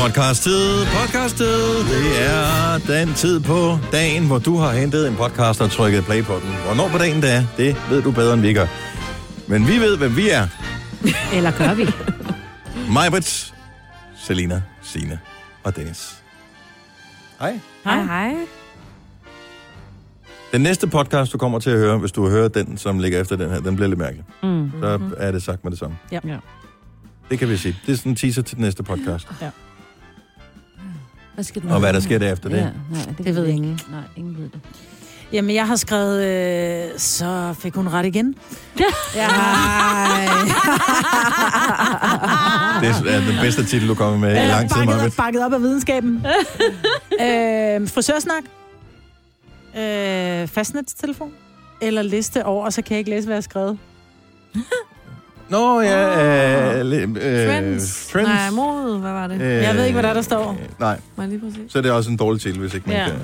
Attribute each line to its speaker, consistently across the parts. Speaker 1: Podcastet, podcastet, det er den tid på dagen, hvor du har hentet en podcast og trykket play på den. Hvornår på dagen det er, det ved du bedre end vi gør. Men vi ved, hvem vi er.
Speaker 2: Eller gør vi?
Speaker 1: Majbrit, Selina, Sine og Dennis. Hej.
Speaker 2: Hej.
Speaker 3: hej.
Speaker 1: Den næste podcast, du kommer til at høre, hvis du hører den, som ligger efter den her, den bliver lidt mærkelig.
Speaker 2: Mm.
Speaker 1: Så er det sagt med det samme.
Speaker 2: Ja. ja.
Speaker 1: Det kan vi sige. Det er sådan en teaser til den næste podcast.
Speaker 3: Hvad skal
Speaker 1: Og hvad der sker derefter det.
Speaker 3: Ja, nej, det, det ved ingen. Nej, ingen ved det.
Speaker 4: Jamen, jeg har skrevet, øh, så fik hun ret igen.
Speaker 3: Ja.
Speaker 1: Det er den bedste titel, du kommer med i lang tid,
Speaker 4: bakket, op,
Speaker 1: Majbrit.
Speaker 4: bakket op af videnskaben. øh, frisørsnak. Øh, fastnetstelefon. Eller liste over, og så kan jeg ikke læse, hvad jeg har skrevet.
Speaker 1: Nå, ja. Øh, li- øh,
Speaker 3: Friends.
Speaker 1: Friends.
Speaker 3: Nej, mod, hvad var det?
Speaker 1: Øh,
Speaker 4: Jeg ved ikke, hvad der er, der står.
Speaker 1: Nej,
Speaker 3: Må jeg lige prøve at se?
Speaker 1: så er det også en dårlig titel, hvis ikke man
Speaker 4: Ja.
Speaker 1: kan...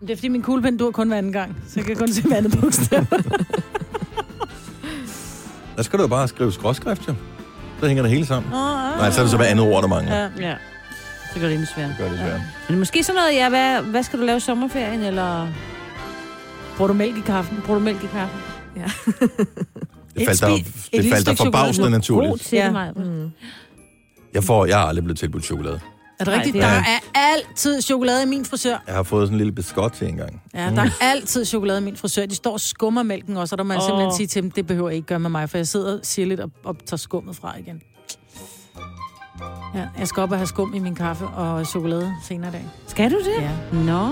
Speaker 4: Det er, fordi min kuglepen dur kun hver anden gang. Så jeg kan kun se hver anden bogstav.
Speaker 1: Der skal du jo bare skrive skråskrift, jo. Så hænger det hele sammen. Nej, så er det så hver andet ord, der mangler.
Speaker 4: Ja.
Speaker 3: Ja. Så gør det endnu sværere.
Speaker 1: Det gør det svært.
Speaker 3: Men måske sådan noget, ja, hvad, hvad skal du lave i sommerferien, eller
Speaker 4: Bruger du mælk i kaffen?
Speaker 3: bruger du mælk i kaffen?
Speaker 1: Det
Speaker 4: Et
Speaker 1: faldt dig,
Speaker 4: spi- et
Speaker 1: det
Speaker 4: lille
Speaker 1: faldt dig
Speaker 4: stykke chokolade.
Speaker 1: forbavsende
Speaker 4: Nå,
Speaker 3: God
Speaker 1: naturligt.
Speaker 3: til ja.
Speaker 4: Ja.
Speaker 3: mig. Mm.
Speaker 1: Jeg, får, jeg har aldrig blevet tilbudt chokolade.
Speaker 4: Er det
Speaker 3: Nej,
Speaker 4: rigtigt?
Speaker 3: det
Speaker 4: Der
Speaker 1: er-
Speaker 4: er altid chokolade i min frisør.
Speaker 1: Jeg har fået sådan en lille beskot til en gang.
Speaker 4: Ja, der er altid chokolade i min frisør. De står og skummer mælken også, og der må jeg
Speaker 3: Åh.
Speaker 4: simpelthen sige til dem, det behøver I ikke gøre med mig, for jeg sidder siger lidt og, og tager skummet fra igen. Ja, jeg skal op og have skum i min kaffe og chokolade senere i dag.
Speaker 3: Skal du det?
Speaker 4: Ja.
Speaker 3: Nå.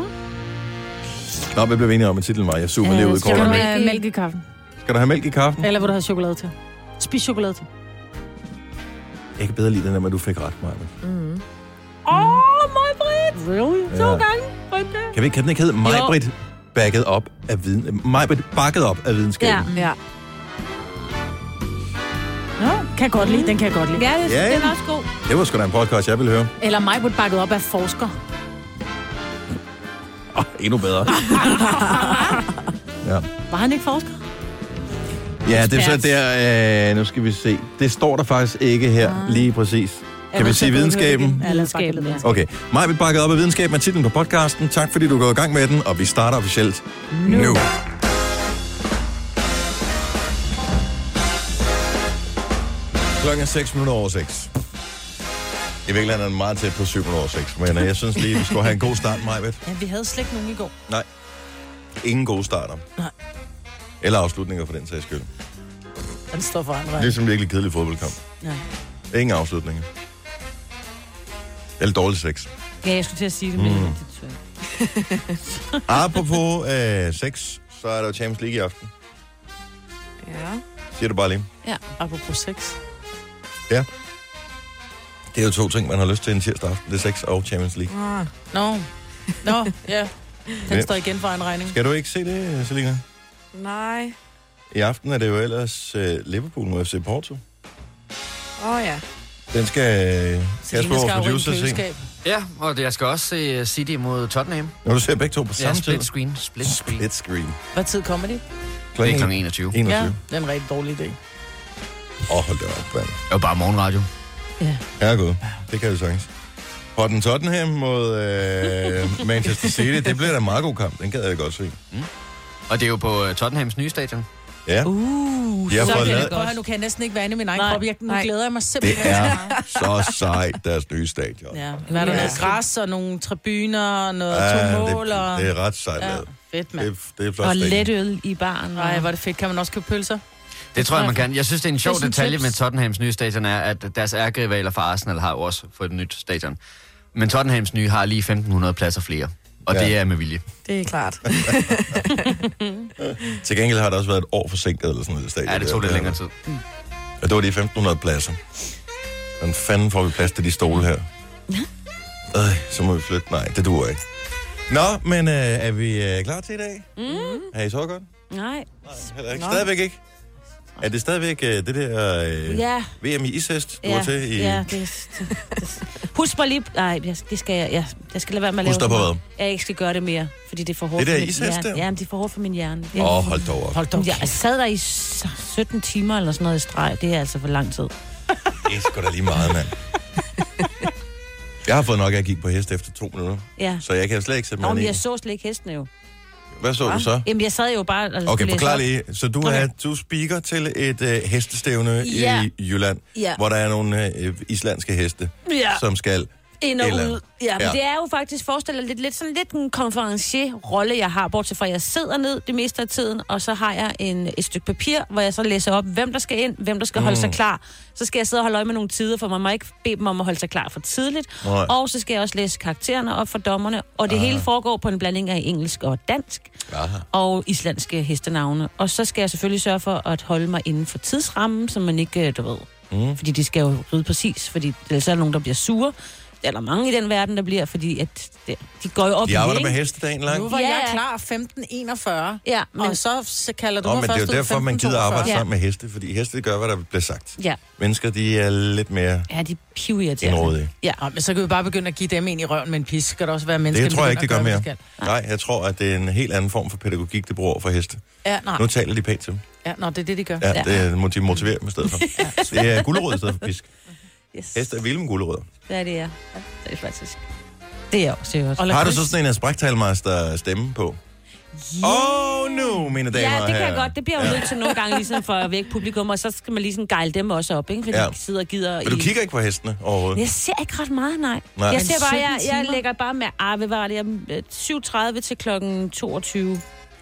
Speaker 1: Nå, vi blev enige om, at titlen var, jeg zoomer lige ud i
Speaker 3: skal
Speaker 1: kort
Speaker 4: Øh, Skal du
Speaker 3: mælk
Speaker 1: øjeblik.
Speaker 4: have
Speaker 3: i?
Speaker 4: mælk i kaffen?
Speaker 1: Skal du have mælk i kaffen?
Speaker 4: Eller vil du have chokolade til? Spis chokolade til.
Speaker 1: Jeg kan bedre lide den der, men du fik ret, Maja.
Speaker 4: Mm.
Speaker 3: Åh, oh, mig, Britt!
Speaker 4: Really?
Speaker 1: To Ja.
Speaker 3: gange, Britt.
Speaker 1: Kan, vi, kan den ikke hedde Majbrit bakket op af viden... Majbrit bakket op af
Speaker 3: Ja.
Speaker 1: videnskaben?
Speaker 3: Ja.
Speaker 4: Nå, kan jeg godt lide. Den kan jeg godt lide.
Speaker 3: Ja, det,
Speaker 1: Ja, ja.
Speaker 3: den er også god.
Speaker 1: Det var sgu da en podcast, jeg ville høre.
Speaker 4: Eller mig burde bakket op af forsker.
Speaker 1: Oh, endnu bedre.
Speaker 4: Ah.
Speaker 1: ja.
Speaker 4: Var han ikke forsker?
Speaker 1: ja, det er så
Speaker 4: Ekspert.
Speaker 1: der... Øh, nu skal vi se. Det står der faktisk ikke
Speaker 4: Ah.
Speaker 1: her lige præcis. Kan vi sige videnskaben?
Speaker 4: Ja, lad os bakke lidt
Speaker 3: Videnskaben,
Speaker 1: Okay. Maj, vi bakket op af videnskaben med titlen på podcasten. Tak fordi du går i gang med den, og vi starter officielt nu. nu. Klokken er 6 minutter over 6. I virkeligheden er den meget tæt på 7 minutter over 6, men øh, jeg synes lige, vi skulle have en god start, Majbet.
Speaker 4: Ja, vi havde slet ikke nogen i går.
Speaker 1: Nej. Ingen gode starter.
Speaker 4: Nej.
Speaker 1: Eller afslutninger for den sags skyld.
Speaker 4: Den står for andre.
Speaker 1: Ligesom en virkelig kedelig fodboldkamp.
Speaker 4: Ja.
Speaker 1: Ingen afslutninger. Eller dårlig sex.
Speaker 3: Ja, jeg skulle til at sige det, men
Speaker 1: Mm.
Speaker 3: mm. det tror jeg. ikke.
Speaker 1: Apropos øh, sex, så er der jo Champions League i aften.
Speaker 3: Ja.
Speaker 1: Siger du bare lige.
Speaker 4: Apropos sex.
Speaker 1: Det er jo to ting, man har lyst til en tirsdag aften. Det er sex og Champions League.
Speaker 3: Ah.
Speaker 4: Nå. Nå, ja.
Speaker 1: Ja.
Speaker 4: Den står igen for en regning.
Speaker 1: Skal du ikke se det, Selina?
Speaker 5: Nej.
Speaker 1: I aften er det jo ellers øh, Liverpool mod FC Porto.
Speaker 5: Åh oh, ja.
Speaker 1: Den skal øh, Kasper,
Speaker 4: Selina skal
Speaker 1: vores
Speaker 4: jo
Speaker 1: producer,
Speaker 4: i
Speaker 1: se.
Speaker 4: køleskab.
Speaker 6: Ja, og jeg skal også se øh, City mod Tottenham.
Speaker 1: Når du ser begge to på
Speaker 6: Ja,
Speaker 1: samme tid.
Speaker 6: split screen. Split screen.
Speaker 1: Split screen.
Speaker 4: Hvad tid kommer de?
Speaker 6: Det er
Speaker 1: Klokken
Speaker 6: kl. 21.
Speaker 1: 21.
Speaker 4: Ja,
Speaker 1: Åh,
Speaker 4: det er en rigtig dårlig idé.
Speaker 1: oh, hold da op, mand.
Speaker 6: Det var bare morgenradio.
Speaker 1: Ja, god. Det kan jo sagtens. Horten Tottenham mod øh, Manchester City, det bliver da en meget god kamp. Den gad jeg godt se.
Speaker 6: Mm. Og det er jo på øh, Tottenhams nye stadion.
Speaker 1: Ja,
Speaker 3: Uh,
Speaker 1: Jeg
Speaker 3: så
Speaker 1: får
Speaker 3: bliver
Speaker 1: lavet-
Speaker 3: det
Speaker 4: Prøv at høre, nu
Speaker 3: godt.
Speaker 4: kan jeg næsten ikke være inde i min egen
Speaker 3: Nej,
Speaker 4: krop. Jeg, nu
Speaker 5: nej.
Speaker 4: glæder jeg mig
Speaker 1: det
Speaker 4: simpelthen.
Speaker 1: er så sejt, deres nye stadion.
Speaker 4: Ja, hvad er der
Speaker 5: Ja.
Speaker 4: noget græs og nogle tribuner og noget
Speaker 1: Ja,
Speaker 4: ja, to
Speaker 1: det,
Speaker 4: mål og...
Speaker 1: det er ret sejt
Speaker 4: ja,
Speaker 1: lavet.
Speaker 4: fedt,
Speaker 1: Det,
Speaker 4: mand.
Speaker 1: er- det er flot
Speaker 3: Og
Speaker 1: stadion.
Speaker 3: let øl i baren. og-
Speaker 4: Nej, hvor er det fedt. Kan man også købe pølser?
Speaker 6: Det tror jeg, man kan. Jeg synes, det er en sjov
Speaker 4: Det er sådan
Speaker 6: detalje
Speaker 4: tips.
Speaker 6: med Tottenhams nye stadion, er, at deres ærkerivaler fra Arsenal har jo også fået et nyt stadion. Men Tottenhams nye har lige 1.500 pladser flere. Og
Speaker 1: Ja.
Speaker 6: ja. det er med vilje.
Speaker 5: Det er klart.
Speaker 1: Til gengæld har der også været et år forsinket eller sådan noget stadion.
Speaker 6: Ja, det tog lidt længere tid.
Speaker 1: Og det var de 1500 pladser. Men fanden får vi plads til de stole her? Øh, så må vi flytte. Nej, det duer ikke. Nå, men øh, er vi øh, klar til i dag? Mm. Er I så godt?
Speaker 3: Nej.
Speaker 1: Heller ikke. Stadigvæk ikke. Er det stadigvæk øh, det der øh,
Speaker 3: Ja.
Speaker 1: VM i ishest, du
Speaker 3: ja,
Speaker 1: var til i...
Speaker 3: Ja, det, det, det. Husk mig lige... Nej, jeg, det skal jeg... Jeg, jeg skal lade være med at lave...
Speaker 1: Husk dig på hvad?
Speaker 3: Jeg ikke skal gøre det mere, fordi det er for hårdt
Speaker 1: Det der
Speaker 3: for min
Speaker 1: ishest der?
Speaker 3: hjerne. Ja, men det er for hårdt for min hjerne. Det er-
Speaker 1: Åh, oh, hold da op.
Speaker 4: Hold da op. Ja.
Speaker 3: Jeg sad der i s- 17 timer eller sådan noget i streg. Det er altså for lang tid.
Speaker 1: Det er sgu da lige meget, mand. Jeg har fået nok af at kigge på heste efter to minutter,
Speaker 2: Ja.
Speaker 1: så jeg kan slet ikke sætte
Speaker 2: Nå,
Speaker 1: mig
Speaker 2: men
Speaker 1: ned.
Speaker 2: jeg så slet ikke hestene jo.
Speaker 1: Hvad så du så?
Speaker 2: Jamen, jeg sad jo bare... Og
Speaker 1: Okay,
Speaker 2: skulle
Speaker 1: forklar
Speaker 2: læse op.
Speaker 1: lige. Så du
Speaker 2: Altså, Okay.
Speaker 1: er du er speaker til et øh, hestestævne
Speaker 2: Ja.
Speaker 1: i Jylland,
Speaker 2: Ja.
Speaker 1: hvor der er nogle øh, islandske heste,
Speaker 2: Ja.
Speaker 1: som skal...
Speaker 2: Ind og
Speaker 1: Eller-
Speaker 2: ud. Ja, men
Speaker 1: Ja.
Speaker 2: ja. det er jo faktisk forestiller lidt, lidt sådan lidt en konferencier-rolle, jeg har, bortset fra, at jeg sidder ned det meste af tiden, og så har jeg en, et stykke papir, hvor jeg så læser op, hvem der skal ind, hvem der skal holde
Speaker 1: Mm.
Speaker 2: sig klar. Så skal jeg sidde og holde øje med nogle tider, for man må ikke bede dem om at holde sig klar for tidligt.
Speaker 1: Nej. Ah.
Speaker 2: Og så skal jeg også læse karaktererne op for dommerne, og det hele foregår på en blanding af engelsk og dansk,
Speaker 1: Aha.
Speaker 2: og islandske hestenavne. Og så skal jeg selvfølgelig sørge for at holde mig inden for tidsrammen, så man ikke, øh, du ved...
Speaker 1: Mhm.
Speaker 2: Mm. Fordi de skal jo ride præcis, fordi ellers er der nogen, der bliver sure. Der er der mange i den verden, der bliver, fordi at det, de går jo op
Speaker 1: De
Speaker 2: i
Speaker 1: arbejder
Speaker 2: det,
Speaker 1: med
Speaker 2: ikke?
Speaker 1: heste dagen
Speaker 4: Nu
Speaker 1: lang.
Speaker 4: var
Speaker 2: Ja.
Speaker 4: jeg klar 1541,
Speaker 2: Ja,
Speaker 4: men
Speaker 2: men,
Speaker 4: og så, så kalder du
Speaker 1: Nå,
Speaker 4: mig
Speaker 1: men det
Speaker 4: først
Speaker 1: er jo
Speaker 4: ud
Speaker 1: derfor, man gider
Speaker 4: 1542.
Speaker 1: arbejde
Speaker 2: Ja.
Speaker 1: sammen med heste, fordi heste gør, hvad der bliver sagt.
Speaker 2: ja,
Speaker 1: Mennesker, de er lidt mere
Speaker 2: ja, de piver jeg til.
Speaker 1: indrådige.
Speaker 4: Nå, men så kan vi bare begynde at give dem ind i røven med en pisk. Skal der også være mennesker,
Speaker 1: Det tror jeg ikke,
Speaker 4: der
Speaker 1: det gør
Speaker 4: begynder
Speaker 1: mere.
Speaker 4: at gøre, hvad
Speaker 1: Nej, jeg tror, at det er en helt anden form for pædagogik, det bruger over for heste.
Speaker 4: de skal? Ja, nej.
Speaker 1: Nu taler de pænt til dem.
Speaker 4: Ja, nå, det er det, de gør.
Speaker 1: Ja,
Speaker 2: Ja.
Speaker 1: det er- må de motivere dem i stedet for. Det er gulerod i stedet for pisk.
Speaker 2: Yes.
Speaker 1: Heste er vilde med gulerødder.
Speaker 2: Ja, det er. Ja, det er faktisk. Det er også seriøst.
Speaker 4: Og lad
Speaker 1: Har du
Speaker 4: Chris-
Speaker 1: så sådan en spræktalmaster stemme på? Åh, oh, nu, no, mine damer
Speaker 2: Ja,
Speaker 1: og
Speaker 2: det kan jeg
Speaker 1: herrer.
Speaker 2: godt. Det bliver jeg jo nødt til nogle gange, ligesom for at vække publikum, og så skal man lige sådan gejle dem også op, ikke? Fordi
Speaker 1: Ja.
Speaker 2: ja. de sidder og gider
Speaker 1: Men du
Speaker 2: i-
Speaker 1: kigger ikke på hestene overhovedet?
Speaker 2: Jeg ser ikke ret meget, nej.
Speaker 1: Nej.
Speaker 2: nej. Jeg ser bare,
Speaker 4: 17
Speaker 2: jeg, jeg
Speaker 4: timer?
Speaker 2: lægger bare med, ah, hvad var det, jeg- 7.30 til klokken 22.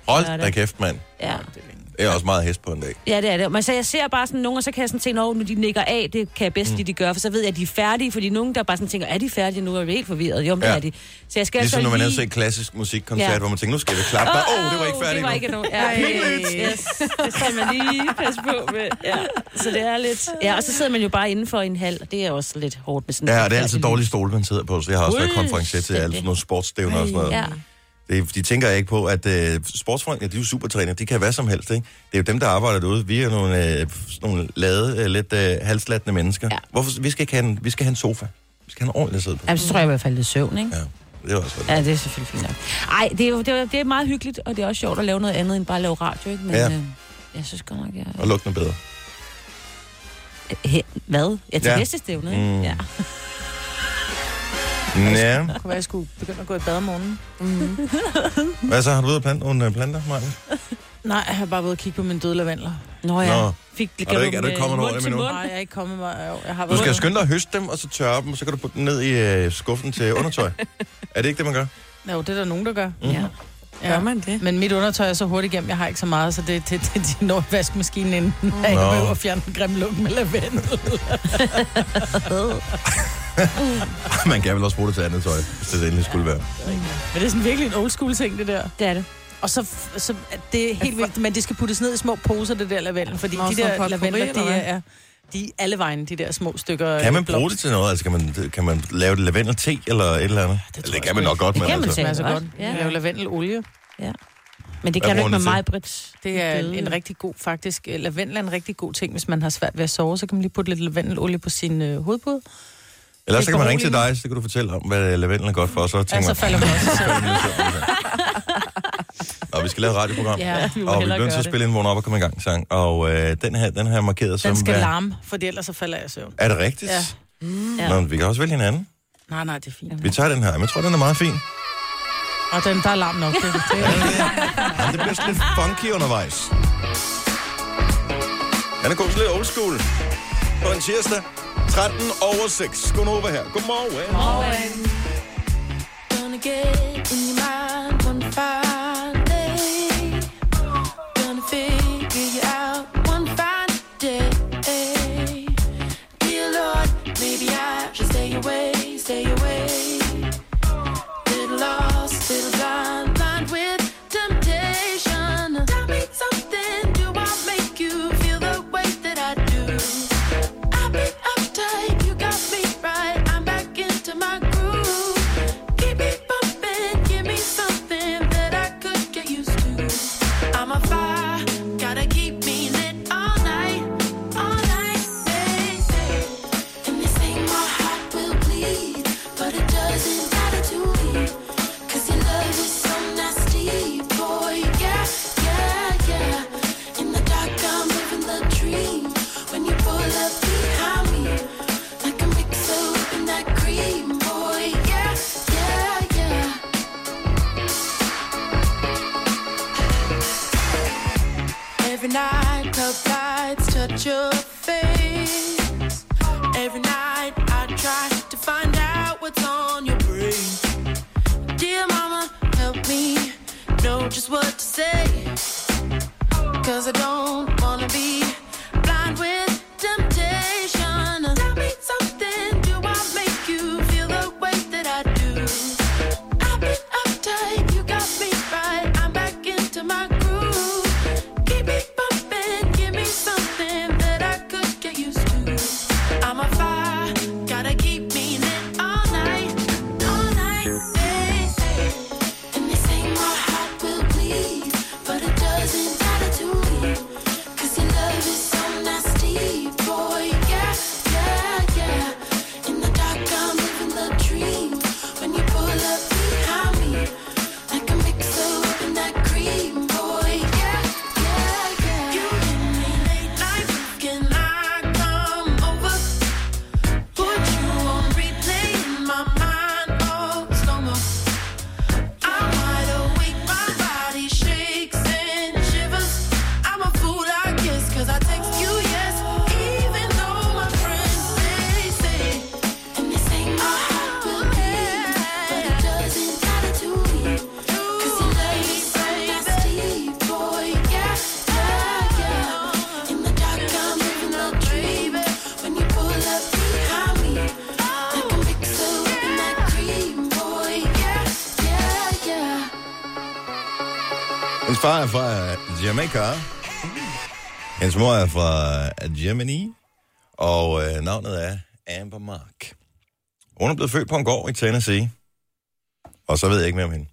Speaker 1: Hold da kæft, mand.
Speaker 2: Ja.
Speaker 1: Det er også meget hest på en dag.
Speaker 2: ja, det er det. Men så jeg ser bare sådan nogen, og så kan jeg sådan tænke, at nu de nikker af, det kan jeg bedst
Speaker 1: Mm.
Speaker 2: lige, de gør, for så ved jeg, at de er færdige, fordi nogen, der bare sådan tænker, er de færdige nu, er vi helt forvirret. Jo, men
Speaker 1: Ja.
Speaker 2: ja. er de. Så jeg skal
Speaker 1: Ligesom når man er
Speaker 2: altså
Speaker 1: til
Speaker 2: lige...
Speaker 1: en klassisk musikkoncert,
Speaker 2: Ja.
Speaker 1: hvor man tænker, nu skal vi klappe. Åh, oh, oh, det var ikke færdigt
Speaker 2: Det var ikke endnu. Ja, yes. Det skal man lige passe på med. Ja. Så det er lidt... Ja, og så sidder man jo bare indenfor i en halv, og det er også lidt hårdt med sådan
Speaker 1: nu. Ja, og det er
Speaker 2: forfærdelig
Speaker 1: altid
Speaker 2: lyd.
Speaker 1: dårlige stole, man sidder på, så jeg har også været konferencier til alle sådan nogle sportsstævner og sådan noget.
Speaker 2: Ja.
Speaker 1: Det, de tænker ikke på, at øh, sportsfolk, ja, de er jo supertræner, de kan hvad som helst, ikke? Det er jo dem, der arbejder derude. Vi er nogle, øh, sådan nogle lade, øh, lidt øh, halslattende mennesker. Ja.
Speaker 2: Ja.
Speaker 1: Hvorfor, vi skal ikke have en, vi skal have en sofa. Vi skal have en ordentlig at sidde på.
Speaker 2: Jamen, så tror jeg i hvert fald, det er søvn, ikke?
Speaker 1: Ja, det er også
Speaker 2: Ja,
Speaker 1: godt.
Speaker 2: det er selvfølgelig fint nok. Ej, det er, jo, det, er, det er meget hyggeligt, og det er også sjovt at lave noget andet end bare at lave radio, ikke? Men
Speaker 1: Ja.
Speaker 2: ja. øh, jeg synes godt nok, jeg...
Speaker 1: Og lugten er bedre.
Speaker 2: He, hvad? Jeg til
Speaker 1: Ja.
Speaker 2: ja. hestestævnet, ikke?
Speaker 1: Mm.
Speaker 2: Mm. Ja.
Speaker 1: Ja,
Speaker 4: Det kunne være, jeg skulle begynde at gå i bad om morgenen.
Speaker 1: hvad så? Har du været ude og plante nogle øh, planter, Maja?
Speaker 4: Nej, jeg har bare været og kigge på mine døde lavendler.
Speaker 2: Nå ja.
Speaker 1: Nå.
Speaker 2: Nå. Fik,
Speaker 1: Er du ikke- er du ikke kommet over det endnu?
Speaker 4: Nej, jeg er ikke kommet mig. Jeg jeg har
Speaker 1: Du
Speaker 4: været
Speaker 1: skal skynde dig at høste dem, og så tørre dem, og så kan du putte dem ned i øh, skuffen til undertøj. er det ikke det, man gør?
Speaker 4: Jo, det er der nogen, der gør.
Speaker 1: Mhm.
Speaker 2: Ja.
Speaker 5: Gør
Speaker 4: Ja.
Speaker 5: man det?
Speaker 4: Men mit undertøj er så hurtigt igennem, jeg har ikke så meget, så det er til, til, til vaskemaskinen inden, at jeg
Speaker 1: Nå.
Speaker 4: behøver at fjerne den grimme lukken med lavendel.
Speaker 1: man kan vel også bruge det til andet tøj, hvis det endelig skulle være.
Speaker 4: Men det er sådan virkelig en old school ting, det der.
Speaker 2: Det er det.
Speaker 4: Og så, f- så er det er helt vildt, men det skal puttes ned i små poser, det der lavendel, fordi
Speaker 5: Nå,
Speaker 4: de
Speaker 5: sådan
Speaker 4: der
Speaker 5: potpourri,
Speaker 4: lavendler,
Speaker 5: eller
Speaker 4: de
Speaker 5: hvad?
Speaker 4: er, er de er alle vejen, de der små stykker. øh,
Speaker 1: Kan man bruge det til noget? Altså, kan man, kan man lave det lavendel-te eller et eller andet? Det, altså, det kan man nok godt, men
Speaker 2: kan man
Speaker 1: altså.
Speaker 4: Det smager så
Speaker 2: Tænker
Speaker 4: godt.
Speaker 2: også.
Speaker 4: Ja.
Speaker 2: Ja.
Speaker 4: Lave lavendelolie.
Speaker 2: Men det
Speaker 1: Hvad
Speaker 2: kan du
Speaker 1: bruger
Speaker 2: ikke med
Speaker 1: den til?
Speaker 2: mig, Britt.
Speaker 4: Det er en, en rigtig god, faktisk. øh, Lavendel er en rigtig god ting, hvis man har svært ved at sove. Så kan man lige putte lidt lavendelolie på sin øh, hovedpude.
Speaker 1: Ellers så kan man ringe til
Speaker 4: beroligende.
Speaker 1: dig, så kan du fortælle om, hvad lavendel er godt for, og så
Speaker 4: Ja,
Speaker 1: tænker
Speaker 4: så
Speaker 1: man...
Speaker 4: falder man også. i søvn.
Speaker 1: Og vi skal lave et radioprogram,
Speaker 4: Ja, vi må
Speaker 1: og vi bliver nødt til
Speaker 4: hellere gøre
Speaker 1: at
Speaker 4: det.
Speaker 1: spille en vågn op og komme i gang sang. Og øh, den her, den her er markeret som... øh,
Speaker 4: Den skal
Speaker 1: hvad-
Speaker 4: larme, for ellers så falder jeg i søvn.
Speaker 1: Er det rigtigt?
Speaker 4: Ja.
Speaker 1: Nå, men vi kan også vælge en anden.
Speaker 4: Nej, nej, det er fint.
Speaker 1: Vi tager den her, men jeg tror, den er meget fin.
Speaker 4: Og den, der er larm nok. Det, det er
Speaker 1: Jamen, det bliver sådan lidt funky undervejs. Han er gået sådan lidt old school på en tirsdag. 13 over 6. Godnova her. Godmorgen.
Speaker 7: Gonna get in your mind one fine day. Gonna figure you out one fine day. Dear Lord, maybe I should stay away, stay away. Little lost, little blind, blind with temptation. Tell me something, do I make you feel the way that I do? I've been uptight, you got me right. I'm back into my groove. Keep me bumping, give me some Every night, club lights touch your face. Every night, I try to find out what's on your brain. Dear mama, help me know just what to say. Cause I don't wanna be blind with temptation. Tell me something, do I make you feel the way that I do? I've been uptight, you got me right. I'm back into my groove. Keep it bumping, give me something that I could get used to. I'm on fire, gotta keep me lit all night, all night. Hey, hey. And they say my heart will bleed, but it doesn't matter to me. 'Cause your love is so nasty, boy. Yeah, yeah, yeah. In the dark, I'm living the dream. When you pull up behind me, like a mixer up in that cream, boy. Yeah, yeah, yeah. You and me late night, can I come over? Put you on replay in my mind, oh slow mo. I'm wide awake, my body shakes and shivers. I'm a fool, I guess, 'cause I text you yes, even though my friends they say, and they say my heart will bleed, but it doesn't matter to me, 'cause your love is so nasty, boy, yeah, yeah, yeah. In the dark, I'm living a dream. When you pull up behind me, like a mixer in that cream, boy, yeah, yeah, yeah.
Speaker 1: Hendes far er fra Jamaica. Hendes mor er fra Germany. Og øh, navnet er Amber Mark. Hun er blevet født på en gård i Tennessee. Og så ved jeg ikke mere om hende.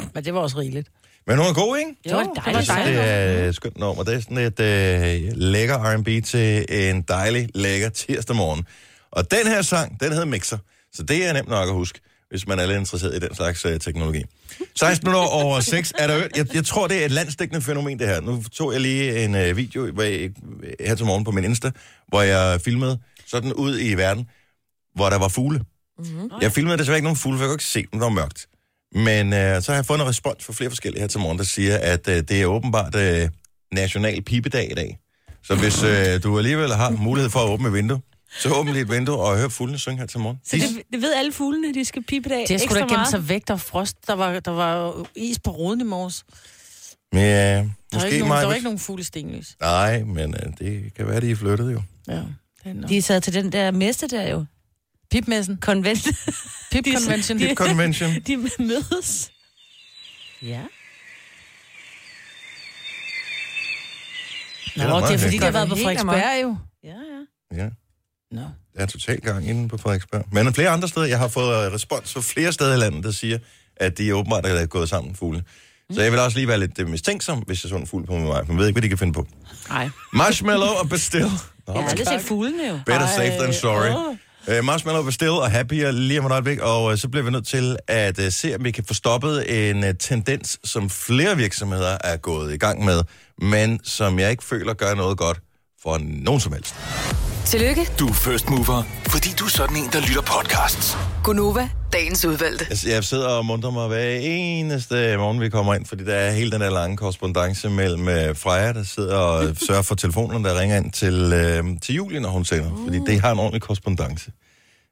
Speaker 4: Men det var også rigeligt.
Speaker 1: Men hun er god, ikke?
Speaker 4: Jo, det var dejligt.
Speaker 1: Jeg synes, det er et øh, skønt nummer. Det er sådan et øh, lækker R&B til en dejlig, lækker tirsdag morgen. Og den her sang, den hedder Mixer. Så det er nemt nok at huske, hvis man er lidt interesseret i den slags øh, teknologi. 16 minutter over 6 er der øvrigt- jeg, jeg tror, det er et landstækkende fænomen, det her. Nu tog jeg lige en øh, video hvor jeg, øh, her til morgen på min Insta, hvor jeg filmede sådan ud i verden, hvor der var fugle. Mm-hmm. Jeg filmede desværre ikke nogen fugle, for jeg kunne ikke se dem, der var mørkt. Men øh, så har jeg fået en respons fra flere forskellige her til morgen, der siger, at øh, det er åbenbart øh, national pibedag i dag. Så hvis øh, du alligevel har mulighed for at åbne et vindue, så åbn lige et vindue og hør fuglene synge her til morgen.
Speaker 3: Så det, det ved alle fuglene, de skal pipe det af
Speaker 4: Det er sgu da
Speaker 3: ekstra
Speaker 4: gemt
Speaker 3: meget.
Speaker 4: sig væk, der var frost. Der var, der var is på roden i morges. Der
Speaker 1: De, ja,
Speaker 4: var,
Speaker 1: øh, måske
Speaker 4: ikke nogen, der var
Speaker 1: mig.
Speaker 4: ikke nogen fuglestenlys.
Speaker 1: Nej, men øh, det kan være, de er flyttet jo.
Speaker 4: Ja. det er nok.
Speaker 3: De sad til den der messe der jo.
Speaker 4: Pipmessen.
Speaker 3: Konvent.
Speaker 4: Pip Convention.
Speaker 1: Pip Convention.
Speaker 3: De mødes.
Speaker 2: Ja.
Speaker 4: Nå,
Speaker 1: Det er
Speaker 4: det er
Speaker 1: meget
Speaker 4: fordi,
Speaker 1: hyggeligt.
Speaker 4: de har været på
Speaker 5: Helt amok.
Speaker 4: Frederiksberg jo.
Speaker 3: Ja, ja.
Speaker 1: Ja,
Speaker 4: Nå.
Speaker 1: der er totalt gang inde på Frederiksberg. Men flere andre steder, jeg har fået øh, respons fra flere steder i landet, der siger, at de åbenbart er gået sammen fuglene. Så jeg vil også lige være lidt øh, mistænksom, hvis jeg så en fugl på min vej. Man ved ikke, hvad de kan finde på.
Speaker 3: Nej.
Speaker 1: Marshmallow og Bastille. Nå,
Speaker 3: Jeg har aldrig set fuglene jo.
Speaker 1: Better safe than sorry. Uh, Marshmallow var still og happier lige om et øjeblik, og uh, så bliver vi nødt til at uh, se, om vi kan få stoppet en uh, tendens, som flere virksomheder er gået i gang med, men som jeg ikke føler gør noget godt for nogen som helst.
Speaker 8: Tillykke,
Speaker 9: Du er first mover, fordi du er sådan en, der lytter podcasts.
Speaker 8: Gunova, dagens udvalgte.
Speaker 1: Altså, Jeg, jeg sidder og munter mig hver eneste morgen, vi kommer ind, fordi der er hele den der lange korrespondence mellem uh, Freja, der sidder og sørger for telefonen, der ringer ind til, uh, til Julie, når hun sender, uh. fordi det har en ordentlig korrespondence.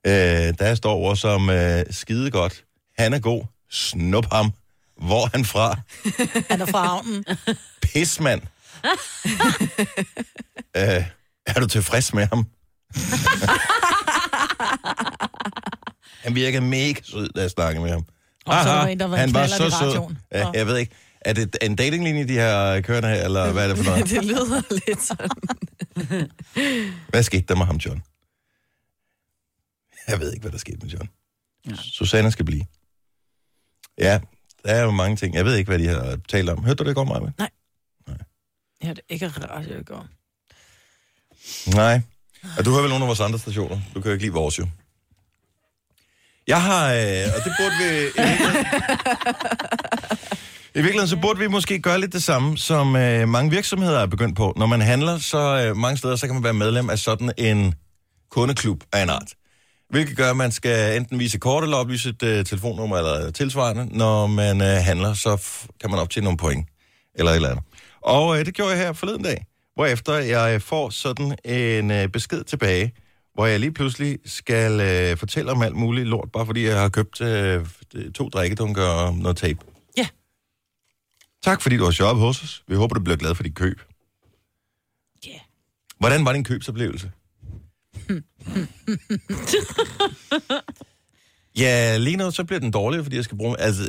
Speaker 1: Øh, der står ord som øh, skide godt, han er god, snup ham, hvor er han fra,
Speaker 4: Han er fra havnen.
Speaker 1: pismand. øh, er du tilfreds med ham? han virkede mega sød, da jeg snakkede med ham.
Speaker 4: Og så var der en, der var en knallert i radioen.
Speaker 1: Ja,
Speaker 4: Nå.
Speaker 1: jeg ved ikke, er det en datinglinje, de har kørt her, eller hvad er det for noget?
Speaker 5: Det lyder lidt sådan.
Speaker 1: Hvad skete der med ham, John? Jeg ved ikke, hvad der skete med John. Ja. Susanne skal blive. Ja, der er jo mange ting. Jeg ved ikke, hvad de har talt om. Hørte du det i går, Maja?
Speaker 4: Ja, det er ikke rart, jeg går.
Speaker 1: Nej. Og du hører vel nogle af vores andre stationer. Du kan jo ikke lide vores, jo. Jeg har... Øh, og det burde vi... I virkeligheden, I virkeligheden, så burde vi måske gøre lidt det samme, som øh, mange virksomheder er begyndt på. Når man handler, så øh, mange steder, så kan man være medlem af sådan en kundeklub af en art. Hvilket gør, at man skal enten vise kort eller oplyse et øh, telefonnummer eller tilsvarende. Når man øh, handler, så f- kan man optjene nogle point. eller et eller andet. Og øh, det gjorde jeg her forleden dag, hvorefter jeg får sådan en øh, besked tilbage, hvor jeg lige pludselig skal øh, fortælle om alt muligt lort, bare fordi jeg har købt øh, to drikkedunker og noget tape.
Speaker 4: Ja.
Speaker 1: Tak fordi du har shoppet hos os. Vi håber, du bliver glad for dit køb.
Speaker 4: Ja. Yeah.
Speaker 1: Hvordan var din købsoplevelse? Ja, lige nu så bliver den dårligere, fordi jeg skal bruge... Altså,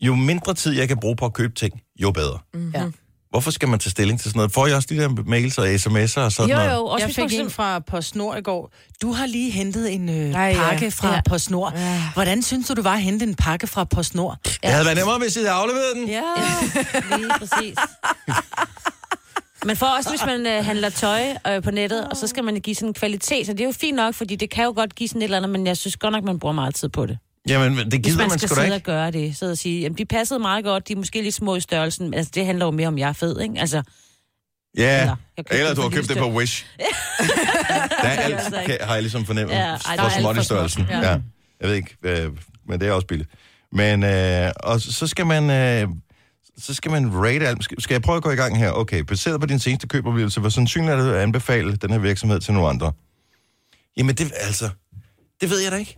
Speaker 1: jo mindre tid jeg kan bruge på at købe ting, jo bedre.
Speaker 4: Mm-hmm. Ja.
Speaker 1: Hvorfor skal man tage stilling til sådan noget? Får jeg også de der mails og sms'er og sådan noget?
Speaker 4: Også
Speaker 3: hvis
Speaker 4: jeg
Speaker 3: man
Speaker 4: fik en
Speaker 3: eksempel-
Speaker 4: fra PostNord i går. Du har lige hentet en øh,
Speaker 5: Ej, ja.
Speaker 4: pakke fra
Speaker 5: Ja.
Speaker 4: ja. PostNord. Hvordan synes du, det var at hente en pakke fra PostNord?
Speaker 1: Det havde været nemmere, hvis jeg havde afleveret den.
Speaker 4: Ja.
Speaker 3: Lige præcis. Man får også, hvis man øh, handler tøj øh, på nettet, og så skal man give sådan en kvalitet, så det er jo fint nok, fordi det kan jo godt give sådan et eller andet, men jeg synes godt nok, man bruger meget tid på det.
Speaker 1: Jamen, det
Speaker 3: Hvis
Speaker 1: gider
Speaker 3: man,
Speaker 1: man
Speaker 3: skal
Speaker 1: sgu da
Speaker 3: sidde
Speaker 1: ikke.
Speaker 3: og gøre det, sidde og sige, jamen de passede meget godt, de er måske lidt små i størrelsen, men altså det handler jo mere om, jeg er fed, ikke? Altså,
Speaker 1: Ja,
Speaker 3: Eller, jeg købte
Speaker 1: eller
Speaker 3: den
Speaker 1: du har
Speaker 3: for
Speaker 1: købt det på
Speaker 3: lille
Speaker 1: Wish. Der er
Speaker 3: Det er altså
Speaker 1: alt,
Speaker 3: ikke.
Speaker 1: kan, har jeg ligesom fornemmet,
Speaker 3: Ja, ej,
Speaker 1: ja,
Speaker 3: der er
Speaker 1: for
Speaker 3: alt
Speaker 1: småt
Speaker 3: for småt.
Speaker 1: i størrelsen.
Speaker 3: Ja.
Speaker 1: Ja. Ja. Jeg ved ikke, øh, men det er også billigt. Men, øh, og så så skal man... Øh, så skal man rate alt. Skal- Skal jeg prøve at gå i gang her? Okay, baseret på din seneste køboplevelse, hvor sandsynligt er det at anbefale den her virksomhed til nogle andre? Jamen, det, altså, det ved jeg da ikke.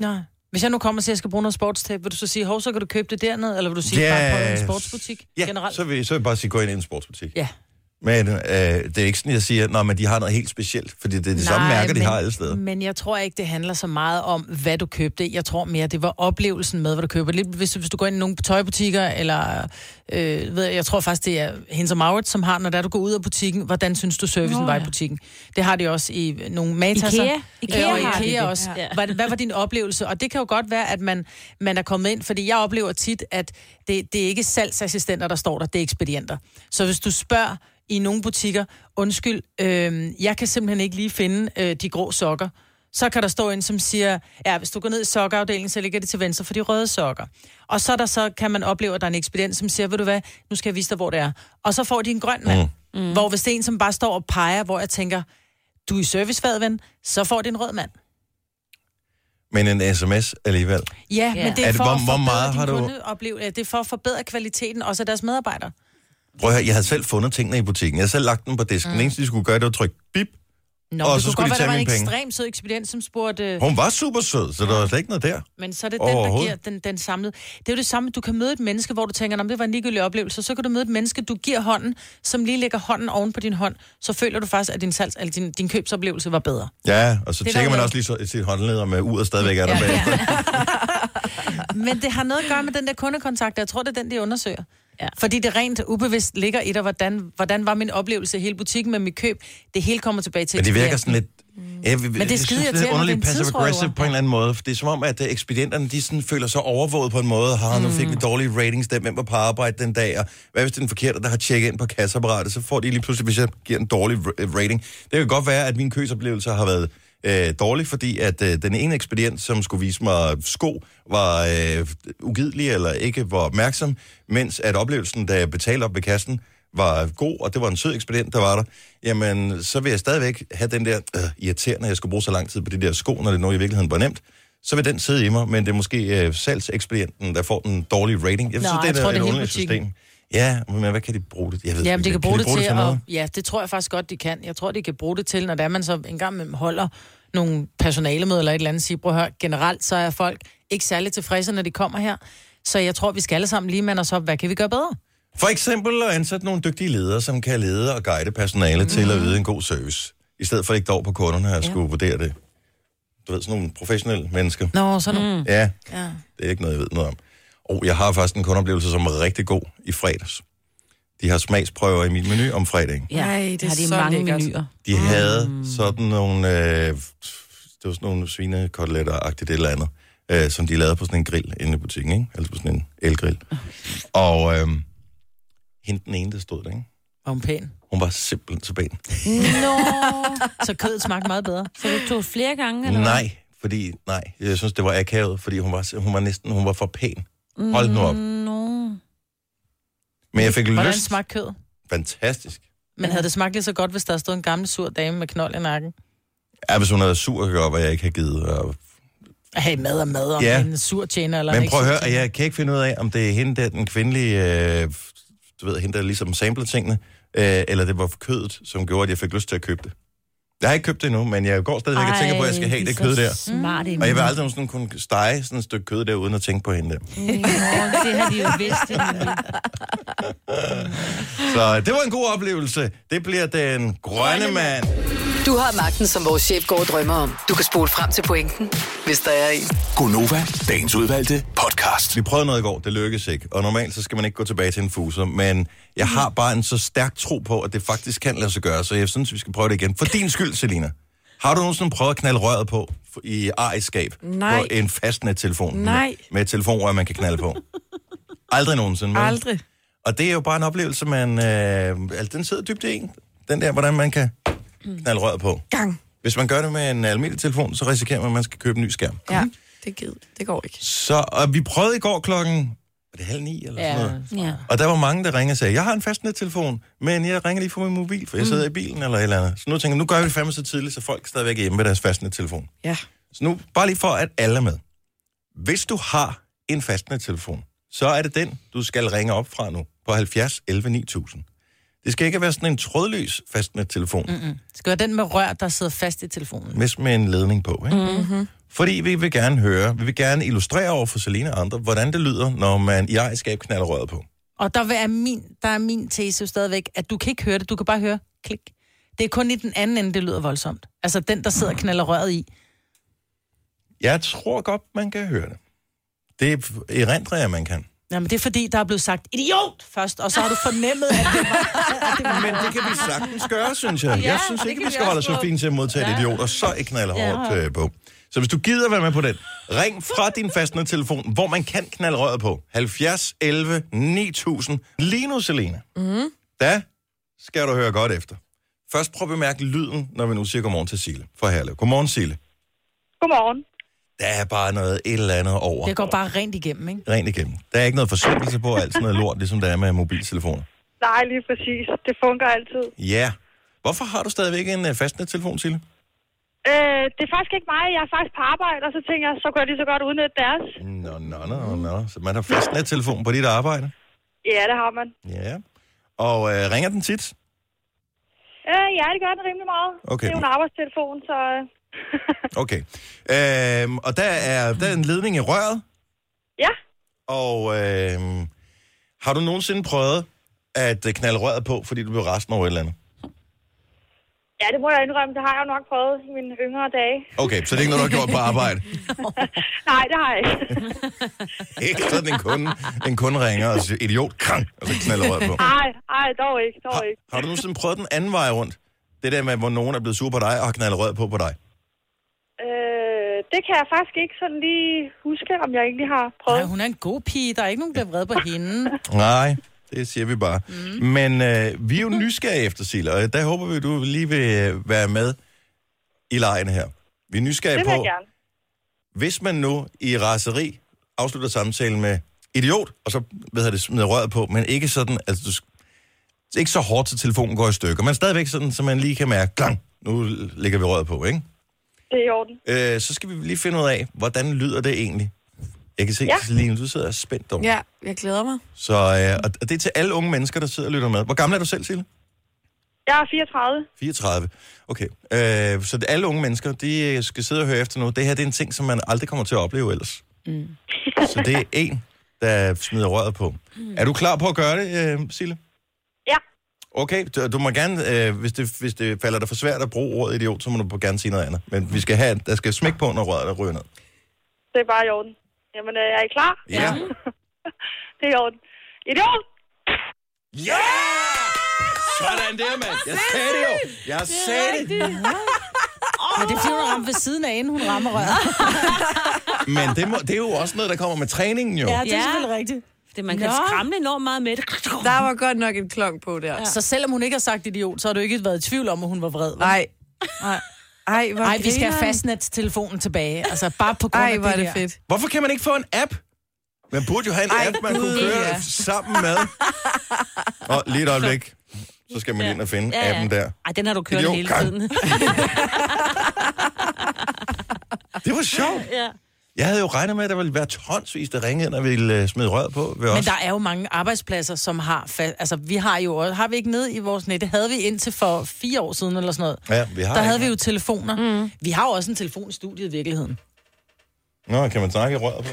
Speaker 4: Nej. Hvis jeg nu kommer og siger, at jeg skal bruge noget sportstape, vil du så sige, hov, så kan du købe det dernede, eller vil du sige, yes. bare prøv en sportsbutik
Speaker 1: ja,
Speaker 4: generelt?
Speaker 1: Så vil, så vil jeg bare sige, gå ind i en sportsbutik.
Speaker 4: Ja.
Speaker 1: Men øh, det er ikke sådan, jeg siger, nej, men de har noget helt specielt, fordi det er de
Speaker 4: Nej,
Speaker 1: samme mærker, de
Speaker 4: men-
Speaker 1: har alle steder.
Speaker 4: Men jeg tror ikke, det handler så meget om, hvad du købte. Jeg tror mere, det var oplevelsen med, hvad du køber. Lidt, hvis, hvis du går ind i nogle tøjbutikker, eller øh, ved, jeg jeg tror faktisk, det er Hens og Maurits, som har, når der du går ud af butikken, hvordan synes du servicen
Speaker 3: Nå,
Speaker 4: var i
Speaker 3: ja.
Speaker 4: butikken. Det har de også i øh, nogle matasser.
Speaker 3: Ikea. Ikea
Speaker 4: Ikea, og
Speaker 3: har de
Speaker 4: Ikea
Speaker 3: det.
Speaker 4: også.
Speaker 3: Ja.
Speaker 4: Ja. Hvad, hvad var din oplevelse? Og det kan jo godt være, at man, man er kommet ind, fordi jeg oplever tit, at det, det er ikke salgsassistenter, der står der, det er ekspedienter. Så hvis du spørger i nogle butikker, undskyld, øh, jeg kan simpelthen ikke lige finde øh, de grå sokker, så kan der stå en, som siger, ja, hvis du går ned i sokkerafdelingen, så ligger det til venstre for de røde sokker. Og så, er der, så kan man opleve, at der er en ekspedient, som siger, ved du hvad, nu skal jeg vise dig, hvor det er. Og så får de en grøn mand. Mm. Mm. Hvor hvis det er en, som bare står og peger, hvor jeg tænker, du er i servicefaget, ven, så får det en rød mand.
Speaker 1: Men en sms alligevel.
Speaker 4: Ja,
Speaker 3: Ja.
Speaker 4: men det er,
Speaker 1: Er
Speaker 4: er
Speaker 1: det-
Speaker 4: det, for
Speaker 1: hvor-
Speaker 4: at
Speaker 1: hvor
Speaker 4: forbedre
Speaker 1: meget
Speaker 4: din
Speaker 1: har du-
Speaker 4: kundeoplevelse. Ja, Det er for at forbedre kvaliteten også af deres medarbejdere.
Speaker 1: Prøv at høre, jeg havde selv fundet tingene i butikken. Jeg havde selv lagt dem på disken. Mm. Det eneste, de skulle gøre, det var trykke bip.
Speaker 4: Nå,
Speaker 1: Og
Speaker 4: det
Speaker 1: så
Speaker 4: kunne
Speaker 1: skulle de
Speaker 4: godt være,
Speaker 1: tage
Speaker 4: der var en
Speaker 1: mine penge.
Speaker 4: ekstremt sød ekspedient, som spurgte, øh,
Speaker 1: Hun var super sød, så der var slet ikke noget der.
Speaker 4: men så er det den, der
Speaker 1: Overhovedet.
Speaker 4: giver den, den samlede. Det er jo det samme, du kan møde et menneske, hvor du tænker, om det var en ligegyldig oplevelse, så kan du møde et menneske, du giver hånden, som lige lægger hånden oven på din hånd, så føler du faktisk, at din, salgs, eller din, din købsoplevelse var bedre.
Speaker 1: Ja, og så
Speaker 4: Det er
Speaker 1: tjekker
Speaker 4: der
Speaker 1: man
Speaker 4: jo.
Speaker 1: også lige så, sit håndleder med uret stadigvæk er der bag.
Speaker 4: Men det har noget at gøre med den der kundekontakt, og jeg tror, det er den, de undersøger.
Speaker 3: Ja.
Speaker 4: Ja. Fordi det rent ubevidst ligger i dig, hvordan, hvordan var min oplevelse i hele butikken med mit køb. Det hele kommer tilbage til
Speaker 1: Men det virker
Speaker 4: ekspedienten.
Speaker 1: sådan lidt... Ja, vi, Men
Speaker 4: det er skide
Speaker 1: det
Speaker 4: irriterende,
Speaker 1: er underligt
Speaker 4: det er en
Speaker 1: passive aggressive
Speaker 4: tidsrøver.
Speaker 1: på en eller anden måde. For det er som om, at øh, ekspedienterne de sådan føler sig overvåget på en måde. Har nu
Speaker 4: Mm.
Speaker 1: fik vi dårlige ratings, der hvem var på arbejde den dag, og hvad hvis det er den forkerte, der har tjekket ind på kasseapparatet, så får de lige pludselig, hvis jeg giver en dårlig ra- øh, rating. Det kan godt være, at mine køsoplevelse har været øh, dårlig, fordi at øh, den ene ekspedient, som skulle vise mig sko, var øh, ugidelig eller ikke var opmærksom, mens at oplevelsen, da jeg betalte op ved kassen, var god, og det var en sød ekspedient, der var der, jamen, så vil jeg stadigvæk have den der øh, irriterende, at jeg skulle bruge så lang tid på de der sko, når det nu i virkeligheden var nemt. Så vil den sidde i mig, men det er måske øh, salgsekspedienten, der får den dårlige rating. Jeg
Speaker 4: Nå,
Speaker 1: synes,
Speaker 4: jeg
Speaker 1: det er øh,
Speaker 4: tror,
Speaker 1: et
Speaker 4: det er hele
Speaker 1: underligt
Speaker 4: butikken.
Speaker 1: system. Ja, men hvad kan de bruge det? Jeg ved,
Speaker 4: Ja,
Speaker 1: ikke,
Speaker 4: men de kan bruge
Speaker 1: de
Speaker 4: det til,
Speaker 1: til noget?
Speaker 4: og, ja, det tror jeg faktisk godt, de kan. Jeg tror, de kan bruge det til, når det er, man så en gang imellem holder nogle personalemøder eller et eller andet, siger, prøv at høre, generelt så er folk ikke særlig tilfredse, når de kommer her. Så jeg tror, vi skal alle sammen lige mande os op, hvad kan vi gøre bedre?
Speaker 1: For eksempel at ansætte nogle dygtige ledere, som kan lede og guide personale mm. til at yde en god service. I stedet for at lægge det over på kunderne og ja. skulle vurdere det. Du ved, sådan nogle professionelle mennesker.
Speaker 4: Nå, sådan mm.
Speaker 1: Ja,
Speaker 4: ja.
Speaker 1: Det er ikke noget, jeg ved noget om. Og jeg har faktisk en kundeoplevelse, som er rigtig god i fredags. De har smagsprøver i min menu om fredagen.
Speaker 3: ja,
Speaker 5: Ej, det er
Speaker 3: har de
Speaker 5: så
Speaker 3: mange
Speaker 5: lækkert.
Speaker 3: menuer.
Speaker 1: De mm. havde sådan nogle... Øh, det var sådan nogle svinekoteletter-agtigt et eller andet, øh, som de lavede på sådan en grill inde i butikken, ikke? Altså på sådan en elgrill. Og øh, hende den ene, der stod der, ikke?
Speaker 4: Var hun pæn?
Speaker 1: Hun var simpelthen så ben.
Speaker 3: Nå,
Speaker 4: Så kødet smagte meget bedre.
Speaker 3: så du tog flere gange, eller hvad?
Speaker 1: Nej, fordi... Nej, jeg synes, det var akavet, fordi hun var, hun var næsten... Hun var for pæn. Hold nu op.
Speaker 3: Nå.
Speaker 1: Men jeg fik
Speaker 4: Hvordan
Speaker 1: lyst...
Speaker 4: smagte kødet?
Speaker 1: Fantastisk.
Speaker 4: Men havde det smagt lige så godt, hvis der stod en gammel sur dame med knold i nakken?
Speaker 1: Ja, hvis hun havde sur at gøre, hvad jeg ikke har givet. øh, Og...
Speaker 4: Hey, mad og mad, om
Speaker 1: Ja.
Speaker 4: ja. en sur tjener eller en
Speaker 1: Men
Speaker 4: ikke
Speaker 1: prøv at
Speaker 4: sur
Speaker 1: høre, at jeg kan ikke finde ud af, om det er hende der, den kvindelige øh, du ved, hende der ligesom samplede tingene, øh, eller det var kødet, som gjorde, at jeg fik lyst til at købe det. Jeg har ikke købt det endnu, men jeg går stadigvæk og tænker på, at jeg skal have det kød der.
Speaker 3: Smart,
Speaker 1: Og jeg vil aldrig sådan kunne stege sådan et stykke kød der, uden at tænke på hende der.
Speaker 3: det har de jo vidst.
Speaker 1: Så det var en god oplevelse. Det bliver den grønne mand.
Speaker 8: Du har magten, som vores chef går og drømmer om. Du kan spole frem til pointen, hvis der er en.
Speaker 1: Gonova, dagens udvalgte podcast. Vi prøvede noget i går, det lykkedes ikke. Og normalt så skal man ikke gå tilbage til en fuser, men jeg har bare en så stærk tro på, at det faktisk kan lade sig gøre, så jeg synes, vi skal prøve det igen. For din skyld, Selina. Har du nogensinde prøvet at knalde røret på f- i ariskab
Speaker 5: Nej.
Speaker 1: på en fastnet telefon?
Speaker 5: Nej.
Speaker 1: Med et telefonrør, man kan knalde på. Aldrig nogensinde. vel?
Speaker 5: Aldrig.
Speaker 1: Og det er jo bare en oplevelse, man... Øh, altså, den sidder dybt i en. Den der, hvordan man kan knalde røret på.
Speaker 5: Gang.
Speaker 1: Hvis man gør det med en almindelig telefon, så risikerer man, at man skal købe en ny skærm.
Speaker 5: Ja, det, gid, det går ikke.
Speaker 1: Så og vi prøvede i går klokken... Var det halv ni eller sådan noget?
Speaker 5: ja.
Speaker 1: Og der var mange, der ringede og sagde, jeg har en fastnettelefon, men jeg ringer lige fra min mobil,
Speaker 5: Mm.
Speaker 1: for jeg sidder i bilen eller et eller andet. Så nu tænker jeg, nu gør vi det fandme så tidligt, så folk stadigvæk er hjemme med deres fastnettelefon.
Speaker 5: Ja.
Speaker 1: Så nu, bare lige for at alle er med. Hvis du har en fastnettelefon, så er det den, du skal ringe op fra nu på 70 11 9000. Det skal ikke være sådan en trådløs fastnettelefon, mm-hmm.
Speaker 4: Det skal være den med rør, der sidder fast i
Speaker 5: Mm.
Speaker 4: telefonen.
Speaker 1: mest med en ledning på. Ikke?
Speaker 4: Mm-hmm.
Speaker 1: Fordi vi vil gerne høre, vi vil gerne illustrere over for Selina og andre, hvordan det lyder, når man i ejerskab knaller røret på.
Speaker 4: Og der er, min, der er min tese jo stadigvæk, at du kan ikke høre det, du kan bare høre klik. Det er kun i den anden ende, det lyder voldsomt. Altså den, der sidder og knaller røret i.
Speaker 1: Jeg tror godt, man kan høre det. Det erindrer jeg, man kan.
Speaker 4: Jamen, det er fordi, der er blevet sagt idiot først, og så har du fornemmet, at det var... At det var
Speaker 1: Men det kan vi sagtens gøre, synes jeg. Ja, jeg synes
Speaker 4: det
Speaker 1: ikke,
Speaker 4: kan
Speaker 1: vi
Speaker 4: vi
Speaker 1: skal
Speaker 4: også
Speaker 1: holde os så
Speaker 4: få.
Speaker 1: fint til at modtage ja. idioter, så ikke knalde
Speaker 4: Ja.
Speaker 1: hårdt øh, på. Så hvis du gider være med på den, ring fra din fastnettelefon, hvor man kan knalde røret på. 70 11 9000. Lige nu, Selena,
Speaker 5: Mm.
Speaker 1: da skal du høre godt efter. Først prøv at bemærke lyden, når vi nu siger godmorgen til Sile fra Herlev. Godmorgen, Sile.
Speaker 10: Godmorgen.
Speaker 1: Der er bare noget et eller andet over.
Speaker 4: Det går bare rent igennem, ikke?
Speaker 1: Rent igennem. Der er ikke noget forsinkelse på, og alt sådan noget lort, ligesom der er med mobiltelefoner.
Speaker 10: Nej, lige præcis. Det fungerer altid.
Speaker 1: Ja. Hvorfor har du stadigvæk en øh, fastnettelefon, Sille?
Speaker 10: Øh, det er faktisk ikke mig. Jeg er faktisk på arbejde, og så tænker jeg, så kunne jeg lige så godt udnytte deres.
Speaker 1: Nå, nå, nå, nå. Så man har fastnettelefon på dit arbejde?
Speaker 10: Ja, det har man.
Speaker 1: Ja. Og øh, ringer den tit?
Speaker 10: Øh, ja, det gør den rimelig meget.
Speaker 1: Okay.
Speaker 10: Det er jo en arbejdstelefon, så... øh,
Speaker 1: Okay. Øhm, og der er, der er en ledning i røret,
Speaker 10: Ja,
Speaker 1: og øhm, har du nogensinde prøvet at øh, knalde røret på, fordi du blev resten over et eller andet?
Speaker 10: ja det må jeg indrømme. Det har jeg jo nok prøvet i mine yngre dage.
Speaker 1: Okay, så det er ikke noget, du har gjort på arbejde.
Speaker 10: Nej, det har jeg ikke.
Speaker 1: Ikke sådan en kunde, en kunde ringer og siger, idiot, krang, og så knalder røret på.
Speaker 10: Nej, nej, dog ikke, dog ikke.
Speaker 1: Har du nogensinde prøvet den anden vej rundt? Det der med, hvor nogen er blevet sur på dig og har knaldet røret på på dig.
Speaker 10: Øh, det kan jeg faktisk ikke sådan lige huske, om jeg egentlig har prøvet.
Speaker 4: Nej, hun er en god pige. Der er ikke nogen, der bliver vred på hende.
Speaker 1: Nej, det siger vi bare. Mm. Men øh, vi er jo nysgerrige efter, Sila, og der håber vi, at du lige vil øh, være med i lejen her. Vi er nysgerrige
Speaker 10: Det vil
Speaker 1: på,
Speaker 10: jeg gerne.
Speaker 1: hvis man nu i raseri afslutter samtalen med idiot, og så ved jeg det, smider røret på, men ikke sådan, altså du, sk- ikke så hårdt, så telefonen går i stykker, men stadigvæk sådan, så man lige kan mærke, klang, nu lægger vi røret på, ikke?
Speaker 10: Det er i orden.
Speaker 1: Øh, så skal vi lige finde ud af, hvordan lyder det egentlig? Jeg kan se,
Speaker 5: Ja.
Speaker 1: ja. Celine, du sidder spændt over.
Speaker 5: Ja, jeg glæder mig.
Speaker 1: Så øh, og og det er til alle unge mennesker, der sidder og lytter med. Hvor gammel er du selv, Sille?
Speaker 10: Jeg er 34.
Speaker 1: 34. Okay. Øh, så det, alle unge mennesker, de øh, skal sidde og høre efter nu. Det her det er en ting, som man aldrig kommer til at opleve ellers.
Speaker 7: Mm.
Speaker 1: Så det er en, der smider røret på. Er du klar på at gøre det, øh, Sille?
Speaker 10: Ja.
Speaker 1: Okay, du, du må gerne, øh, hvis, det, hvis det falder dig for svært at bruge ordet idiot, så må du gerne sige noget andet. Men vi skal have, der skal smæk på, når røret er ryger ned.
Speaker 10: Det er bare i orden. Jamen, øh, er I klar?
Speaker 1: Ja.
Speaker 10: Det er i orden. Idiot!
Speaker 1: Ja! Sådan der, mand. Jeg sagde det jo. Jeg sagde det.
Speaker 4: Men det er fordi, hun rammer ved siden af, inden hun rammer røret.
Speaker 1: Men det, må, det er jo også noget, der kommer med træningen, jo.
Speaker 4: selvfølgelig rigtigt.
Speaker 3: Det, man kan
Speaker 4: Nå.
Speaker 3: skræmme enormt meget med det.
Speaker 4: Der var godt nok en klong på der. Ja. Så selvom hun ikke har sagt idiot, så har du ikke været i tvivl om, at hun var vred. Nej. Nej.
Speaker 5: Ej, hvor
Speaker 4: Ej, vi skal have
Speaker 5: grineren.
Speaker 4: fastnet-telefonen tilbage. Altså, bare på grund
Speaker 5: Ej,
Speaker 4: af
Speaker 5: hvor er
Speaker 4: det
Speaker 5: det
Speaker 4: her.
Speaker 5: fedt.
Speaker 1: Hvorfor kan man ikke få en app? Man burde jo have en
Speaker 4: Ej,
Speaker 1: app, man kunne
Speaker 4: Gud,
Speaker 1: køre
Speaker 4: ja.
Speaker 1: sammen med. Og lige et øjeblik, så skal man ind og finde
Speaker 3: Ja, ja.
Speaker 1: appen der.
Speaker 3: Ej, den har du kørt
Speaker 1: Idiot,
Speaker 3: hele
Speaker 1: gang.
Speaker 3: tiden.
Speaker 1: Det var sjovt.
Speaker 3: ja.
Speaker 1: Jeg havde jo regnet med, at der ville være tonsvis, der ringede ind og ville øh, smide røret på ved
Speaker 4: Men
Speaker 1: os.
Speaker 4: der er jo mange arbejdspladser, som har... Fa- altså, vi har jo... også- Har vi ikke nede i vores net? Det havde vi indtil for fire år siden eller sådan noget.
Speaker 1: Ja, vi har
Speaker 4: der
Speaker 1: ikke.
Speaker 4: havde vi jo telefoner. Mm. Vi har jo også en telefon i studiet i virkeligheden.
Speaker 1: Nå, kan man snakke i røret på?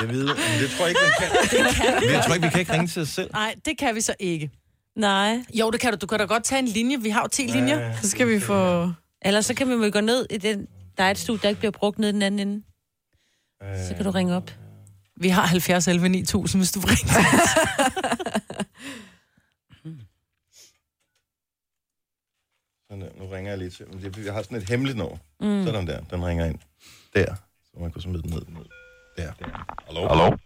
Speaker 1: Jeg ved, men det tror jeg ikke, man kan.
Speaker 4: Det kan vi
Speaker 1: Men jeg
Speaker 4: godt.
Speaker 1: tror ikke, vi kan ikke ringe til os selv.
Speaker 4: Nej, det kan vi så ikke.
Speaker 3: Nej.
Speaker 4: Jo, det kan du. Du kan da godt tage en linje. Vi har jo 10 linjer.
Speaker 1: ja, ja.
Speaker 4: Så skal vi få...
Speaker 3: Eller så kan vi jo gå ned i den... Der er et studie, der ikke bliver brugt nede i den anden ende. Så kan du ringe op.
Speaker 4: Vi har 70 11 9000, hvis du ringer.
Speaker 1: Sådan der. Nu ringer jeg lige til. Men det, er fordi, jeg har sådan et hemmeligt nummer.
Speaker 7: Mm.
Speaker 1: Mm. Sådan der. Den ringer ind. Der. Så man kan smide den ned. ned. Der. der. Hallo?
Speaker 7: Hallo?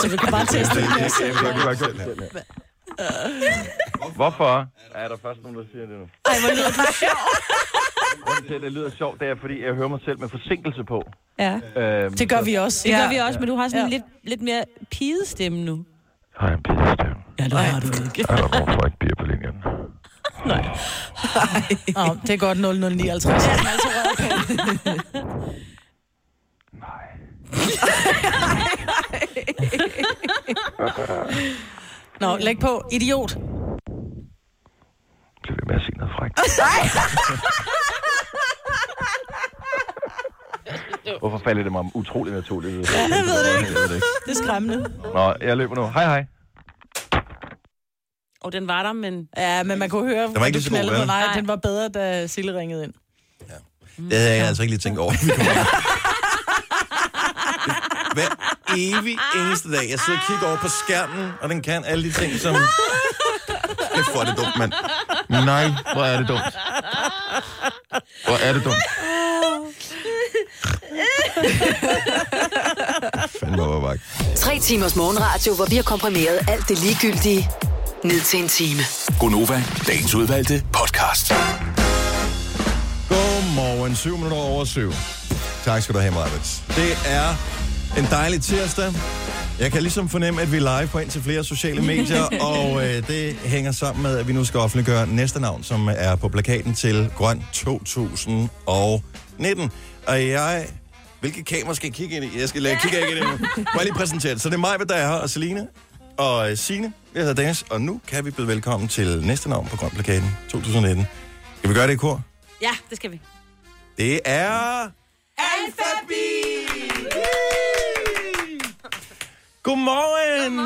Speaker 4: så vi kan bare
Speaker 7: teste
Speaker 1: Det-
Speaker 7: den.
Speaker 1: det- det- det- det-
Speaker 7: det-
Speaker 1: det- det- det-
Speaker 11: Hvorfor er der først nogen, der siger det nu?
Speaker 7: Ej, hvor lyder du sjov.
Speaker 11: Grunden til, at det lyder sjovt, det er, fordi jeg hører mig selv med forsinkelse på.
Speaker 3: Ja.
Speaker 11: Øhm,
Speaker 4: Det gør vi også.
Speaker 3: Det gør vi også, men du har sådan en lidt, lidt mere pidestemme nu.
Speaker 11: Har jeg en pidestemme?
Speaker 4: Ja, det har du ikke.
Speaker 11: Er der nogen, der ikke bliver på linjen?
Speaker 4: Nej. Oh, det er godt 0059. Ja. Nå, læg på. Idiot.
Speaker 11: Bliv ved med at sige noget frækt. Hvorfor falder det mig utrolig naturligt? ud?
Speaker 4: Ja, jeg ved det ikke.
Speaker 11: Jeg ved det ikke.
Speaker 4: Det er skræmmende.
Speaker 11: Nå, jeg løber nu. Hej, hej.
Speaker 3: Og den var der, men...
Speaker 4: Ja, men man kunne høre,
Speaker 1: var ikke lige så god,
Speaker 4: knaldede på
Speaker 1: vel?
Speaker 4: mig. Den var bedre, da Sille ringede ind.
Speaker 1: Det havde jeg altså ikke lige tænkt over. Hver evig eneste dag, jeg sidder og kigger over på skærmen, og den kan alle de ting, som... Kæft, hvor er det dumt, mand. Nej, hvor er det dumt. Hvor er det dumt. Fanden, hvor var vagt.
Speaker 8: Tre timers morgenradio, hvor vi har komprimeret alt det ligegyldige ned til en time.
Speaker 9: Gonova, dagens udvalgte podcast.
Speaker 1: Godmorgen, 7 minutter over 7. Tak skal du have, Marvits. Det er en dejlig tirsdag. Jeg kan ligesom fornemme, at vi er live på indtil flere sociale medier, og øh, det hænger sammen med, at vi nu skal offentliggøre næste navn, som er på plakaten til Grøn 2019. Og jeg... Hvilke kamera skal jeg kigge ind i? Jeg skal lade kigge ind i det nu. Bare lige præsentere det. Så det er mig, der er her, og Selina og øh, Signe. Jeg hedder Dennis, og nu kan vi byde velkommen til næste navn på Grøn Plakaten 2019. Skal vi gøre det i kor?
Speaker 3: Ja, det skal vi.
Speaker 1: Det er... Godmorgen!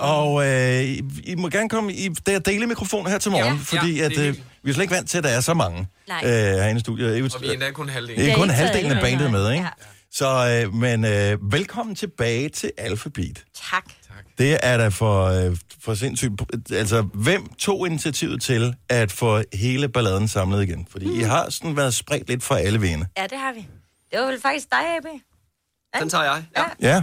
Speaker 1: Og øh, I, I må gerne komme i der dele mikrofonen her til morgen, ja, fordi
Speaker 12: ja,
Speaker 1: ja, at,
Speaker 12: det er
Speaker 1: øh,
Speaker 12: hyggeligt.
Speaker 1: vi er slet ikke vant til, at der er så mange
Speaker 12: Nej.
Speaker 1: øh, herinde i studiet. Ikke-
Speaker 12: Og vi er endda kun halvdelen.
Speaker 1: Det
Speaker 12: Ja,
Speaker 1: er kun
Speaker 12: I er
Speaker 1: halvdelen
Speaker 12: taget
Speaker 1: af bandet
Speaker 12: med,
Speaker 1: med, ikke? Ja. Så, øh, men øh, velkommen tilbage til Alphabet.
Speaker 12: Tak.
Speaker 1: Det er da for, øh, for sindssygt. Altså, hvem tog initiativet til at få hele balladen samlet igen? Fordi mm. I har sådan været spredt lidt fra alle vene.
Speaker 13: Ja, det har vi. Det var vel faktisk dig, AB.
Speaker 12: Den tager jeg. Ja.
Speaker 1: Ja.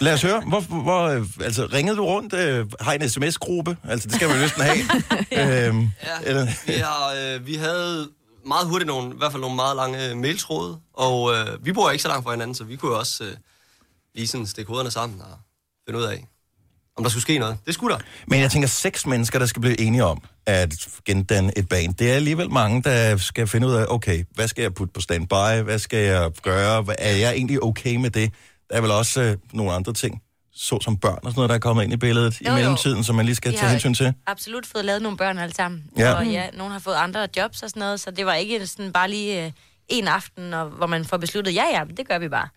Speaker 1: Lad os høre, hvor, hvor, øh, altså, ringede du rundt? Øh, har I en sms-gruppe? Altså, det skal man jo næsten have. ja. Øhm, eller,
Speaker 12: Vi, har, øh, vi havde meget hurtigt nogle, i hvert fald nogle meget lange øh, mailtråde, og øh, vi bor ikke så langt fra hinanden, så vi kunne jo også øh, lige sådan stikke hovederne sammen og finde ud af, om der skulle ske noget. Det skulle der.
Speaker 1: men jeg tænker, seks mennesker, der skal blive enige om at gendanne et band. Det er alligevel mange, der skal finde ud af, okay, hvad skal jeg putte på standby? Hvad skal jeg gøre? Hvad- Er jeg egentlig okay med det? Der er vel også øh, nogle andre ting, såsom børn og sådan noget, der er kommet ind i billedet
Speaker 13: Jo,
Speaker 1: i
Speaker 13: jo.
Speaker 1: mellemtiden, som man lige skal
Speaker 13: Vi
Speaker 1: tage
Speaker 13: har
Speaker 1: hensyn til.
Speaker 13: absolut fået lavet nogle børn alle sammen.
Speaker 1: Ja.
Speaker 13: Ja. Og ja, nogen har fået andre jobs og sådan noget, så det var ikke sådan bare lige øh, en aften, og, hvor man får besluttet, ja ja, det gør vi bare.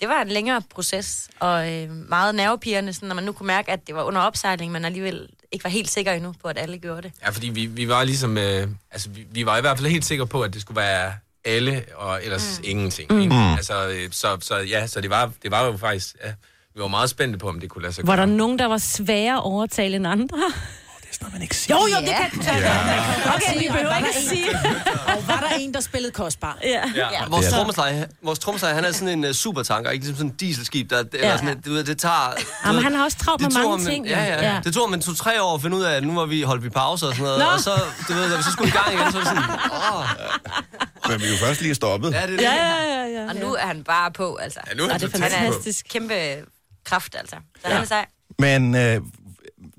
Speaker 13: Det var en længere proces, og øh, meget nervepirrende, sådan, når man nu kunne mærke, at det var under opsejling, men alligevel ikke var helt sikker endnu på, at alle gjorde det.
Speaker 12: Ja, fordi vi, vi var ligesom, øh, altså vi, vi var i hvert fald helt sikre på, at det skulle være alle, og ellers mm. ingenting.
Speaker 2: Mm.
Speaker 12: Ikke?
Speaker 2: Mm.
Speaker 12: Altså, øh, så, så ja, så det var, det var jo faktisk, ja, vi var meget spændte på, om det kunne lade sig
Speaker 2: Var
Speaker 12: gøre.
Speaker 2: der nogen, der var sværere at overtale end andre?
Speaker 4: Jo, jo, det kan du tage.
Speaker 12: Ja.
Speaker 4: Okay, vi behøver ikke at sige. Og var der en, der spillede kostbar? Ja.
Speaker 12: Ja. Vores trommeslager, vores trommeslager, han er sådan en uh, supertanker, ikke ligesom sådan en dieselskib, der, eller
Speaker 2: Ja.
Speaker 12: sådan, et- du ved, det tager... du
Speaker 2: Jamen,
Speaker 12: ved,
Speaker 2: han har også travlt
Speaker 12: det
Speaker 2: med
Speaker 12: tog
Speaker 2: mange
Speaker 12: ham-
Speaker 2: ting,
Speaker 12: Ja,
Speaker 2: jo.
Speaker 12: ja,
Speaker 2: Ja.
Speaker 12: ja. Det tog ham en to-tre år at finde ud af, at nu var vi holdt vi pause og sådan noget,
Speaker 2: Nå.
Speaker 12: og så, du ved, da vi så skulle i gang igen, så var det sådan, åh,
Speaker 1: Men vi er jo først lige stoppet.
Speaker 12: Ja, det er
Speaker 13: Ja,
Speaker 12: ja,
Speaker 13: ja, ja. Og nu er han bare på, altså.
Speaker 1: Ja, nu er han
Speaker 13: og det er
Speaker 1: totalt på.
Speaker 13: fantastisk. Kæmpe kraft, altså. Så ja.
Speaker 1: Ja.
Speaker 13: han er sej.
Speaker 1: Men øh,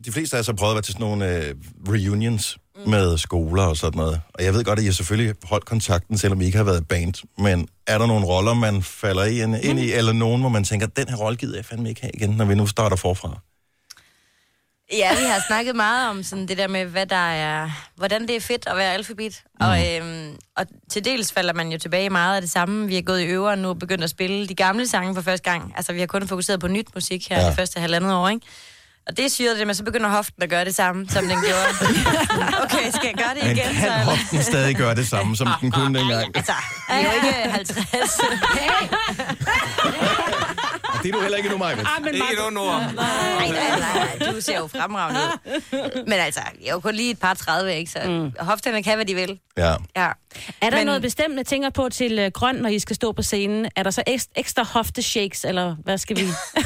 Speaker 1: de fleste af os har prøvet at være til sådan nogle øh, reunions,
Speaker 13: Mm.
Speaker 1: med skoler og sådan noget. Og jeg ved godt, at I har selvfølgelig holdt kontakten, selvom I ikke har været band. Men er der nogle roller, man falder i- ind, ind
Speaker 13: Mm.
Speaker 1: i, eller nogen, hvor man tænker, den her rolle gider jeg fandme ikke have igen, når vi nu starter forfra?
Speaker 13: Ja, vi har snakket meget om sådan det der med, hvad der er, hvordan det er fedt at være alfabet. Mm. Og, øhm, og til dels falder man jo tilbage i meget af det samme. Vi er gået i øver og nu er begyndt at spille de gamle sange for første gang. Altså, vi har kun fokuseret på nyt musik her ja.
Speaker 7: Ja.
Speaker 13: de første halvandet år, ikke? Og det syrer det, men så begynder hoften at gøre det samme, som den gjorde. okay, skal jeg gøre det
Speaker 1: Men
Speaker 13: igen?
Speaker 1: kan
Speaker 13: eller?
Speaker 1: hoften stadig gøre det samme, som den kunne dengang?
Speaker 13: Altså, vi er jo ikke 50. Hey.
Speaker 1: Det er du heller ikke nu, Maja.
Speaker 2: Ah,
Speaker 13: Nej, nej, nej, nej, du ser jo fremragende ud. Men altså, jeg er jo kun lige et par 30, ikke? Så mm. hofterne kan, hvad de vil.
Speaker 1: Ja.
Speaker 13: Ja.
Speaker 2: Er der
Speaker 13: Men-
Speaker 2: Men... noget bestemt, jeg tænker på til øh, grøn, når I skal stå på scenen? Er der så ekstra, ekstra hofteshakes, eller hvad skal vi...
Speaker 1: Man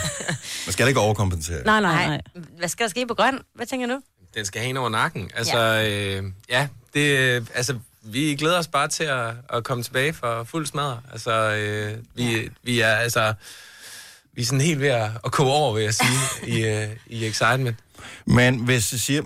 Speaker 1: skal da ikke overkompensere.
Speaker 2: nej, nej, nej.
Speaker 13: Hvad skal der ske på grøn? Hvad tænker du?
Speaker 14: Den skal hænge over nakken. Altså, ja, øh, ja det, øh, altså, vi glæder os bare til at, at komme tilbage for fuld smadre. Altså, øh, vi, ja. vi er altså... Vi er sådan helt ved at, at koge over, vil jeg sige, i, øh, i excitement.
Speaker 1: Men hvis jeg siger,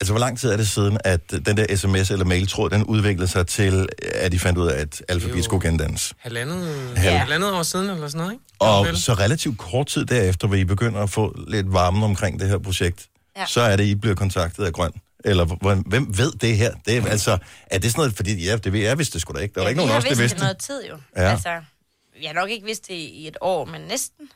Speaker 1: altså hvor lang tid er det siden, at den der sms eller mailtråd, den udviklede sig til, at de fandt ud af, at alfabet skulle gendannes?
Speaker 14: Halvandet,
Speaker 1: Ja.
Speaker 14: ja. halvandet år siden, eller sådan noget, ikke?
Speaker 1: Og så relativt kort tid derefter, hvor I begynder at få lidt varmen omkring det her projekt, ja. så er det, I bliver kontaktet af Grøn. Eller hvor- hvem ved det her? Det er, altså, er det sådan noget, fordi ja, det ved jeg, hvis det skulle da ikke. Der var ja, ikke nogen
Speaker 13: vi
Speaker 1: af
Speaker 13: har
Speaker 1: os, der
Speaker 13: vidst
Speaker 1: vidste
Speaker 13: det noget tid jo.
Speaker 1: Ja.
Speaker 13: Altså, jeg har nok ikke vidst det i et år, men næsten.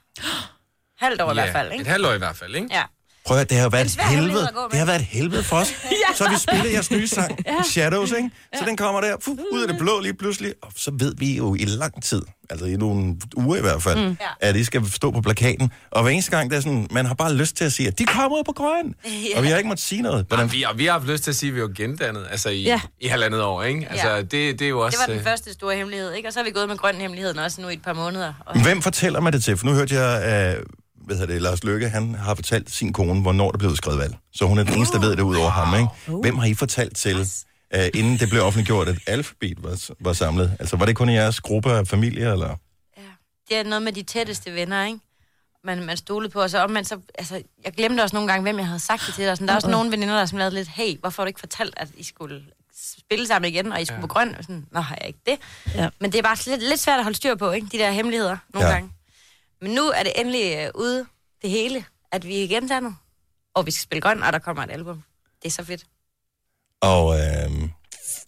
Speaker 13: Halvt år i hvert fald,
Speaker 14: Et
Speaker 13: ikke?
Speaker 14: halvt år i hvert fald, ikke?
Speaker 13: Ja.
Speaker 1: Prøv at høre, det har været
Speaker 13: En
Speaker 1: et
Speaker 13: svær hemmelighed
Speaker 1: helvede.
Speaker 13: at gå med.
Speaker 1: Det har været et helvede for os. ja. Så har vi spillet jeres nye sang, ja. Shadows, ikke? Så den kommer der, fuh, ud af det blå lige pludselig. Og så ved vi jo i lang tid, altså i nogle uger i hvert fald,
Speaker 7: Mm.
Speaker 1: mm. at I skal stå på plakaten. Og hver eneste gang, der er sådan, man har bare lyst til at sige, at de kommer på grøn.
Speaker 14: Ja.
Speaker 1: Og vi har ikke måttet sige noget.
Speaker 14: Hvordan? Vi, og vi har haft lyst til at sige, at vi var gendannet altså i,
Speaker 13: Ja.
Speaker 14: ja. i halvandet år, ikke? Altså,
Speaker 13: Ja.
Speaker 14: ja. det, det er jo
Speaker 13: Det
Speaker 14: også...
Speaker 13: var den
Speaker 14: øh,
Speaker 13: første store hemmelighed, ikke? Og så har vi gået med grøn hemmeligheden også nu i et par måneder. Og
Speaker 1: Hvem fortæller mig det til? For nu hørte jeg, øh, hvad hedder det, Lars Løkke, han har fortalt sin kone, hvornår der blev udskrevet valg. Så hun er den eneste, der ved det ud over ham,
Speaker 2: Oh.
Speaker 1: ikke? Hvem har I fortalt til, øh, inden det blev offentliggjort, at alfabet var, var samlet? Altså, var det kun i jeres gruppe af familie, eller?
Speaker 13: det er noget med de tætteste venner, ikke? Man, man stolede på, og så omvendt, så, altså, jeg glemte også nogle gange, hvem jeg havde sagt det til. Og sådan. Der er også
Speaker 2: Uh-uh.
Speaker 13: nogle veninder, der har sådan været lidt, hey, hvorfor har du ikke fortalt, at I skulle spille sammen igen, og I skulle ja. på grøn? Og Sådan, Nå, har jeg ikke det?
Speaker 2: Ja.
Speaker 13: Men det er bare lidt, lidt svært at holde styr på, ikke? De der hemmeligheder nogle ja. gange. Men nu er det endelig øh, ude, det hele, at vi er gendannet. Og vi skal spille grøn, og der kommer et album. Det er så fedt.
Speaker 1: Og øh,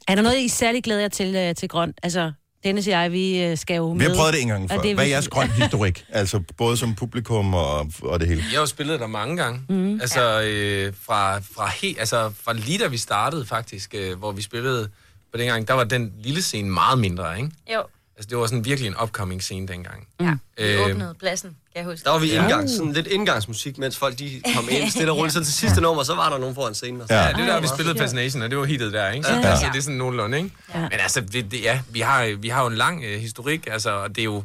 Speaker 2: Er der noget, I særlig glæder jer til, øh, til grøn? Altså, Dennis og jeg, vi øh, skal jo med.
Speaker 1: vi har prøvet det en gang
Speaker 2: Og
Speaker 1: før.
Speaker 2: det er
Speaker 1: Hvad er
Speaker 2: vi-
Speaker 1: jeres grøn historik? Altså, både som publikum og, og det hele.
Speaker 14: Jeg har jo spillet der mange gange. Mm. Altså, øh, fra, fra, he, altså, fra lige da vi startede faktisk, øh, hvor vi spillede på dengang, der var den lille scene meget mindre, ikke?
Speaker 13: Jo,
Speaker 14: Altså, det var sådan virkelig en upcoming scene dengang.
Speaker 13: Ja.
Speaker 12: vi
Speaker 14: Øh,
Speaker 13: åbnede pladsen, kan jeg huske.
Speaker 12: Der var vi
Speaker 14: Ja.
Speaker 12: indgang, sådan lidt indgangsmusik, mens folk de kom ind stille og roligt. Så til sidste nummer, så var der nogen foran scenen. Og så.
Speaker 14: Ja, det er der, vi spillede Fascination, og det var hitet der, ikke? Så,
Speaker 12: Ja.
Speaker 14: ja. altså, det er sådan nogenlunde, ikke? Ja. Men altså, det, det, ja, vi har, vi har jo en lang øh, historik, altså, og det er jo...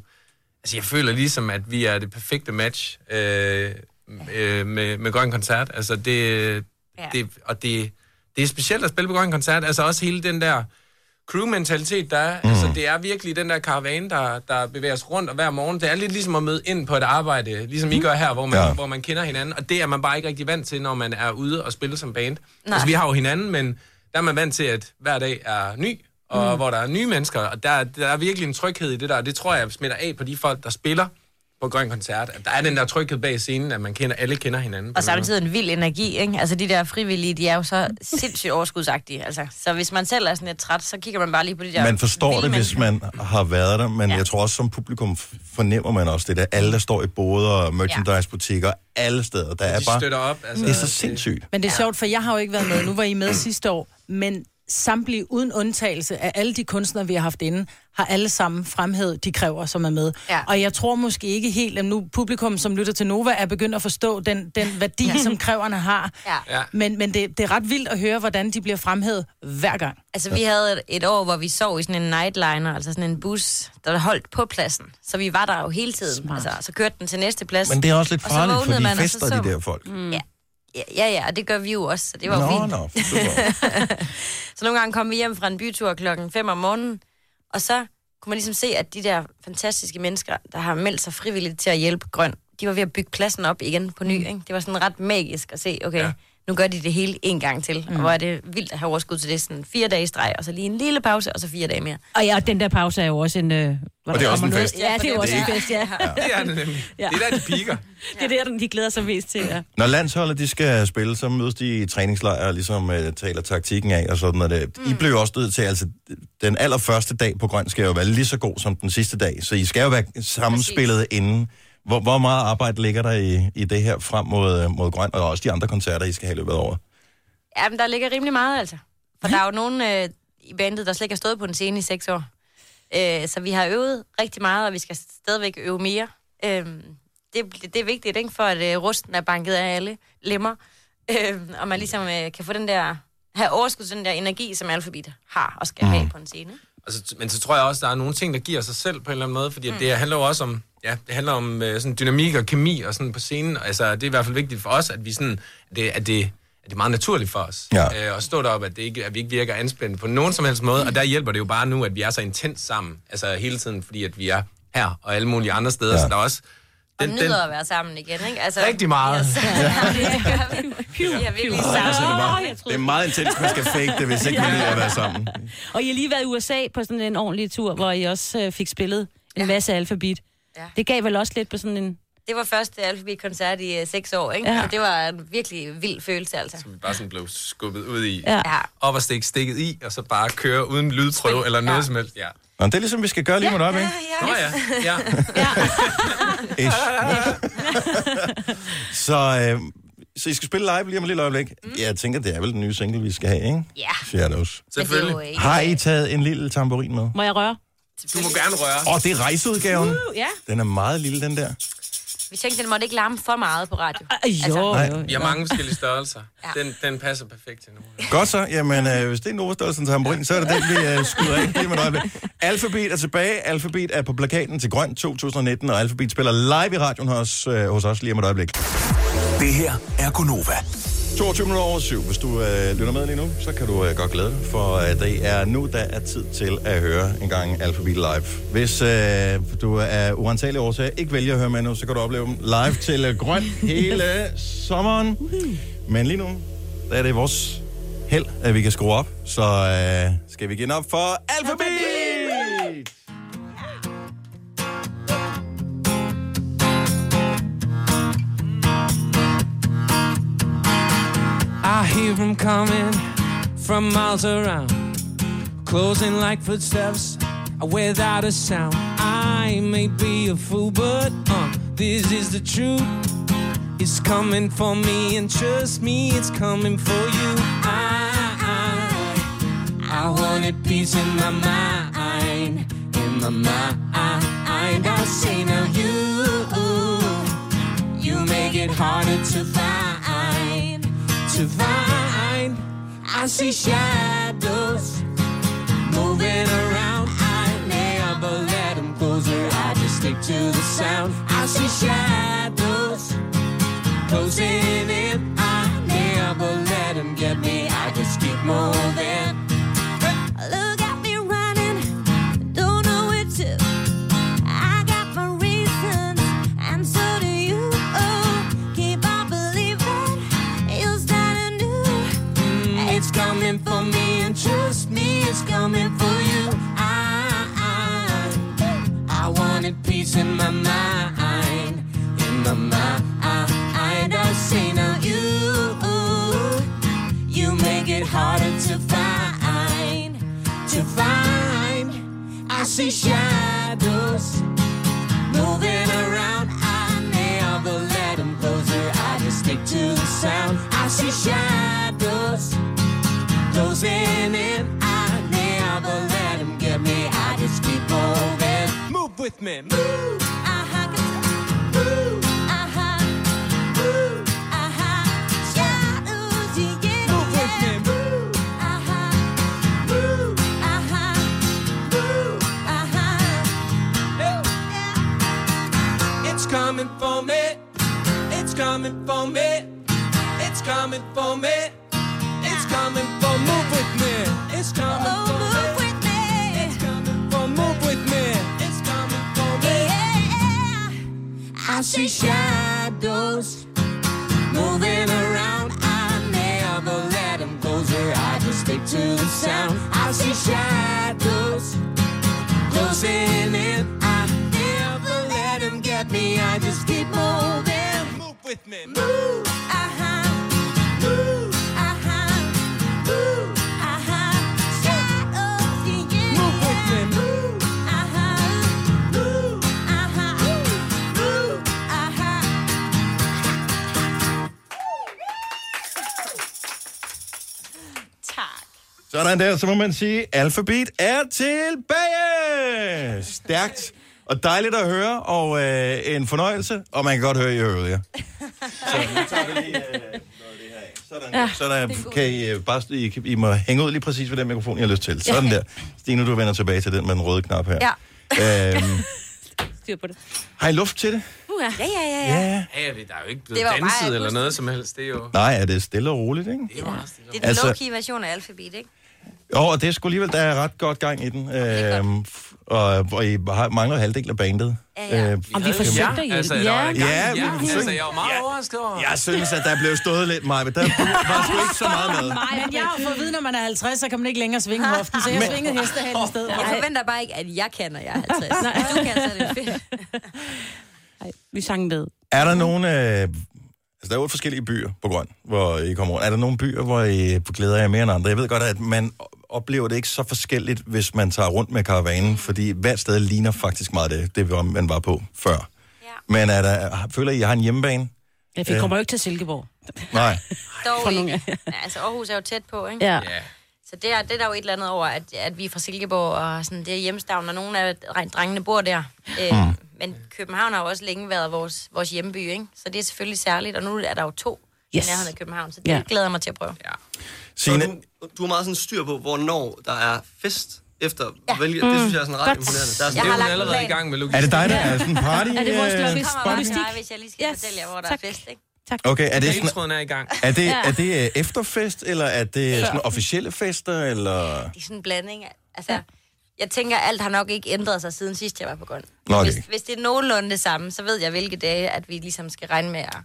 Speaker 14: Altså, jeg føler ligesom, at vi er det perfekte match øh, øh, med, med Grøn Koncert. Altså, det, det, og det, det er specielt at spille på Grøn Koncert. Altså, også hele den der crew-mentalitet, der er. Mm. Altså, det er virkelig den der karavane, der, der bevæger sig rundt, og hver morgen, det er lidt ligesom at møde ind på et arbejde, ligesom I gør her, hvor man,
Speaker 1: Ja.
Speaker 14: ja. hvor man kender hinanden, og det er man bare ikke rigtig vant til, når man er ude og spille som band.
Speaker 1: Nej.
Speaker 14: Altså, vi har jo hinanden, men der er man vant til, at hver dag er ny, og
Speaker 1: Mm.
Speaker 14: mm. hvor der er nye mennesker, og der, der er virkelig en tryghed i det der, og det tror jeg smitter af på de folk, der spiller på Grøn Koncert. At der er den der tryghed bag scenen, at man kender, alle kender hinanden. på
Speaker 13: Og
Speaker 14: den måde.
Speaker 13: samtidig en vild energi, ikke? Altså, de der frivillige, de er jo så sindssygt overskudsagtige, altså. Så hvis man selv er sådan lidt træt, så kigger man bare lige på de der...
Speaker 1: Man forstår
Speaker 13: vilde
Speaker 1: det, hvis
Speaker 13: mennesker.
Speaker 1: man har været der, men ja. jeg tror også, som publikum f- fornemmer man også det der. Alle, der står i boder og merchandisebutikker, alle steder, der er
Speaker 14: de
Speaker 1: bare...
Speaker 14: støtter op, altså,
Speaker 1: det er så sindssygt.
Speaker 4: Men det er sjovt, for jeg har jo ikke været med. Nu var I med sidste år, men samtlige uden undtagelse af alle de kunstnere, vi har haft inde, har alle sammen fremhævet de kræver, som er med.
Speaker 13: Ja.
Speaker 4: Og jeg tror måske ikke helt, at nu publikum, som lytter til Nova, er begyndt at forstå den, den værdi, ja. som kræverne har.
Speaker 13: Ja. Ja.
Speaker 4: Men, men det, det er ret vildt at høre, hvordan de bliver fremhævet hver gang.
Speaker 13: Altså, vi havde et, et år, hvor vi sov i sådan en nightliner, altså sådan en bus, der holdt på pladsen. Så vi var der jo hele tiden. Smart. Altså, så kørte den til næste plads.
Speaker 1: Men det er også lidt
Speaker 13: Og så
Speaker 1: farligt,
Speaker 13: vågnede
Speaker 1: for de
Speaker 13: man, og så
Speaker 1: fester,
Speaker 13: så
Speaker 1: de
Speaker 13: man.
Speaker 1: der folk.
Speaker 13: Mm. Ja. Ja, ja, ja, og det gør vi jo også, så det var
Speaker 1: Nå,
Speaker 13: jo fint.
Speaker 1: nå,
Speaker 13: så nogle gange kom vi hjem fra en bytur klokken 5 om morgenen, og så kunne man ligesom se, at de der fantastiske mennesker, der har meldt sig frivilligt til at hjælpe Grøn, de var ved at bygge pladsen op igen på ny. Ikke? Det var sådan ret magisk at se, okay, ja. Nu gør de det hele en gang til. Mm. Og hvor er det vildt at have overskud til det. Sådan fire dage i streg, og så lige en lille pause, og så fire dage mere.
Speaker 2: Og ja, og den der pause er jo også en... Øh, hvor der
Speaker 13: det er også
Speaker 2: kommer
Speaker 13: en
Speaker 2: noget-
Speaker 13: fest.
Speaker 2: Ja, det er jo også
Speaker 13: Det
Speaker 2: en
Speaker 13: er
Speaker 2: fest, ja.
Speaker 14: Det er det nemlig.
Speaker 2: Ja.
Speaker 14: Det er der, de piker.
Speaker 2: Det er der, den- de glæder sig mest til, ja.
Speaker 1: Når landsholdet de skal spille, så mødes de i træningslejr og ligesom uh, taler taktikken af og sådan noget. Mm. I blev jo også nødt til, altså den allerførste dag på grøn skal jo være lige så god som den sidste dag, så I skal jo være sammenspillet inden. Hvor, hvor meget arbejde ligger der i, i det her frem mod, øh, mod grøn, og også de andre koncerter, I skal have i løbet af året?
Speaker 13: Ja, men der ligger rimelig meget, altså. For der er jo nogen øh, i bandet, der slet ikke har stået på en scene i seks år. Øh, så vi har øvet rigtig meget, og vi skal stadigvæk øve mere. Øh, det, det er vigtigt, ikke? For at øh, rusten er banket af alle lemmer. Øh, og man ligesom øh, kan få den der... Have overskud til den der energi, som alfabet har og skal mm. have på en scene. ikke?
Speaker 14: Altså, men så tror jeg også, der er nogle ting, der giver sig selv på en eller anden måde, fordi mm. det handler jo også om, ja, det handler om øh, sådan dynamik og kemi og sådan på scenen. Altså, det er i hvert fald vigtigt for os, at vi sådan, at det, at det, at det er meget naturligt for os. Ja. Øh, at stå deroppe, at, det ikke, at vi ikke virker anspændt på nogen som helst måde, og der hjælper det jo bare nu, at vi er så intens sammen, altså hele tiden, fordi at vi er her og alle mulige andre steder, ja. så der er også...
Speaker 13: Og den, nyder at være sammen igen, ikke? Altså,
Speaker 14: Rigtig meget.
Speaker 13: Yes. Ja. det gør vi. Vi er virkelig
Speaker 1: Altså, det, er
Speaker 13: sammen.
Speaker 1: meget, det er meget intens, man skal fake det, hvis ikke man lige at være sammen.
Speaker 2: Og I har lige været i USA på sådan en ordentlig tur, hvor I også øh, fik spillet en masse alfabet.
Speaker 13: Ja.
Speaker 2: Det gav vel også lidt på sådan en...
Speaker 13: Det var første Alphabet-koncert i øh, seks år, ikke?
Speaker 2: Ja.
Speaker 13: Ja. Og det var en virkelig vild følelse, altså.
Speaker 14: Vi bare sådan blev skubbet ud i,
Speaker 13: Ja.
Speaker 14: ja.
Speaker 13: Ja.
Speaker 14: op og stikke stikket i, og så bare køre uden lydprøve eller noget ja. som helst. Ja.
Speaker 1: Nå, det er ligesom, vi skal gøre lige med op, ikke?
Speaker 14: Nå ja, ja.
Speaker 1: Ish.
Speaker 15: né?
Speaker 1: så, øh, så I skal spille live lige om et lille øjeblik. Mm. Jeg tænker, det er vel den nye single, vi skal have, ikke?
Speaker 13: Ja.
Speaker 1: Shadows.
Speaker 14: Selvfølgelig. Men det er jo ikke-
Speaker 1: Har I taget en lille tamburin med?
Speaker 2: Må jeg røre?
Speaker 14: Du må gerne røre.
Speaker 1: Åh, oh, det er rejseudgaven.
Speaker 13: Uh, ja.
Speaker 1: Den er meget lille, den der.
Speaker 13: Vi tænkte, den måtte ikke larme for meget på radio. Altså,
Speaker 1: jo, Nej. jo,
Speaker 14: Vi har mange forskellige størrelser. Den, den passer perfekt til nu.
Speaker 1: Godt så. Jamen, øh, hvis det er en overstørrelse af en tamburin, så er det den, vi øh, skyder af. lige om et øjeblik. Alphabet er tilbage. Alphabet er på plakaten til Grøn 2019, og Alphabet spiller live i radioen hos, øh, hos os lige om et øjeblik.
Speaker 9: Det her er Gonova.
Speaker 1: 22 minutter over syv. Hvis du øh, lytter med lige nu, så kan du øh, godt glæde dig, for øh, det er nu, der er tid til at høre en gang Alphabet Live. Hvis øh, du af uantagelige årsager ikke vælger at høre med nu, så kan du opleve dem live til øh, grøn hele sommeren. Men lige nu, der er det vores held, at vi kan skrue op. Så øh, skal vi give den op for Alphabet!
Speaker 15: I hear them coming from miles around, closing like footsteps without a sound. I may be a fool, but uh, this is the truth. It's coming for me, and trust me, it's coming for you. I, I, I wanted peace in my mind, in my mind. I say now you, you make it harder to find to find. I see shadows moving around. I never let them closer. I just stick to the sound. I see shadows closing in. I never let them get me. I just keep moving.
Speaker 7: Look at me running, don't know where to. I got my reasons, and so do you. Oh, keep on believing, you'll start anew.
Speaker 15: Mm, It's coming for me, and trust me, it's coming for you. I, I, I wanted peace in my mind, in my mind. I say now you, you make it harder to find, to find. I see shadows moving around. I never let them closer. I just stick to the sound. I see shadows closing in. I never let them get me. I just keep moving. Move with me. Move. uh-huh, uh-huh. uh-huh, uh-huh. It's coming for me. It's coming for me. It's coming for me. It's coming for move with me. It's coming for Oh, move me. with me. It's coming for move with me. It's coming for me. I see shadows moving around. I music to the sound. I see shadows closing in. I never let 'em get me. I just keep moving. Move with me. Move. aha. Move, aha. Move, aha. Shadows, yeah, yeah, Move with me. Move, aha. Move, uh-huh. aha. Move, aha.
Speaker 1: Sådan der, så må man sige, alfabet er tilbage! Stærkt og dejligt at høre, og øh, en fornøjelse, og man kan godt høre i øvrigt, ja.
Speaker 2: Ja.
Speaker 1: Så der kan I, øh, bare, I, kan- I må hænge ud lige præcis ved den mikrofon, I har lyst til. Sådan der. Stine, du vender tilbage til den med den røde knap her.
Speaker 2: Ja.
Speaker 1: Øhm,
Speaker 2: Styr på det.
Speaker 1: har I luft til det?
Speaker 2: Uh, ja, ja, ja.
Speaker 1: Ja, ja.
Speaker 14: Ja, ja, det- der er jo ikke
Speaker 13: Det
Speaker 14: blevet
Speaker 13: var mig,
Speaker 14: danset
Speaker 13: August.
Speaker 14: eller noget som helst. Det er jo...
Speaker 1: Nej, er det stille og roligt, ikke?
Speaker 14: Det er meget stille.
Speaker 13: Det er den
Speaker 1: Altså-
Speaker 13: altså... low-key version af alfabet, ikke?
Speaker 1: Jo, og det er sgu alligevel, der er ret godt gang i den. Øhm, f- og, og I har, mangler halvdelen af bandet. Ja, ja. Øh,
Speaker 14: havde jo-
Speaker 1: forsøgte
Speaker 14: ja,
Speaker 1: at hjælpe.
Speaker 14: altså, der var da gang i-
Speaker 1: Ja, vi
Speaker 14: ja,
Speaker 1: forsøgte.
Speaker 14: altså, jeg var meget overrasket over.
Speaker 1: Jeg synes, at der blev stået lidt meget, men der var sgu ikke så meget med.
Speaker 4: Men jeg har jo fået at vide, når man er 50, så kan man ikke længere svinge hoften, så jeg
Speaker 1: Men-
Speaker 4: svingede hestehalen i stedet.
Speaker 13: Jeg forventer bare ikke, at jeg kan, når jeg er 50. Hvis du kan, så er det fedt.
Speaker 2: Vi sang med.
Speaker 1: Er der nogen... Øh, altså, der er jo forskellige byer på Grøn, hvor I kommer rundt. Er der nogle byer, hvor I glæder jer mere end andre? Jeg ved godt, at man oplever det ikke så forskelligt, hvis man tager rundt med karavanen, fordi hvert sted ligner faktisk meget det, det hvor man var på før. Ja. Men er der, føler I, at I har en hjemmebane?
Speaker 2: Ja, for I
Speaker 1: Øh.
Speaker 2: kommer jo ikke til Silkeborg.
Speaker 1: Nej.
Speaker 13: Dog ikke. Ja, altså, Aarhus er jo tæt på, ikke?
Speaker 2: Ja.
Speaker 13: Så det er, det er der jo et eller andet over, at, at vi er fra Silkeborg, og sådan, det er hjemstavn, og nogle af drengene bor der. Øh, mm. Men København har jo også længe været vores, vores hjemby, ikke? Så det er selvfølgelig særligt, og nu er der jo to yes.
Speaker 12: Yes.
Speaker 13: i nærheden af København, så det
Speaker 12: Ja.
Speaker 13: ja. glæder jeg mig til at prøve. Ja.
Speaker 1: Signe?
Speaker 12: Så du, du har meget sådan styr på, hvornår der er fest efter ja. hvilket. Det synes jeg er sådan ret
Speaker 14: Godt.
Speaker 12: imponerende. Der er
Speaker 14: Jeg
Speaker 12: sådan,
Speaker 14: har Det er hun lagt allerede planen. i gang med logistikken.
Speaker 1: Er det dig, der er sådan en party?
Speaker 14: Er det vores
Speaker 1: øh,
Speaker 13: Jeg kommer
Speaker 14: Logistik.
Speaker 13: bare hvis jeg lige skal yes. fortælle jer, hvor der tak. er fest, ikke?
Speaker 1: Okay, er det,
Speaker 14: Ledtråden er i gang.
Speaker 1: Er det,
Speaker 13: Ja.
Speaker 1: er det øh, efterfest, eller er det sådan officielle fester, eller...
Speaker 13: Det er sådan en blanding. af- Altså, ja. jeg tænker, alt har nok ikke ændret sig siden sidst, jeg var på grund.
Speaker 1: Nå, okay.
Speaker 13: Hvis, hvis det er nogenlunde det samme, så ved jeg, hvilke dage, at vi ligesom skal regne med at...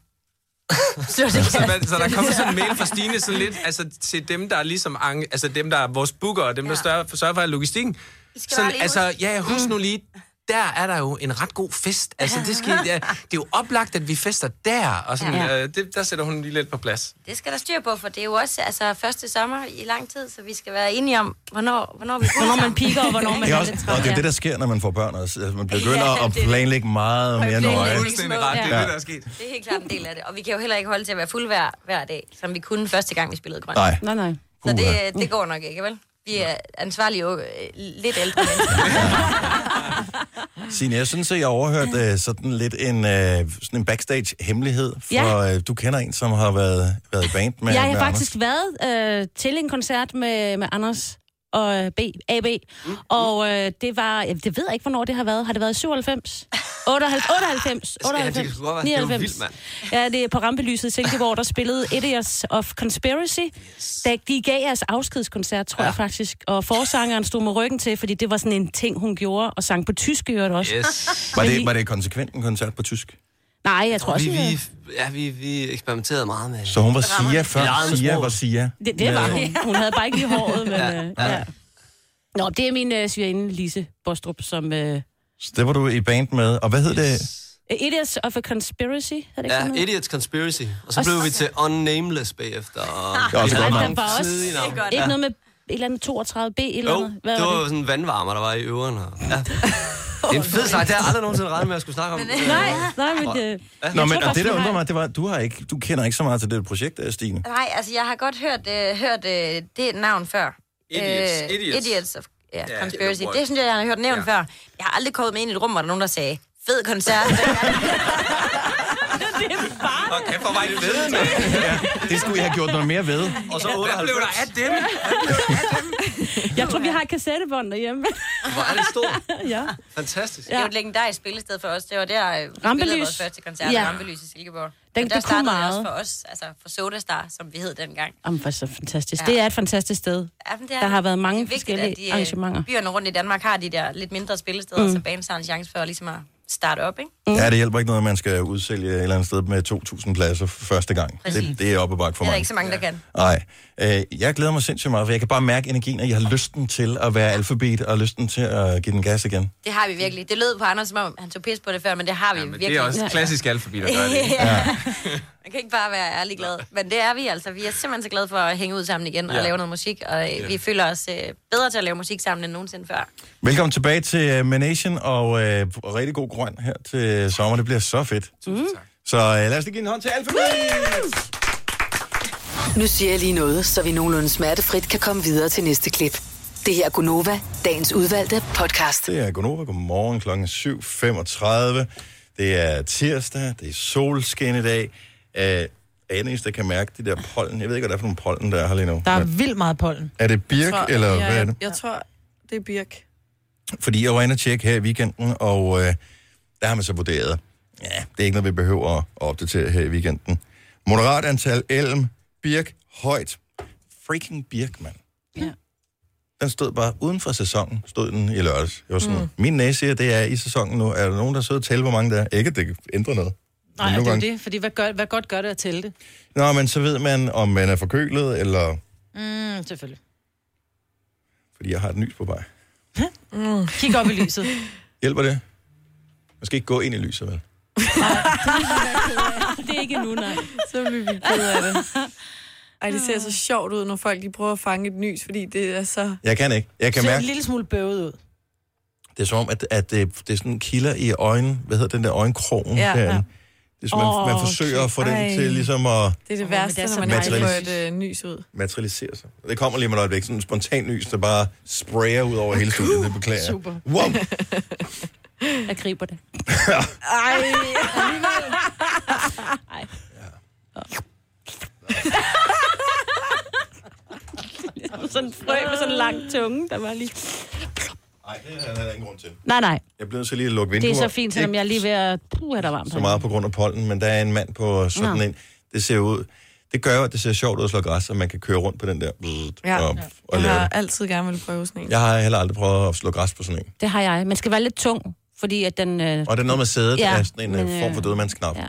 Speaker 13: Så,
Speaker 14: Så, hvad- så der kommer sådan en mail fra Stine sådan lidt, altså til dem, der er ligesom, ang- altså dem, der er vores booker, og dem, der større, for, sørger for logistikken.
Speaker 13: skal
Speaker 14: Sådan,
Speaker 13: bare lige
Speaker 14: altså,
Speaker 13: huske.
Speaker 14: ja, husk nu lige, der er der jo en ret god fest. Altså, det, skal, I- ja, det er jo oplagt, at vi fester der, og sådan,
Speaker 13: Ja.
Speaker 14: ja. øh, det, der sætter hun lige lidt på plads.
Speaker 13: Det skal der styr på, for det er jo også altså, første sommer i lang tid, så vi skal være enige om, hvornår, hvornår vi Hvornår man
Speaker 4: piker, og hvornår
Speaker 1: Det er, også, og det er jo det, der sker, når man får børn også. Altså, man begynder
Speaker 13: Ja,
Speaker 1: ja, at
Speaker 13: det er det.
Speaker 1: planlægge meget mere nøje.
Speaker 14: sket.
Speaker 13: Det er helt klart en del af det. Og vi kan jo heller ikke holde til at være fuld hver, hver dag, som vi kunne første gang, vi spillede grønt.
Speaker 1: Nej.
Speaker 2: Nej, nej.
Speaker 13: Så det, det går nok ikke, vel? Vi er ansvarlige og lidt ældre mennesker.
Speaker 1: Signe, jeg synes, at jeg overhørte uh, sådan lidt en, uh, sådan en backstage-hemmelighed, for
Speaker 2: Ja.
Speaker 1: uh, du kender en, som har været, været i band med
Speaker 2: jeg
Speaker 1: med
Speaker 2: har faktisk været øh, til en koncert med, med Anders og øh, B, AB, mm. og øh, det var, jamen, det ved jeg ikke, hvornår det har været. Har det været i 97? 98, 98,
Speaker 12: Ja, det kan
Speaker 2: 98,
Speaker 12: sgu godt være. Det er jo
Speaker 2: 99.
Speaker 12: vildt, mand.
Speaker 2: Ja, det er på rampelyset i Silkeborg, der spillede Idiots of Conspiracy. Yes. Da de gav jeres afskedskoncert, tror ja. jeg faktisk. Og forsangeren stod med ryggen til, fordi det var sådan en ting, hun gjorde, og sang på tysk i øvrigt også.
Speaker 1: Var
Speaker 2: Men
Speaker 1: det,
Speaker 2: I-
Speaker 1: var det konsekvent en koncert på tysk?
Speaker 2: Nej, jeg tror
Speaker 12: Og
Speaker 2: også,
Speaker 12: vi,
Speaker 2: jeg-
Speaker 12: vi, ja, vi, vi eksperimenterede meget med...
Speaker 1: Så hun var Sia
Speaker 12: Jeg
Speaker 1: før
Speaker 12: ejede
Speaker 1: Sia
Speaker 12: sprog.
Speaker 1: var Sia?
Speaker 2: Det, det var
Speaker 1: Med-
Speaker 2: hun. Hun havde bare ikke lige håret, men...
Speaker 1: Ja,
Speaker 2: Øh, ja. Nå, det er min øh, svigerinde Lise Bostrup, som... Øh,
Speaker 1: Så det var du i band med, og hvad hed det?
Speaker 2: Idiots of a Conspiracy, hedder det ikke
Speaker 12: Ja,
Speaker 2: sådan noget?
Speaker 12: Idiot's Conspiracy. Og så
Speaker 2: Og
Speaker 12: blev
Speaker 2: så-
Speaker 12: vi til Unnameless bagefter. Og
Speaker 2: Ah,
Speaker 1: Det er også
Speaker 12: vi havde
Speaker 1: godt
Speaker 12: mange
Speaker 2: Der var også
Speaker 12: snedige navne.
Speaker 2: ikke noget med et eller andet 32B, et eller
Speaker 12: Jo,
Speaker 2: andet. Hvad
Speaker 12: det var,
Speaker 2: var
Speaker 12: jo
Speaker 2: det?
Speaker 12: sådan en vandvarmer, der var i øveren. Og, ja. Det er en fed sejr. Det har jeg aldrig nogensinde regnet med, at jeg skulle snakke om.
Speaker 2: øh, Nej, nej, men øh, det...
Speaker 12: Jeg
Speaker 1: Nå,
Speaker 12: tror
Speaker 1: men og det,
Speaker 12: faktisk,
Speaker 1: der
Speaker 12: vi har-
Speaker 1: undrer mig, det var, du, har ikke, du kender ikke så meget til det projekt, der, Stine.
Speaker 13: Nej, altså jeg har godt hørt, øh, hørt øh, det navn før.
Speaker 12: Idiots,
Speaker 13: Øh,
Speaker 12: idiots.
Speaker 13: idiots of, ja,
Speaker 12: Ja,
Speaker 13: yeah, Conspiracy.
Speaker 12: det er
Speaker 13: Det synes jeg, jeg har hørt nævnt
Speaker 12: Ja.
Speaker 13: før. Jeg har aldrig kommet med ind i et rum, hvor der er nogen, der sagde, fed koncert.
Speaker 14: Og kæft, hvor var I fede, mand.
Speaker 1: Det skulle jeg have gjort noget mere ved.
Speaker 14: Og så Hvad blev der af dem?
Speaker 2: Jeg tror, vi har et kassettebånd derhjemme.
Speaker 12: Hvor er det stort.
Speaker 2: ja.
Speaker 12: Fantastisk.
Speaker 13: Det er jo et legendarisk spillested for os. Det var der, øh, vi spillede
Speaker 2: Rampelys.
Speaker 13: vores første koncert,
Speaker 2: Ja.
Speaker 13: ja. Rampelys i Silkeborg.
Speaker 2: Den-
Speaker 13: Den, der
Speaker 2: det kunne
Speaker 13: startede det
Speaker 2: meget.
Speaker 13: også for os, altså for Sodastar, som vi hed dengang.
Speaker 2: Jamen, hvor så fantastisk.
Speaker 13: Ja.
Speaker 2: Det er et fantastisk sted.
Speaker 13: Ja, men det er
Speaker 2: Der
Speaker 13: det.
Speaker 2: har været
Speaker 13: Det
Speaker 2: mange
Speaker 13: er vigtigt,
Speaker 2: forskellige
Speaker 13: at de, øh,
Speaker 2: arrangementer.
Speaker 13: Byerne rundt i Danmark har de der lidt mindre spillesteder,
Speaker 2: Mm.
Speaker 13: mm. så bands har en chance for ligesom at starte op, ikke?
Speaker 1: Mm. Ja, det hjælper ikke noget, at man skal udsælge et eller andet sted med 2.000 pladser for første gang. Det,
Speaker 13: Præcis.
Speaker 1: det er op og bakke for
Speaker 13: det er der
Speaker 1: mig.
Speaker 13: ikke så mange, der kan.
Speaker 1: Nej. Øh, jeg glæder mig sindssygt meget, for jeg kan bare mærke energien, og jeg har lysten til at være alfabet, og lysten til at give den gas igen.
Speaker 13: Det har vi virkelig. Det lød på Anders, som om han tog pis på det før, men det har vi ja, virkelig.
Speaker 14: Det er også klassisk alfabet, der gør det. ikke?
Speaker 13: ja. Man kan ikke bare være ærlig glad, men det er vi altså. Vi er simpelthen så glade for at hænge ud sammen igen og
Speaker 1: Ja.
Speaker 13: lave noget musik, og øh, vi føler os øh, bedre til at lave musik sammen end nogensinde før.
Speaker 1: Velkommen tilbage til uh, Manation, og, øh, og rigtig god grøn her til sommer. Det bliver så fedt. Mm. Så øh, lad os lige give en hånd til alfabet.
Speaker 8: Nu siger jeg lige noget, så vi nogenlunde smertefrit kan komme videre til næste klip. Det her er Gunova, dagens udvalgte podcast.
Speaker 1: Det er Gonova. Godmorgen kl. 7.35. Det er tirsdag. Det er solskin i dag. Øh, Anis, der kan mærke de der pollen. Jeg ved ikke, hvad det er for nogle pollen, der er her lige nu.
Speaker 4: Der er
Speaker 1: Men
Speaker 4: vildt meget pollen.
Speaker 1: er det birk,
Speaker 4: tror-
Speaker 1: eller
Speaker 4: ja,
Speaker 1: hvad er
Speaker 4: ja.
Speaker 1: det?
Speaker 5: Jeg tror, det er Birk.
Speaker 1: Fordi jeg var inde og tjekke her i weekenden, og øh, der har man så vurderet, ja, det er ikke noget, vi behøver at opdatere her i weekenden. Moderat antal elm, birk, højt. Freaking birk, mand.
Speaker 4: Ja.
Speaker 1: Den stod bare uden for sæsonen, stod den i lørdags. Jeg var sådan, mm. min næse siger, det er i sæsonen nu. Er der nogen, der sidder og tæller, hvor mange der er? Ikke, at det ændrer noget.
Speaker 4: Nej,
Speaker 1: Men nogle
Speaker 4: og det er jo
Speaker 1: gange-
Speaker 4: det, fordi hvad, gør, hvad godt gør det at tælle det?
Speaker 1: Nå, men så ved man, om man er forkølet, eller...
Speaker 4: Mm, selvfølgelig.
Speaker 1: Fordi jeg har et nys på vej.
Speaker 4: Mm. Kig op i lyset.
Speaker 1: Hjælper det? Man skal ikke gå ind i lyset, vel?
Speaker 2: Det er ikke nu, nej.
Speaker 5: Så vil vi kede af det. Ej, det ser så sjovt ud, når folk de prøver at fange et nys, fordi det er så...
Speaker 1: Jeg kan ikke. Jeg kan
Speaker 4: Ser
Speaker 1: mærke,
Speaker 4: en lille smule bøvet ud.
Speaker 1: det er som om, at, at det, det er sådan kilder i øjnene. Hvad hedder den der øjenkrogen?
Speaker 5: Ja, ja.
Speaker 1: derinde? Mm, Det er som, man,
Speaker 5: Åh,
Speaker 1: man forsøger at få den
Speaker 5: Ej.
Speaker 1: til ligesom at
Speaker 5: Det er det
Speaker 4: Åh,
Speaker 5: værste,
Speaker 4: men det er så
Speaker 5: når man ikke får
Speaker 1: materialistisk.
Speaker 5: et øh, nys ud.
Speaker 1: materialisere sig. Og det kommer lige med et øjeblik. Sådan en spontan lys, der bare sprayer ud over hele studiet. Det beklager jeg.
Speaker 5: Super.
Speaker 1: Wow.
Speaker 2: Jeg griber det.
Speaker 5: Ej,
Speaker 2: Sådan en frø med sådan en lang tunge, der var lige...
Speaker 1: Nej, det er der ingen grund til.
Speaker 2: Nej, nej.
Speaker 1: Jeg bliver nødt til lige at lukke
Speaker 2: Det
Speaker 1: vinduer.
Speaker 2: er så fint, selvom jeg er lige ved at... Puh, er der varmt
Speaker 1: så meget på grund af pollen, men der er en mand på sådan
Speaker 2: Nå.
Speaker 1: en. Det ser ud... Det gør jo, at det ser sjovt ud at slå græs, og man kan køre rundt på den der.
Speaker 5: Ja.
Speaker 1: Og, og
Speaker 5: jeg
Speaker 1: lave
Speaker 5: har
Speaker 1: det.
Speaker 5: altid gerne vil prøve sådan en.
Speaker 1: Jeg har heller aldrig prøvet at slå græs på sådan en.
Speaker 2: Det har jeg. Man skal være lidt tung, fordi at den... Øh...
Speaker 1: Og det er noget med sædet, ja,
Speaker 2: Ja,
Speaker 1: er sådan en
Speaker 2: men,
Speaker 1: men,
Speaker 2: øh,
Speaker 1: form for dødmandsknap. Ja.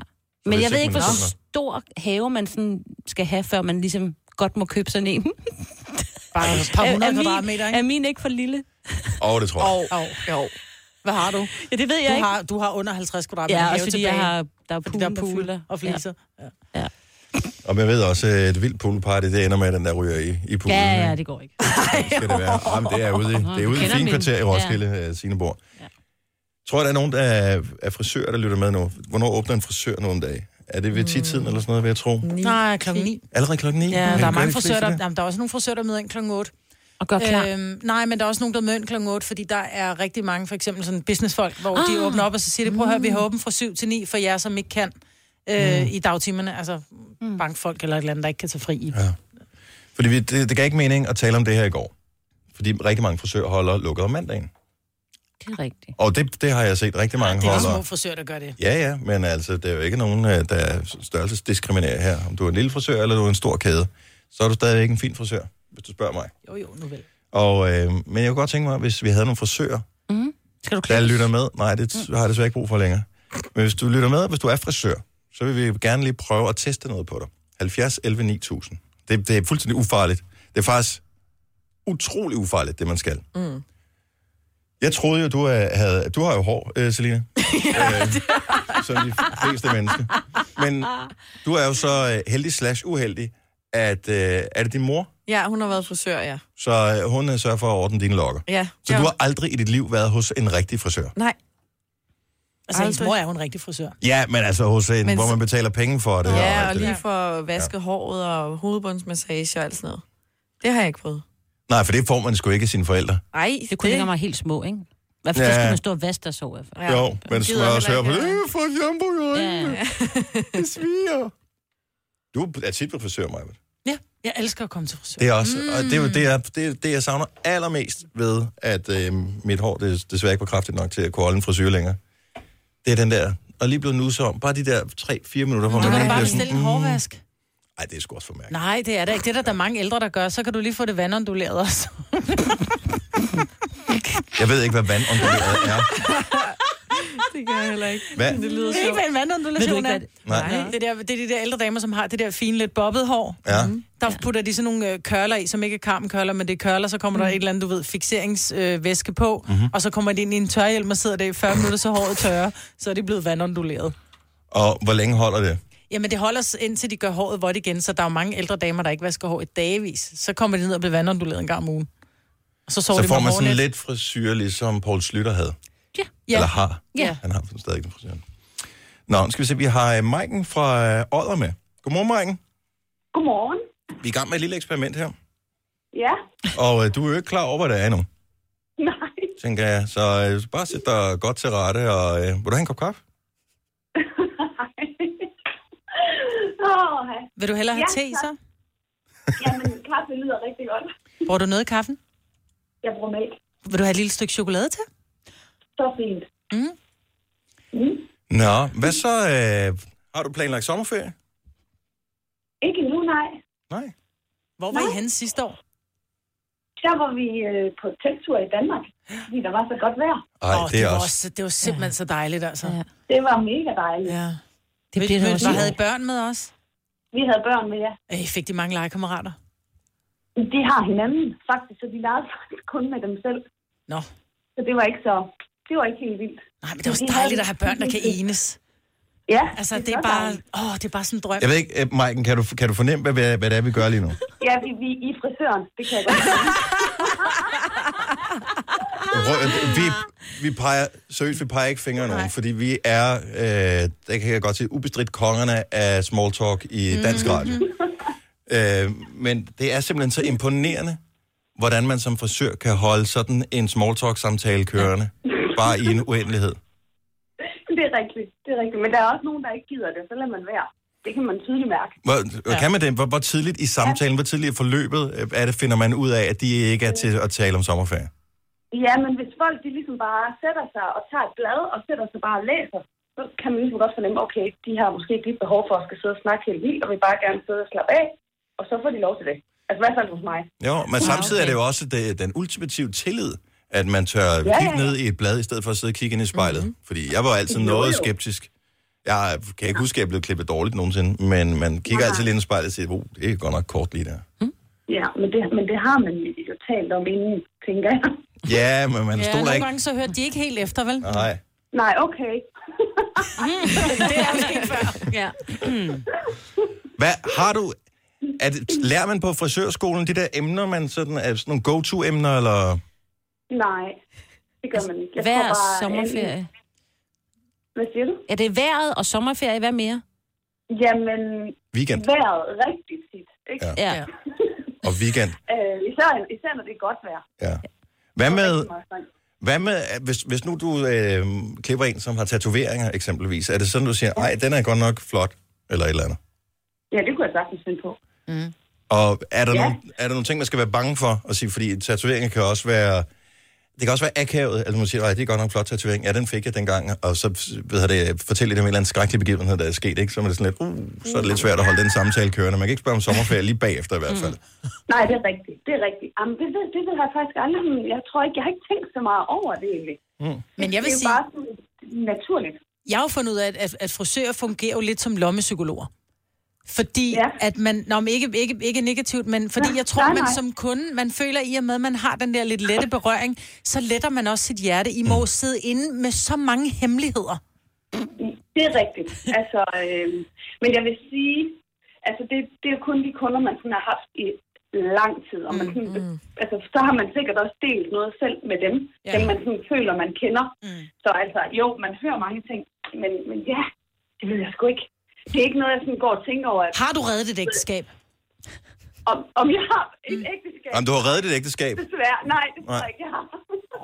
Speaker 2: Men
Speaker 1: hvis
Speaker 2: jeg ved
Speaker 1: ikke
Speaker 2: ikke,
Speaker 1: man
Speaker 2: hvor
Speaker 1: har-
Speaker 2: stor have man sådan skal have, før man ligesom godt må købe sådan en.
Speaker 4: Bare et par
Speaker 2: Er,
Speaker 4: hundrede
Speaker 2: er, min,
Speaker 4: kvadratmeter, ikke?
Speaker 2: er min ikke for lille?
Speaker 1: Åh, oh, det tror jeg.
Speaker 4: Og, og, jo. Hvad har du?
Speaker 2: Ja, det ved jeg
Speaker 4: du
Speaker 2: ikke.
Speaker 4: Har, du har under 50 kvadratmeter
Speaker 2: Ja,
Speaker 4: have
Speaker 2: også fordi jeg
Speaker 4: tilbage.
Speaker 2: har... Der er
Speaker 4: Fordi
Speaker 2: pool,
Speaker 4: der er pool
Speaker 2: fylder.
Speaker 4: og fliser.
Speaker 1: Og jeg ved også, at et vildt poolparty, det ender med, at den der ryger i, i poolen.
Speaker 2: Ja, ja,
Speaker 1: ikke?
Speaker 2: ja, det går ikke.
Speaker 1: Skal det være. Jamen, det er ude i, det er
Speaker 2: Du
Speaker 1: ude i
Speaker 2: kender
Speaker 1: fine
Speaker 2: min-
Speaker 1: kvarter i
Speaker 2: ja.
Speaker 1: Roskilde, ja. Sineborg. Ja. Tror jeg, der er nogen, der er, er frisører, der lytter med nu. Hvornår åbner en frisør nogle dage? Er det ved 10-tiden eller sådan noget, vil jeg tro?
Speaker 4: Nej, klokken 9.
Speaker 1: Allerede klokken 9?
Speaker 4: Ja, der er mange frisører, der, jamen, der er også nogle frisører, der møder ind klokken 8.
Speaker 2: Og gør klar.
Speaker 4: Øhm, nej, men der er også nogen, der møder ind klokken 8, fordi der er rigtig mange, for eksempel sådan businessfolk, hvor ah. de åbner op, og så siger de, prøv at høre, vi har åbent fra 7 til 9 for jer, som ikke kan øh, i dagtimerne. Altså bankfolk eller et eller andet, der ikke kan tage fri i.
Speaker 1: Ja. Fordi vi, det, det gav ikke mening at tale om det her i går. Fordi rigtig mange frisører holder lukket om mandagen.
Speaker 2: Det er rigtigt.
Speaker 1: Og det, det har jeg set rigtig mange
Speaker 4: Ah, Det er også
Speaker 1: holder.
Speaker 4: små frisører, der gør det.
Speaker 1: Ja, ja, men altså, der er jo ikke nogen, øh, der er størrelsesdiskriminerer her. Om du er en lille frisør, eller du er en stor kæde, så er du stadigvæk en fin frisør, hvis du spørger mig.
Speaker 4: Jo, jo, nu vel.
Speaker 1: Og, øh, men jeg kunne godt tænke mig, hvis vi havde nogle frisører,
Speaker 2: Mm. Skal du
Speaker 1: der
Speaker 2: Mm. klippes?
Speaker 1: lytter med. Nej, det har jeg desværre ikke brug for længere. Men hvis du lytter med, hvis du er frisør, så vil vi gerne lige prøve at teste noget på dig. 70 11 9000. Det, det er fuldstændig ufarligt. Det er faktisk utrolig ufarligt, det man skal.
Speaker 5: Mm.
Speaker 1: Jeg troede jo, du, øh, havde, du har jo hår, øh, Selina. ja, som de fleste mennesker. Men
Speaker 4: Ah,
Speaker 1: du er jo så øh, heldig slash uheldig, at øh, er det din mor,
Speaker 5: Ja, hun har været frisør, ja.
Speaker 1: så øh, hun øh, sørger for at ordne dine lokker.
Speaker 5: Ja.
Speaker 1: Så
Speaker 5: ja.
Speaker 1: du har aldrig i dit liv været hos en rigtig frisør?
Speaker 5: Nej.
Speaker 4: Altså, hendes
Speaker 5: Aldrig.
Speaker 4: mor er hun en rigtig frisør.
Speaker 1: Ja, men altså hos en, men...
Speaker 5: Men
Speaker 1: hvor
Speaker 5: så-
Speaker 1: man betaler penge for det. og
Speaker 5: Ja,
Speaker 1: alt
Speaker 5: og
Speaker 1: det
Speaker 5: lige
Speaker 1: der.
Speaker 5: for at vaske ja. håret og hovedbundsmassage og alt sådan noget. Det har jeg ikke prøvet.
Speaker 1: Nej, for det får man sgu ikke af sine forældre.
Speaker 5: Ej,
Speaker 2: Det kunne ligge mig helt små, ikke? Hvad for
Speaker 1: Ja.
Speaker 2: ja. skal man stå og vaske dig så i hvert fald?
Speaker 1: Ja. Jo, men så
Speaker 5: gider
Speaker 1: også høre på
Speaker 5: heller
Speaker 1: det.
Speaker 5: ikke,
Speaker 1: Øh, for et jumbo i øjnene.
Speaker 2: Ja.
Speaker 1: Det sviger. Du er tit ved frisør, Maja.
Speaker 4: Ja, jeg elsker at komme til frisør.
Speaker 1: Det er også, mm. og det er jo det, jeg, det, det, jeg savner allermest ved, at øh, mit hår det, desværre ikke var kraftigt nok til at kunne holde en frisyr længere. Det er den der, og lige blevet nusset om, bare de der 3-4 minutter, hvor
Speaker 4: Du
Speaker 1: man
Speaker 4: kan da
Speaker 1: lige
Speaker 4: bare
Speaker 1: bliver sådan, mm.
Speaker 4: bestille en hårvask.
Speaker 1: Ej, det er sgu også for mærkeligt.
Speaker 4: Mm. Nej, det er der ikke. Det er der, der er mange ældre, der gør. Så kan du lige få det vandonduleret også.
Speaker 1: Jeg ved ikke, hvad vandonduleret er.
Speaker 4: det gør jeg heller ikke.
Speaker 1: Hvad?
Speaker 4: Det lyder sjovt. Ikke, hvad
Speaker 1: Ved
Speaker 4: en
Speaker 1: du
Speaker 4: vandundulation
Speaker 1: ikke,
Speaker 4: er?
Speaker 1: hvad det- Nej. Nej.
Speaker 4: Det, der, det er de der ældre damer, som har det der fine, lidt bobbet hår.
Speaker 1: Ja.
Speaker 5: Mhm.
Speaker 4: Der putter de sådan nogle øh, curler i, som ikke er karmenkørler, men det er curler, så kommer der et eller andet, du ved, fixeringsvæske øh, væske på,
Speaker 1: Mm. Mhm.
Speaker 4: mm-hmm. og så kommer det ind i en tørhjelm og sidder der i 40 minutter, så håret tørrer, så er det blevet vandonduleret.
Speaker 1: Og hvor længe holder det?
Speaker 4: Jamen, det holder sig, indtil de gør håret vådt igen, så der er jo mange ældre damer, der ikke vasker hår i dagevis. Så kommer de ned og bliver vandonduleret en gang om ugen. Og så sover
Speaker 1: Så
Speaker 4: de
Speaker 1: får
Speaker 4: med
Speaker 1: man sådan
Speaker 4: hårnet.
Speaker 1: lidt frisyr, ligesom Paul Slytter havde.
Speaker 4: Ja.
Speaker 1: Eller har.
Speaker 4: Ja.
Speaker 1: Han har stadig ikke en frisyr. Nå, nu skal vi se, vi har øh, Maiken fra øh, Odder med. Godmorgen, Maiken.
Speaker 16: Godmorgen.
Speaker 1: Vi er i gang med et lille eksperiment her.
Speaker 16: Ja.
Speaker 1: Og øh, du er jo ikke klar over, hvad det er endnu,
Speaker 16: Nej.
Speaker 1: tænker jeg. Så øh, bare sæt dig godt til rette, og øh, vil du have en kop kaffe?
Speaker 16: Oh,
Speaker 4: Vil du hellere have te, så?
Speaker 16: Jamen, kaffe lyder rigtig godt.
Speaker 4: Bruger du noget i kaffen?
Speaker 16: Jeg bruger mælk.
Speaker 4: Vil du have et lille stykke chokolade til?
Speaker 16: Så fint.
Speaker 4: Mm.
Speaker 1: Nå, hvad så? Øh, har du planlagt sommerferie?
Speaker 16: Ikke nu, nej.
Speaker 1: Nej.
Speaker 4: Hvor var I henne sidste år?
Speaker 16: Der var vi øh, på telttur i Danmark, fordi der var så godt vejr.
Speaker 1: Ej,
Speaker 4: Åh,
Speaker 1: det er
Speaker 4: var
Speaker 1: også...
Speaker 4: også... Det var simpelthen så dejligt, altså. Ja.
Speaker 16: Det var mega dejligt.
Speaker 4: Ja.
Speaker 16: Det bliver det også i år.
Speaker 4: havde I børn med os?
Speaker 16: Vi havde børn med, ja.
Speaker 4: Øh, fik de mange legekammerater?
Speaker 16: De har hinanden, faktisk, så de legede faktisk kun med dem selv.
Speaker 4: Nå.
Speaker 16: Så det var ikke så... Det var ikke helt vildt.
Speaker 4: Nej, men det er også dejligt at have børn, der kan enes.
Speaker 16: Ja.
Speaker 4: Altså, det
Speaker 16: så
Speaker 4: er bare...
Speaker 16: dejligt.
Speaker 4: Åh, det er bare sådan en drøm.
Speaker 1: Jeg ved ikke, øh, Maiken, kan du, kan du fornemme, hvad, hvad, hvad det er, vi gør lige nu?
Speaker 16: Ja, vi, vi er i frisøren. Det kan jeg godt sige.
Speaker 1: Rø- vi, vi peger, seriøst, vi peger ikke fingre nogen, fordi vi er, øh, det kan jeg godt sige, ubestridt kongerne af small talk i dansk radio. Øh, men det er simpelthen så imponerende, hvordan man som frisør kan holde sådan en small talk samtale kørende, bare i en uendelighed.
Speaker 16: Det er rigtigt. Det er rigtigt. Men der er også nogen, der ikke gider det. Så lader man være. Det kan man tydeligt mærke.
Speaker 1: Hvor, ja. kan man det? Hvor, hvor tidligt i samtalen, hvor tidligt i forløbet øh, er det, finder man ud af, at de ikke er til at tale om sommerferie?
Speaker 16: Ja, men hvis folk de ligesom bare sætter sig og tager et blad og sætter sig bare og læser, så kan man ligesom godt fornemme, okay, de har måske ikke lige behov for at skal sidde og snakke helt vildt, og vil bare gerne sidde og slappe af, og så får de lov til det. Altså i hvert fald hos mig.
Speaker 1: Jo, men samtidig er det jo også det, den ultimative tillid, at man tør ja,
Speaker 16: ja,
Speaker 1: kigge
Speaker 16: ja.
Speaker 1: ned i et blad, i stedet for at sidde og kigge ind i spejlet. Mm-hmm. Fordi jeg var altid
Speaker 16: Jo,
Speaker 1: noget
Speaker 16: jo.
Speaker 1: skeptisk. Jeg kan ikke huske, at jeg blev klippet dårligt nogensinde, men man kigger altid lidt ind i spejlet og siger, oh, det er godt nok kort lige der.
Speaker 16: Ja, men det, men det har man jo talt om inden, tænker jeg.
Speaker 1: Ja, men man
Speaker 4: ja,
Speaker 1: stoler
Speaker 4: nogle
Speaker 1: ikke.
Speaker 4: gange så hørte de ikke helt efter, vel? Mm,
Speaker 1: Nej.
Speaker 16: Nej, okay.
Speaker 4: det er måske før.
Speaker 3: Ja.
Speaker 1: Hvad har du... Er det, lærer man på frisørskolen de der emner, man sådan, er sådan nogle go-to-emner, eller...
Speaker 16: Nej, det gør man ikke. Jeg
Speaker 2: Hver
Speaker 16: tror bare,
Speaker 2: sommerferie.
Speaker 16: Hvad siger du?
Speaker 2: Er det vejret og sommerferie? Hvad mere?
Speaker 16: Jamen,
Speaker 1: Weekend.
Speaker 16: vejret rigtig tit. Ikke?
Speaker 1: Ja.
Speaker 2: Ja.
Speaker 1: Og weekend.
Speaker 16: Øh, især, især når det er godt vejr.
Speaker 1: Hvad med,
Speaker 16: Meget sådan.
Speaker 1: hvad med hvis, hvis nu du øh, klipper en, som har tatoveringer eksempelvis, er det sådan, du siger, nej, den er godt nok flot, eller et eller andet?
Speaker 16: Ja, det kunne jeg sagtens finde på. Mm.
Speaker 1: Og er der, ja.
Speaker 16: Ja.
Speaker 1: nogle, er der nogle ting, man skal være bange for at sige? Fordi tatoveringer kan også være... Det kan også være akavet, altså man siger, nej, det er godt nok en flot tatovering. Ja, den fik jeg dengang, og så ved jeg det, fortæller det om en eller anden skrækkelig begivenhed, der er sket, ikke? Så er det sådan lidt, uh, så er det lidt svært at holde den samtale kørende. Man kan ikke spørge om sommerferie lige bagefter i hvert fald.
Speaker 16: Nej, det er rigtigt. Det er rigtigt. Jamen, det, ved, det ved jeg faktisk aldrig. men Jeg tror ikke, jeg har ikke tænkt så meget over det egentlig.
Speaker 1: Mm.
Speaker 4: Men jeg vil
Speaker 16: det er jo
Speaker 4: sige-
Speaker 16: bare sådan naturligt.
Speaker 4: Jeg har jo fundet ud af, at, at, at frisører fungerer jo lidt som lommepsykologer. Fordi ja. at man, nå, men ikke, ikke, ikke negativt, men fordi
Speaker 16: Nej,
Speaker 4: jeg tror,
Speaker 16: nej,
Speaker 4: man
Speaker 16: nej.
Speaker 4: som kunde, man føler i og med, at man har den der lidt lette berøring, så letter man også sit hjerte. I
Speaker 1: Mm.
Speaker 4: må sidde inde med så mange hemmeligheder.
Speaker 16: Det er rigtigt. Altså, øh, men jeg vil sige, altså det, det er jo kun de kunder, man sådan har haft i lang tid. Og man sådan, mm. altså, så har man sikkert også delt noget selv med dem, ja. dem man sådan føler, man kender. Mm. Så altså, jo, man hører mange ting, men, men ja, det ved jeg sgu ikke. Det er ikke noget, jeg sådan går og tænker over. At,
Speaker 4: Har du reddet et ægteskab? Mm.
Speaker 16: Om, om jeg har et ægteskab?
Speaker 1: Jamen, du har reddet et ægteskab.
Speaker 16: Desværre. Nej, det tror
Speaker 1: Nej.
Speaker 16: jeg ikke, jeg har.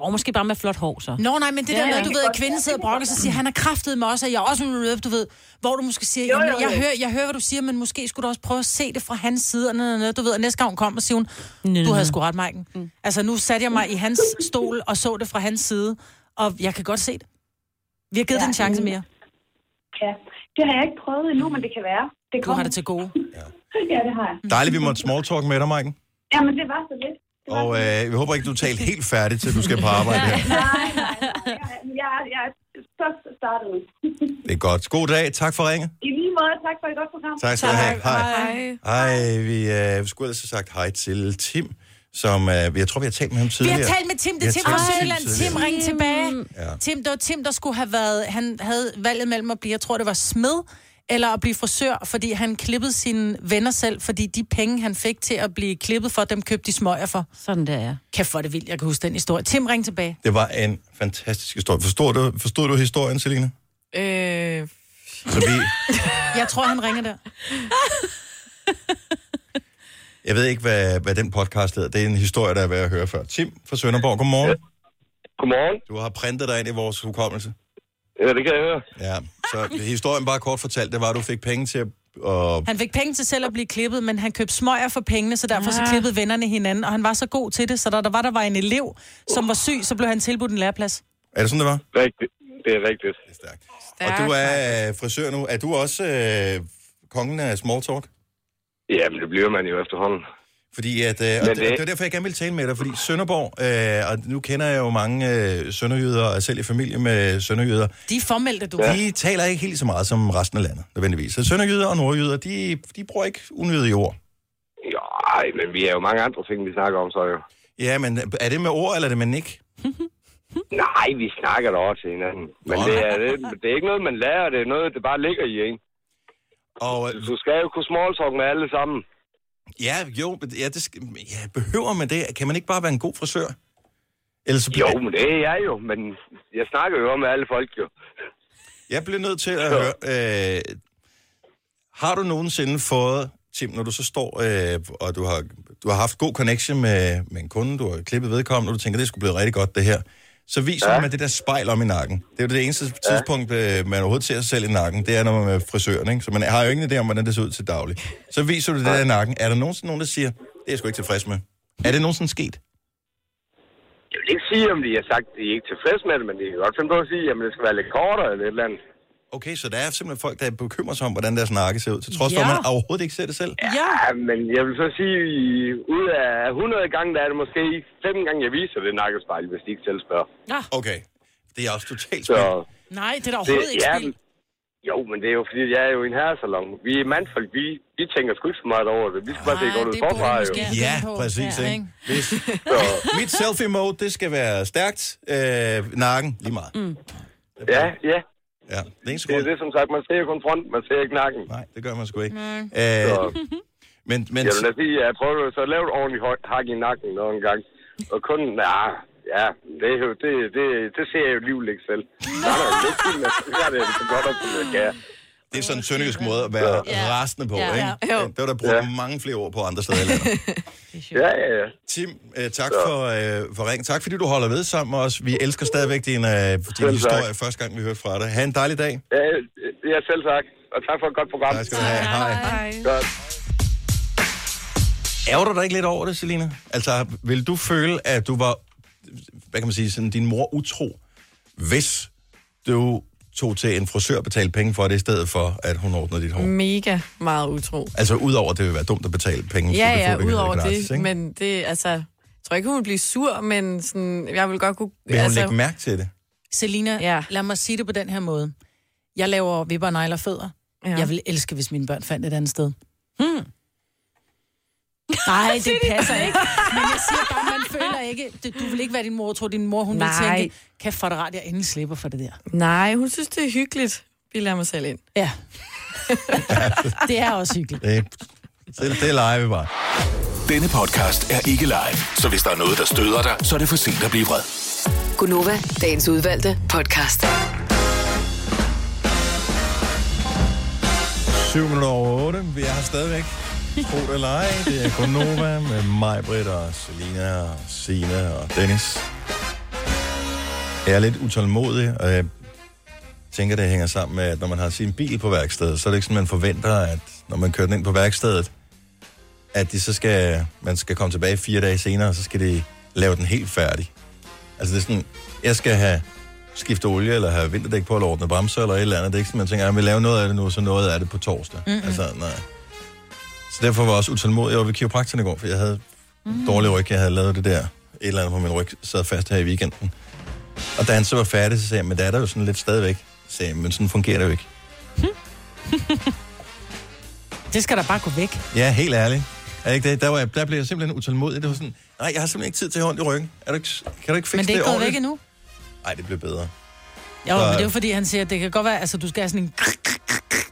Speaker 2: Og måske bare med flot hår, så.
Speaker 4: Nå nej, men det
Speaker 2: Ja,
Speaker 4: ja, der med,
Speaker 2: ja.
Speaker 4: at du
Speaker 2: Det
Speaker 4: ved,
Speaker 2: kan
Speaker 4: at kvinden sidder og brokker sig og siger, han har kraftet mig også, og jeg er også en du ved, hvor du måske siger,
Speaker 2: Jo,
Speaker 4: jamen,
Speaker 2: jo, jo.
Speaker 4: jeg, hører, jeg hører, hvad du siger, men måske skulle du også prøve at se det fra hans side, og, noget, noget, du ved, og næste gang hun kommer, siger hun, du havde sgu ret, Maiken. Mm. Altså, nu satte jeg mig i hans stol og så det fra hans side, og jeg kan godt se det. Vi har givet
Speaker 16: Ja,
Speaker 4: ja, den en chance
Speaker 16: mm.
Speaker 4: mere.
Speaker 16: Ja, det har jeg ikke prøvet endnu, men det kan være. det
Speaker 4: Mm. Du har det til gode.
Speaker 16: Ja, det har jeg.
Speaker 1: Dejligt, vi måtte smalltalk med dig, Maiken.
Speaker 16: Jamen, det var så lidt.
Speaker 1: Og øh, vi håber ikke, du er talt helt færdig, til du skal på arbejde her.
Speaker 16: Nej, nej, nej. Jeg, jeg, jeg er først startet.
Speaker 1: Det er godt. God dag. Tak for ringet.
Speaker 16: I lige måde, tak for et godt program.
Speaker 1: Tak skal du have. Hej. Hej, vi, øh, vi skulle ellers have sagt hej til Tim, som øh, jeg tror, vi har talt med ham
Speaker 4: Vi
Speaker 1: tidligere.
Speaker 4: har talt med Tim, det
Speaker 1: Vi
Speaker 4: er
Speaker 1: har
Speaker 4: Tim
Speaker 1: talt med
Speaker 4: fra Sønderland. Tim,
Speaker 1: tidligere.
Speaker 4: ring tilbage.
Speaker 1: Ja.
Speaker 4: Tim, det var Tim, der skulle have været... Han havde valget mellem at blive, jeg tror, det var smed, eller at blive frisør, fordi han klippede sine venner selv, fordi de penge, han fik til at blive klippet for, dem købte de smøger for.
Speaker 3: Sådan der, ja.
Speaker 4: Kæft, hvor er det vildt, jeg kan huske den historie. Tim, ring tilbage.
Speaker 1: Det var en fantastisk historie. Forstod du, forstod du historien, Selina?
Speaker 4: Øh...
Speaker 1: Så vi,
Speaker 4: Jeg tror, han ringer der.
Speaker 1: jeg ved ikke, hvad, hvad den podcast hedder. Det er en historie, der er værd at høre før. Tim fra Sønderborg, godmorgen. Ja.
Speaker 17: Godmorgen.
Speaker 1: Du har printet dig ind i vores hukommelse.
Speaker 17: Ja, det kan jeg høre.
Speaker 1: Ja, så historien bare kort fortalt, det var, at du fik penge til at... Og,
Speaker 4: Han fik penge til selv at blive klippet, men han købte smøger for pengene, så derfor
Speaker 3: Ah.
Speaker 4: så klippede vennerne hinanden, og han var så god til det, så da der var, der var en elev, som var syg, så blev han tilbudt en læreplads.
Speaker 1: er det sådan, det var?
Speaker 17: Rigtigt. Det er rigtigt.
Speaker 1: Det er stærkt. Og du er øh, frisør nu. Er du også øh, kongen af small talk?
Speaker 17: Jamen, det bliver man jo efterhånden.
Speaker 1: Fordi at, øh, og
Speaker 17: Men
Speaker 1: det,
Speaker 17: det-
Speaker 1: det var derfor, jeg gerne ville tale med dig, fordi Sønderborg, øh, og nu kender jeg jo mange øh, sønderjyder, og er selv i familie med sønderjyder.
Speaker 4: De er formelt, at du.
Speaker 1: De taler ikke helt så meget som resten af landet, nødvendigvis. Så sønderjyder og nordjyder, de, de bruger ikke unødige ord.
Speaker 17: Jo, ej, men vi er jo mange andre ting, vi snakker om, så jo.
Speaker 1: Ja, men er det med ord, eller er det med nik?
Speaker 17: Nej, vi snakker da også til hinanden. Men det er, det, det er ikke noget, man lærer. Det er noget, det bare ligger i en.
Speaker 1: Og, øh,
Speaker 17: du skal jo kunne smalltalk med alle sammen.
Speaker 1: Ja, jo, men ja, det, sk- ja, behøver man det? Kan man ikke bare være en god frisør? Ellers, så
Speaker 17: Jo,
Speaker 1: bliver-
Speaker 17: men det er jeg jo. Men jeg snakker jo med alle folk, jo.
Speaker 1: Jeg bliver nødt til at høre, øh, har du nogensinde fået, Tim, når du så står, øh, og du har, du har haft god connection med, med en kunde, du har klippet vedkommende, og du tænker, det skulle blive rigtig godt, det her, så viser ja.
Speaker 17: Ja.
Speaker 1: man det der spejl om i nakken. Det er jo det eneste ja. tidspunkt, øh, man overhovedet ser sig selv i nakken, det er, når man er frisøren, ikke? Så man har jo ingen idé om, hvordan det ser ud til daglig. Så viser du det der i nakken. Er der nogensinde nogen, der siger, det er jeg sgu ikke tilfreds med? Er det nogensinde sket?
Speaker 17: Jeg vil ikke sige, om de har sagt, at de er ikke tilfredse med det, men de kan godt finde på at sige, at det skal være lidt kortere eller et eller andet.
Speaker 1: Okay, så der er simpelthen folk, der bekymrer sig om, hvordan deres nakke ser ud, til trods for,
Speaker 17: Ja.
Speaker 1: at man overhovedet ikke ser det selv.
Speaker 17: Ja. men jeg vil så sige, i- ud af 100 gange, der er det måske 5 gange, jeg viser det nakkespejl, hvis de ikke selv spørger.
Speaker 1: Okay, det er også totalt
Speaker 17: Så,
Speaker 4: Nej, det er da overhovedet ikke
Speaker 17: ja,
Speaker 4: spild.
Speaker 17: men- jo, men det er jo fordi, jeg er jo i en herresalon. Vi er mandfolk, vi, vi tænker sgu ikke så meget over det. Vi skal bare se godt ud forfra, jo.
Speaker 1: Ja, præcis. Ikke? Hvis, mit selfie-mode, det skal være stærkt. Øh, nakken, lige meget. Mm.
Speaker 17: Ja, ja.
Speaker 1: Ja, det er,
Speaker 17: det, er det, som sagt, man ser jo kun front, man ser ikke nakken.
Speaker 1: Nej, det gør man sgu ikke.
Speaker 17: Mm.
Speaker 1: Øh,
Speaker 17: Så,
Speaker 1: men, men,
Speaker 17: jeg vil da sige, jeg prøver så at lave et ordentligt højt hak i nakken nogle gange. Og kun, ja, ja, det, er jo- det, det, det ser jeg jo livet ikke selv. Nej, nej, det er fint, men så gør det, det er godt, at det er.
Speaker 1: det er sådan en sønderjysk måde at være ja. rastende på.
Speaker 17: Ja.
Speaker 1: Ja. Ikke?
Speaker 17: Jo.
Speaker 1: Det var der brugt ja. mange flere ord på andre steder. i landet.
Speaker 17: Ja, ja, ja.
Speaker 1: Tim, øh, tak for, øh, for ring. Tak fordi du holder ved sammen med os. Vi elsker stadigvæk din, øh, din
Speaker 17: tak.
Speaker 1: historie, første gang vi hørte fra dig. Ha' en dejlig dag.
Speaker 17: Ja, ja, selv tak. Og tak for et godt program. Tak
Speaker 1: skal du have. Hej.
Speaker 17: Hej. Godt.
Speaker 1: Ærger du dig ikke lidt over det, Selina? Altså, vil du føle, at du var, hvad kan man sige, sådan din mor utro, hvis du tog til en frisør og betalte penge for det, i stedet for, at hun ordnede dit hår? Mm.
Speaker 5: Mega meget utro.
Speaker 1: Altså, udover at det vil være dumt at betale penge.
Speaker 5: Ja,
Speaker 1: for
Speaker 5: ja,
Speaker 1: kan
Speaker 5: udover
Speaker 1: være
Speaker 5: det,
Speaker 1: gratis, ikke?
Speaker 5: men det, altså, jeg tror ikke, hun vil blive sur, men sådan, jeg vil godt kunne...
Speaker 1: Vil hun
Speaker 5: altså,
Speaker 1: lægge mærke til det?
Speaker 4: Selina, ja. lad mig sige det på den her måde. Jeg laver vipper, negler og fødder. Ja. Jeg vil elske, hvis mine børn fandt et andet sted. Hmm. Nej, det passer ikke. Men jeg siger bare, man føler ikke... Du, du vil ikke være din mor, tror din mor, hun Nej. vil
Speaker 5: Nej.
Speaker 4: tænke, kan for det rart, jeg endelig slipper for det der.
Speaker 5: Nej, hun synes, det er hyggeligt. Vi lader mig selv ind.
Speaker 4: Ja. Det er også hyggeligt.
Speaker 1: Det, det, det leger vi bare.
Speaker 9: Denne podcast er ikke live, så hvis der er noget, der støder dig, så er det for sent at blive vred.
Speaker 8: Gunova, dagens udvalgte podcast.
Speaker 1: 7 minutter over 8. Vi er her stadigvæk. Tro det eller ej. Det er Konoma med mig, Britt og Selina og Sina og Dennis. Jeg er lidt utålmodig, og jeg tænker, det hænger sammen med, at når man har sin bil på værkstedet, så er det ikke sådan, man forventer, at når man kører den ind på værkstedet, at de så skal, man skal komme tilbage fire dage senere, og så skal de lave den helt færdig. Altså det er sådan, jeg skal have skifte olie, eller have vinterdæk på, eller ordne bremser, eller et eller andet. Det er ikke sådan, man tænker, at vi laver noget af det nu, så noget af det på torsdag.
Speaker 15: Mhm.
Speaker 1: Mm-hmm. Altså, nej. Så derfor var jeg også utålmodig. Jeg var ved kiropraktoren i går, for jeg havde mm. dårlig ryg. Jeg havde lavet det der et eller andet på min ryg, sad fast her i weekenden. Og da han så var færdig, så sagde jeg, men der er der jo sådan lidt stadigvæk. Så sagde jeg, men sådan fungerer det jo ikke.
Speaker 4: Det skal da bare gå væk.
Speaker 1: Ja, helt ærligt. Er det ikke det? Der, var jeg, der blev jeg simpelthen utålmodig. Det var sådan, nej, jeg har simpelthen ikke tid til at have ondt i ryggen. Er du ikke, kan du ikke fikse
Speaker 4: Men det er ikke gået væk
Speaker 1: ordentligt?
Speaker 4: endnu.
Speaker 1: Nej, det blev bedre.
Speaker 4: Jo,
Speaker 1: Så-
Speaker 4: men det er jo fordi, han siger, at det kan godt være, altså du skal have sådan en...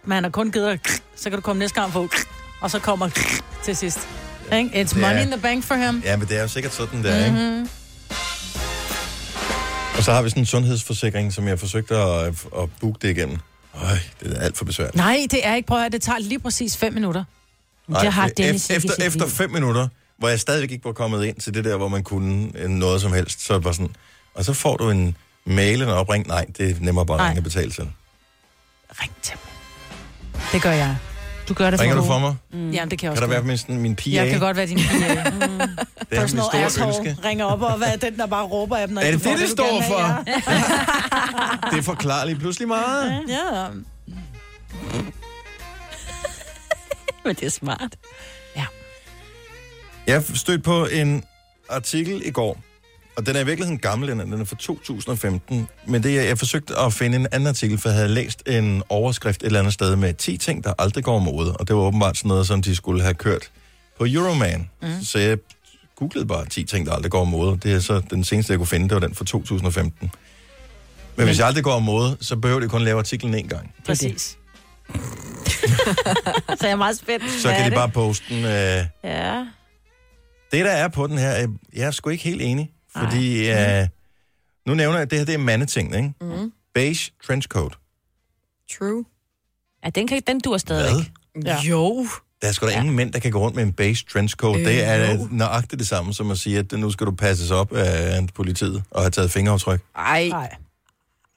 Speaker 4: Men han har kun givet dig... Så kan du komme næste gang på... Og så kommer til sidst. Ikke? It's
Speaker 1: Ja.
Speaker 4: money in the bank for him.
Speaker 1: Ja, men det er jo sikkert sådan, det er,
Speaker 4: Mhm.
Speaker 1: mm-hmm. ikke? Og så har vi sådan en sundhedsforsikring, som jeg forsøgte at, at booke det igennem. Øj, det er alt for besværligt.
Speaker 4: Nej, det er ikke... Prøv at høre, det tager lige præcis 5 minutter. Nej, det har
Speaker 1: e-
Speaker 4: Dennis ikke i
Speaker 1: efter,
Speaker 4: sit
Speaker 1: efter
Speaker 4: liv.
Speaker 1: fem minutter, hvor jeg stadigvæk ikke var kommet ind til det der, hvor man kunne øh, noget som helst, så var sådan, og så får du en mail eller en opring. Nej, det er nemmere bare at
Speaker 4: Nej.
Speaker 1: ringe og betale selv.
Speaker 4: Det gør jeg. Du gør det
Speaker 1: Ringer du
Speaker 4: mig.
Speaker 1: for mig?
Speaker 4: Mm. Jamen, det kan jeg
Speaker 1: Kan
Speaker 4: også
Speaker 1: der være
Speaker 4: godt.
Speaker 1: mindst min pige?
Speaker 4: Jeg
Speaker 1: ikke?
Speaker 4: kan godt være din pige. Det
Speaker 1: Det er mit store ønske.
Speaker 4: ringer op og hvad er den, der bare råber af dem, når
Speaker 1: Er
Speaker 4: ikke
Speaker 1: det
Speaker 4: du får
Speaker 1: det, det
Speaker 4: du
Speaker 1: står
Speaker 4: gerne vil
Speaker 1: for?
Speaker 4: have, ja?
Speaker 1: Det forklarer lige pludselig meget.
Speaker 4: Ja. Men det er smart.
Speaker 1: Jeg stødte på en artikel i går, og den er i virkeligheden gammel, den er, den er fra 2015, men det er, jeg forsøgte at finde en anden artikel, for jeg havde læst en overskrift et eller andet sted med 10 ting, der aldrig går mode, og det var åbenbart sådan noget, som de skulle have kørt på Euroman. Mm. Så jeg googlede bare 10 ting, der aldrig går mode. Det er så den seneste, jeg kunne finde, det var den fra 2015. Men hvis jeg aldrig går mode, så behøver det kun lave artiklen en gang.
Speaker 3: Præcis. så jeg er meget spændt.
Speaker 1: Så
Speaker 3: Hvad er
Speaker 1: kan de
Speaker 3: det?
Speaker 1: bare poste den... Øh,
Speaker 3: Ja.
Speaker 1: Det, der er på den her, øh, jeg er sgu ikke helt enig. Fordi øh, nu nævner jeg, at det her det er mandeting, ikke?
Speaker 3: Mm.
Speaker 1: Beige trenchcoat.
Speaker 3: True. Ja, den, kan, den dur
Speaker 1: Hvad?
Speaker 3: stadigvæk. Ja. Jo.
Speaker 1: Der er sgu da ingen mænd, der kan gå rundt med en beige trenchcoat. Øh,
Speaker 3: Øh,
Speaker 1: det er
Speaker 3: jo.
Speaker 1: nøjagtigt det samme som at sige, at nu skal du passes op af politiet og have taget fingeraftryk.
Speaker 5: Ej.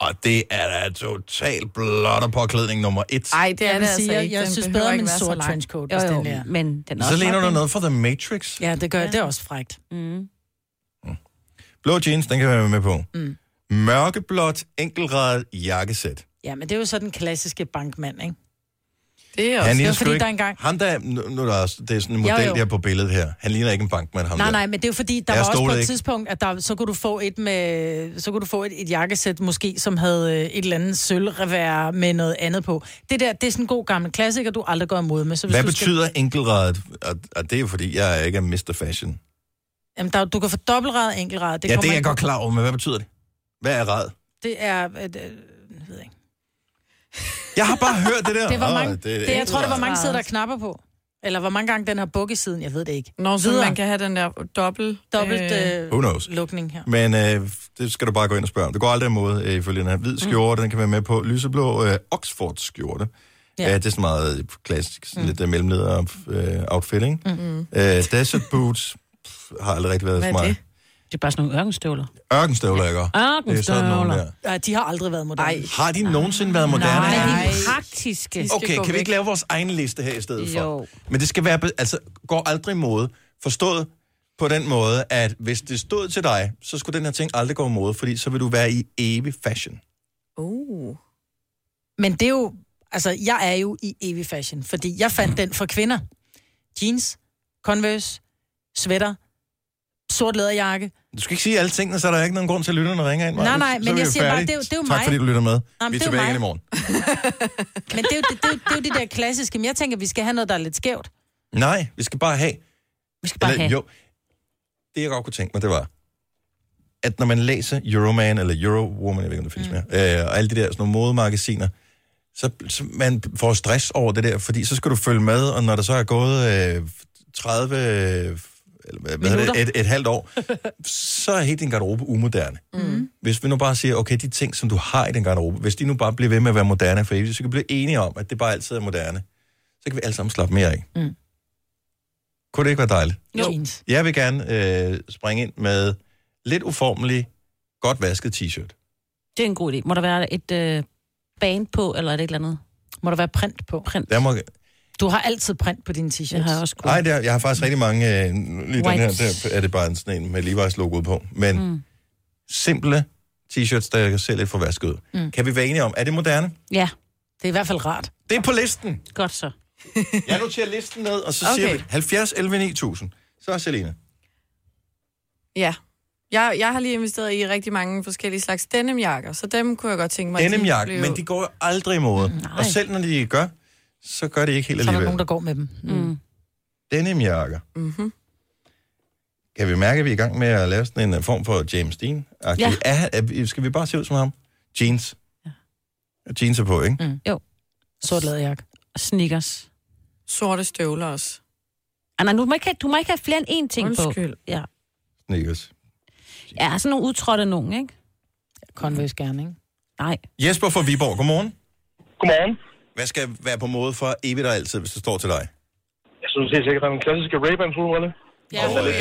Speaker 1: Og det er da total blot og påklædning nummer et.
Speaker 5: Ej, det er det altså
Speaker 4: sige, jeg-
Speaker 5: ikke.
Speaker 4: jeg
Speaker 5: Den
Speaker 4: synes
Speaker 5: behøver
Speaker 4: bedre om
Speaker 5: ikke
Speaker 4: en
Speaker 5: være så
Speaker 4: sort
Speaker 5: lang.
Speaker 4: trenchcoat,
Speaker 5: Jo,
Speaker 4: hvis
Speaker 5: jo.
Speaker 4: den er.
Speaker 3: Men den er
Speaker 1: Så
Speaker 3: også
Speaker 1: ligner
Speaker 3: meget
Speaker 1: du
Speaker 3: pæn.
Speaker 1: noget fra The Matrix.
Speaker 4: Ja, det gør ja. det er også frægt.
Speaker 3: Mm.
Speaker 1: Blå jeans, den kan jeg være med på.
Speaker 4: Mm.
Speaker 1: Mørkeblåt, enkeltret jakkesæt.
Speaker 4: Ja, men det er jo sådan den klassiske bankmand, ikke?
Speaker 5: Det er
Speaker 4: også.
Speaker 1: Han
Speaker 4: Det
Speaker 1: ligner
Speaker 4: var
Speaker 1: sgu
Speaker 4: fordi,
Speaker 1: ikke...
Speaker 4: der engang...
Speaker 1: Ham der, nu, nu er der også, det er sådan en
Speaker 4: Jo,
Speaker 1: model,
Speaker 4: jo.
Speaker 1: der på billedet her. Han ligner ikke en bankmand, ham
Speaker 4: Nej,
Speaker 1: der.
Speaker 4: nej, men det er jo fordi, der
Speaker 1: Jeg
Speaker 4: var også på
Speaker 1: stolede
Speaker 4: et
Speaker 1: ikke.
Speaker 4: tidspunkt, at der, så kunne du få et med, så kunne du få et, et jakkesæt måske, som havde øh, et eller andet sølvrevær med noget andet på. Det der, det er sådan en god gammel klassiker, du aldrig går imod med. Så hvis
Speaker 1: Hvad
Speaker 4: du
Speaker 1: betyder enkeltredet? Og, og det er jo fordi, jeg er ikke er Mr. Fashion.
Speaker 4: Skal, jamen, der, du kan få dobbeltræd, enkeltræd.
Speaker 1: Det ja, det er
Speaker 4: kommer
Speaker 1: jeg
Speaker 4: ikke-
Speaker 1: godt klar over, men hvad betyder det? Hvad er red?
Speaker 4: Det er... øh, det- jeg ved ikke.
Speaker 1: Jeg har bare hørt det der.
Speaker 4: Det var
Speaker 1: Åh,
Speaker 4: mange, det, det, jeg tror, der var
Speaker 1: enkeltredet.
Speaker 4: mange sider, der er knapper på. Eller hvor mange gange den har bukket siden, jeg ved det ikke.
Speaker 5: Nå, så
Speaker 4: Videre.
Speaker 5: man kan have den der dobbelt...
Speaker 4: Dobbelt øh,
Speaker 1: Who knows?
Speaker 4: lukning her.
Speaker 1: Men øh, det skal du bare gå ind og spørge om. Det går aldrig imod, øh, ifølge den her. Hvid skjorte, mm. den kan være med på. Lyseblå øh, Oxford skjorte.
Speaker 4: Ja.
Speaker 1: Ja. Øh, det er sådan meget klassisk, sådan mm. lidt øh, mellemleder øh, outfit, ikke?
Speaker 2: Mm.
Speaker 1: Øh, desert boots pff, har aldrig rigtig været
Speaker 2: Hvad er
Speaker 1: smart.
Speaker 2: det? Det er bare sådan nogle ørkenstøvler.
Speaker 1: Ørkenstøvler, ikke?
Speaker 4: Ah,
Speaker 1: Det er sådan nogle der.
Speaker 2: Ørkenstøvler.
Speaker 4: Nej, de har aldrig været moderne. Ej.
Speaker 1: Har de nogensinde været moderne?
Speaker 4: Nej,
Speaker 1: Anne?
Speaker 4: de er praktiske.
Speaker 1: Okay, kan vi ikke lave vores egen liste her i stedet
Speaker 4: Jo.
Speaker 1: for? Men det skal være, be- altså, går aldrig i mode. Forstået på den måde, at hvis det stod til dig, så skulle den her ting aldrig gå i mode, fordi så vil du være i evig fashion.
Speaker 5: Uh.
Speaker 4: Men det er jo... Altså, jeg er jo i evig fashion, fordi jeg fandt den for kvinder. Jeans, Converse, sweater, sort læderjakke.
Speaker 1: Du skal ikke sige alle tingene, så er der ikke nogen grund til, at lytterne ringer ind. Maja.
Speaker 4: Nej,
Speaker 1: Så
Speaker 4: nej, men
Speaker 1: er vi
Speaker 4: jeg
Speaker 1: jo
Speaker 4: siger bare,
Speaker 1: færdige.
Speaker 4: det er jo- det er jo
Speaker 1: Tak
Speaker 4: mig.
Speaker 1: fordi du lytter med.
Speaker 4: men
Speaker 1: vi
Speaker 4: det
Speaker 1: er
Speaker 4: er jo
Speaker 1: tilbage
Speaker 4: mig.
Speaker 1: igen i morgen.
Speaker 4: Men det er, jo, det, det, er jo, det er jo det der klassiske. Men jeg tænker, vi skal have noget, der er lidt skævt.
Speaker 1: Nej, vi skal bare have.
Speaker 4: Vi skal bare have.
Speaker 1: Jo, det jeg godt kunne tænke mig, det var, at når man læser Euroman eller Eurowoman, jeg ved ikke, om det findes mm. mere, øh, og alle de der sådan nogle modemagasiner, så, så man får stress over det der, fordi så skal du følge med, og når der så er gået øh, 30, øh, eller hvad hvad hedder det, et,
Speaker 15: Minutter.
Speaker 1: et halvt år, så er hele din garderobe umoderne.
Speaker 15: Mm.
Speaker 1: Hvis vi nu bare siger, okay, de ting, som du har i den garderobe, hvis de nu bare bliver ved med at være moderne for evigt, så kan vi blive enige om, at det bare altid er moderne, så kan vi alle sammen slappe mere af.
Speaker 4: Mm.
Speaker 1: Kunne det ikke være dejligt?
Speaker 4: Jo. Jeans.
Speaker 1: Jeg vil gerne øh, springe ind med lidt uformelig, godt vasket t-shirt.
Speaker 2: Det er en god idé. Må der være et øh, band på, eller er det et eller andet?
Speaker 4: Må der være print på?
Speaker 2: Print.
Speaker 1: Der må...
Speaker 4: Du har altid print på dine t-shirts. Jeg har også
Speaker 1: Nej, det er, jeg har faktisk rigtig mange, øh, lige den her,
Speaker 4: Wipes.
Speaker 1: Mm. der er det bare en sådan en med Levi's logoet på, men mm. simple t-shirts, der ser lidt for vasket ud. Mm. Kan vi være enige om, er det moderne?
Speaker 4: Ja, det er i hvert fald rart.
Speaker 1: Det er på listen.
Speaker 4: Godt så.
Speaker 1: Jeg noterer listen ned, og så okay. siger
Speaker 5: Okay.
Speaker 1: vi 70 11 9000. Så er Selina.
Speaker 5: Ja. Jeg, jeg har lige investeret i rigtig mange forskellige slags denimjakker, så dem kunne jeg godt tænke mig. at de
Speaker 1: Denim-jakke,
Speaker 5: blev-
Speaker 1: men de går jo aldrig i mode. Mm, og selv når de gør, så gør det ikke helt
Speaker 4: Så er der
Speaker 1: alligevel.
Speaker 4: nogen, der går med dem. Mm.
Speaker 1: Denimjakker.
Speaker 5: Mm-hmm.
Speaker 1: Kan vi mærke, at vi er i gang med at lave sådan en øh, form for James Dean? Ja.
Speaker 2: Ja.
Speaker 1: Er, er, skal vi bare se ud som ham? Jeans. Ja. Jeans er på, ikke?
Speaker 4: Mm.
Speaker 2: Jo.
Speaker 4: Sort læderjakke.
Speaker 2: Sneakers.
Speaker 5: Sorte støvler også.
Speaker 2: Ah, nej, du må, ikke have, du må ikke have flere end én ting
Speaker 5: Undskyld.
Speaker 2: på. Ja.
Speaker 1: Sneakers.
Speaker 2: ja, sådan nogle udtrådte nogen, ikke?
Speaker 4: Converse gerne, ikke?
Speaker 2: Nej.
Speaker 1: Jesper fra Viborg, godmorgen.
Speaker 18: Godmorgen.
Speaker 1: Hvad skal være på mode for evigt og altid, hvis det står til dig?
Speaker 18: Jeg synes helt sikkert, at den klassiske Ray-Ban solbrille.
Speaker 1: Ja, og, øh,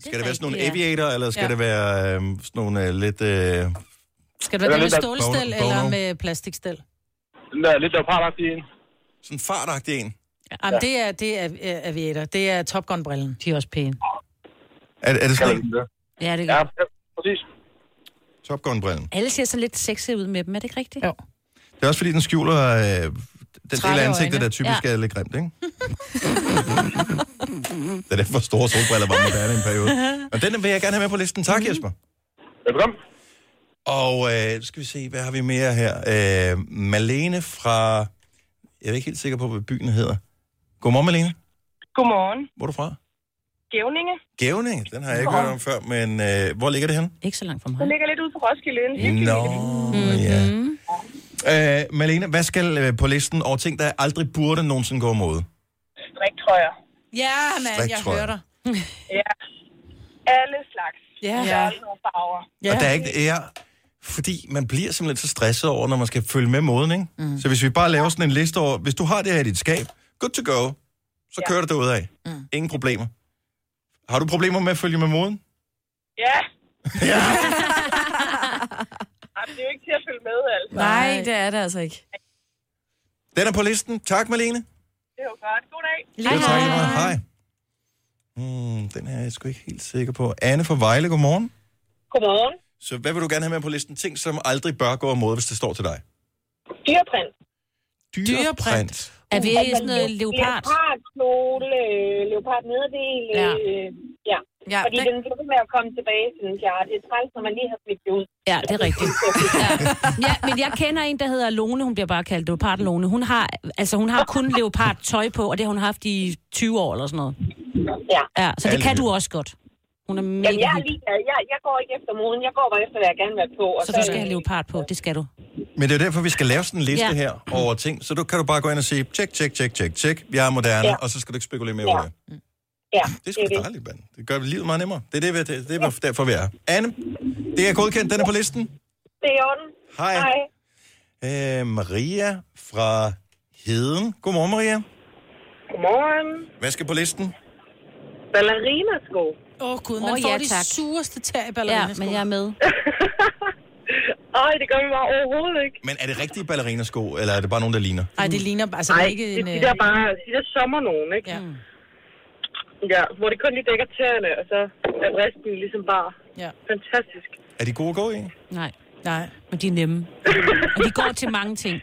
Speaker 1: skal det være sådan nogle aviator, eller skal ja.
Speaker 4: Ja.
Speaker 1: det være øh, sådan nogle øh, lidt... Øh,
Speaker 4: Skal det
Speaker 1: Eller
Speaker 4: være den med
Speaker 1: lidt af-
Speaker 4: stålstel
Speaker 1: Bono-
Speaker 4: eller
Speaker 1: Bono.
Speaker 4: med plastikstel?
Speaker 18: Den der lidt leopardagtige en.
Speaker 1: Sådan fartagtig en?
Speaker 4: Jamen, det er, det er øh, aviator. Det er Top Gun-brillen. De er også pæne.
Speaker 1: Er, er det sådan en?
Speaker 2: Ja, det
Speaker 18: gør. Ja, ja, præcis.
Speaker 1: Top Gun-brillen.
Speaker 2: Alle ser så lidt sexet ud med dem, er det ikke rigtigt?
Speaker 4: Jo.
Speaker 1: Det er også fordi, den skjuler øh, den del
Speaker 2: Trætte
Speaker 1: af ansigtet,
Speaker 2: øjne.
Speaker 1: der typisk
Speaker 2: Ja.
Speaker 1: er lidt grimt, ikke? det er derfor store solbriller var moderne i en periode. Og den vil jeg gerne have med på listen. Tak,
Speaker 2: Mhm.
Speaker 1: mm-hmm. Jesper.
Speaker 18: Velkommen.
Speaker 1: Og øh, skal vi se, hvad har vi mere her? Øh, Malene fra... Jeg er ikke helt sikker på, hvad byen hedder. Godmorgen, Malene.
Speaker 16: Godmorgen.
Speaker 1: Hvor er du fra?
Speaker 16: Gævninge.
Speaker 1: Gævning. Den har jeg ikke hørt om før, men øh, hvor ligger det henne?
Speaker 2: Ikke så langt fra mig.
Speaker 16: Den ligger lidt ude på Roskilde.
Speaker 1: Mm.
Speaker 16: En hyggelig
Speaker 1: Nå,
Speaker 16: lille by.
Speaker 1: mm-hmm. ja. Øh, Malene, hvad skal øh, på listen over ting, der aldrig burde nogensinde gå imod?
Speaker 16: Striktrøjer.
Speaker 4: Ja, mand,
Speaker 1: jeg Striktrøjer. hører
Speaker 4: dig.
Speaker 16: ja. Alle slags.
Speaker 4: Ja.
Speaker 16: Der er alle nogle farver.
Speaker 1: Ja. Og der er ikke det er, fordi man bliver simpelthen så stresset over, når man skal følge med moden, ikke? Mm. Så hvis vi bare laver sådan en liste over, hvis du har det her i dit skab, good to go, så ja. kører det derudad. af. Mm. Ingen problemer. Har du problemer med at følge med moden?
Speaker 16: Ja. Jamen, det er jo ikke til at følge med, altså.
Speaker 5: Nej, det er det altså ikke.
Speaker 1: Den er på listen. Tak, Malene.
Speaker 16: Det er jo godt. God dag.
Speaker 1: Selv tak, Emma. Hej. Hmm, den er jeg sgu ikke helt sikker på. Anne fra Vejle, godmorgen.
Speaker 16: Godmorgen.
Speaker 1: Så hvad vil du gerne have med på listen? Ting, som aldrig bør gå imod, hvis det står til dig.
Speaker 16: Dyreprint.
Speaker 1: Dyreprint.
Speaker 2: Er vi
Speaker 16: Altså,
Speaker 2: sådan noget leopard?
Speaker 16: Leopardkjole, øh, leopard nederdel. Ja.
Speaker 2: Ja.
Speaker 16: Øh, ja.
Speaker 2: Ja,
Speaker 16: ja. Fordi
Speaker 2: det-
Speaker 16: den bliver ved med at komme tilbage til den kjær. Det er træls, når man lige har smidt det ud.
Speaker 2: Ja, det er rigtigt. Ja, men jeg kender en, der hedder Lone, hun bliver bare kaldt leopard Lone. Hun har, altså, hun har kun leopard tøj på, og det har hun haft i 20 år eller sådan noget.
Speaker 16: Ja.
Speaker 2: Ja, så det
Speaker 16: Alle
Speaker 2: kan
Speaker 16: dyr.
Speaker 2: du også godt. Hun er mega
Speaker 16: Jamen, jeg, er
Speaker 2: hip.
Speaker 16: lige, jeg, jeg går ikke efter moden. Jeg går bare efter, hvad jeg gerne vil have på. Og
Speaker 2: Så du skal have leopard på, det skal du.
Speaker 1: Men det er jo derfor, vi skal lave sådan en liste
Speaker 16: Ja.
Speaker 1: ja. her over ting. Så du kan du bare gå ind og sige, tjek, tjek, tjek, tjek, tjek. Jeg er moderne,
Speaker 16: Ja.
Speaker 1: ja. og så skal du ikke spekulere mere ja. over det.
Speaker 16: Ja,
Speaker 1: Det er sgu da dejligt, mand. Det gør livet meget nemmere. Det er, det, det, det er derfor, vi er her. Anne, det er godkendt. Den er på listen.
Speaker 16: Det er i orden.
Speaker 1: Hej. Øh, Maria fra Heden. Godmorgen, Maria.
Speaker 16: Godmorgen.
Speaker 1: Hvad skal på listen?
Speaker 16: Ballerinasko.
Speaker 4: Åh, oh, Gud, man
Speaker 16: Åh,
Speaker 4: får
Speaker 16: ja,
Speaker 4: de
Speaker 16: tak.
Speaker 4: sureste tag i
Speaker 2: Ja, men jeg er med.
Speaker 16: Ej, det gør vi bare overhovedet ikke.
Speaker 1: Men er det rigtige ballerinasko, eller er det bare nogen, der ligner?
Speaker 4: Nej, det ligner altså
Speaker 16: Nej,
Speaker 4: ikke
Speaker 16: det
Speaker 4: en...
Speaker 16: er de der bare, de der sommer nogen, ikke?
Speaker 4: Ja.
Speaker 16: Ja, hvor det kun lige dækker tæerne, og så er resten ligesom bare
Speaker 4: ja.
Speaker 16: fantastisk.
Speaker 1: Er de gode at gå i?
Speaker 2: Nej.
Speaker 4: Nej.
Speaker 2: Men de er nemme. Og de går til mange ting.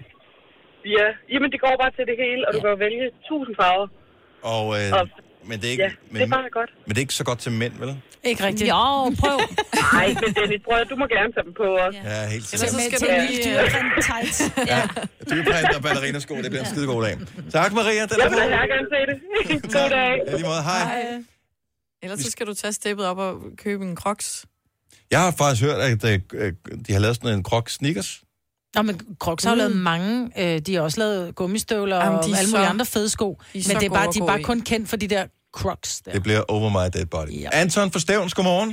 Speaker 16: Ja, jamen det går bare til det hele, og ja. du kan jo vælge tusind farver.
Speaker 1: Og, øh,
Speaker 16: Og-
Speaker 1: men, det er ikke,
Speaker 16: ja,
Speaker 1: men,
Speaker 16: det er bare godt.
Speaker 1: men det er ikke så godt til mænd, vel?
Speaker 4: Ikke rigtigt.
Speaker 2: Jo, prøv.
Speaker 16: Nej, men Dennis, prøv at- du må gerne tage dem på.
Speaker 19: øh,
Speaker 16: Og...
Speaker 1: Ja, helt sikkert.
Speaker 16: Ellers så skal
Speaker 4: til
Speaker 16: du
Speaker 4: en
Speaker 16: lige-
Speaker 4: ny dyreprint tights.
Speaker 1: Ja. Dyreprint og ballerinasko, det bliver en skide god dag. Tak, Maria. Den er
Speaker 5: Jamen,
Speaker 1: på.
Speaker 5: jeg
Speaker 16: Jeg kan se det.
Speaker 5: God
Speaker 1: dag. Ja, lige måde. Hej.
Speaker 5: Ellers så skal du tage steppet op og købe en crocs.
Speaker 1: Jeg har faktisk hørt, at øh, øh, de har lavet sådan en krok sneakers.
Speaker 4: Nå, men Crocs har jo
Speaker 16: Mm.
Speaker 4: lavet mange. Øh, de har også lavet gummistøvler
Speaker 5: Jamen,
Speaker 4: og
Speaker 5: de er
Speaker 4: alle mulige
Speaker 5: så-
Speaker 4: andre fede sko.
Speaker 5: de er
Speaker 4: Men
Speaker 5: så
Speaker 4: det er
Speaker 5: gode
Speaker 4: bare,
Speaker 5: at
Speaker 4: de er
Speaker 5: gå
Speaker 4: bare
Speaker 5: i.
Speaker 4: kun kendt for de der Crocs der.
Speaker 1: Det bliver over my dead body. Ja. Anton fra Stævns, godmorgen.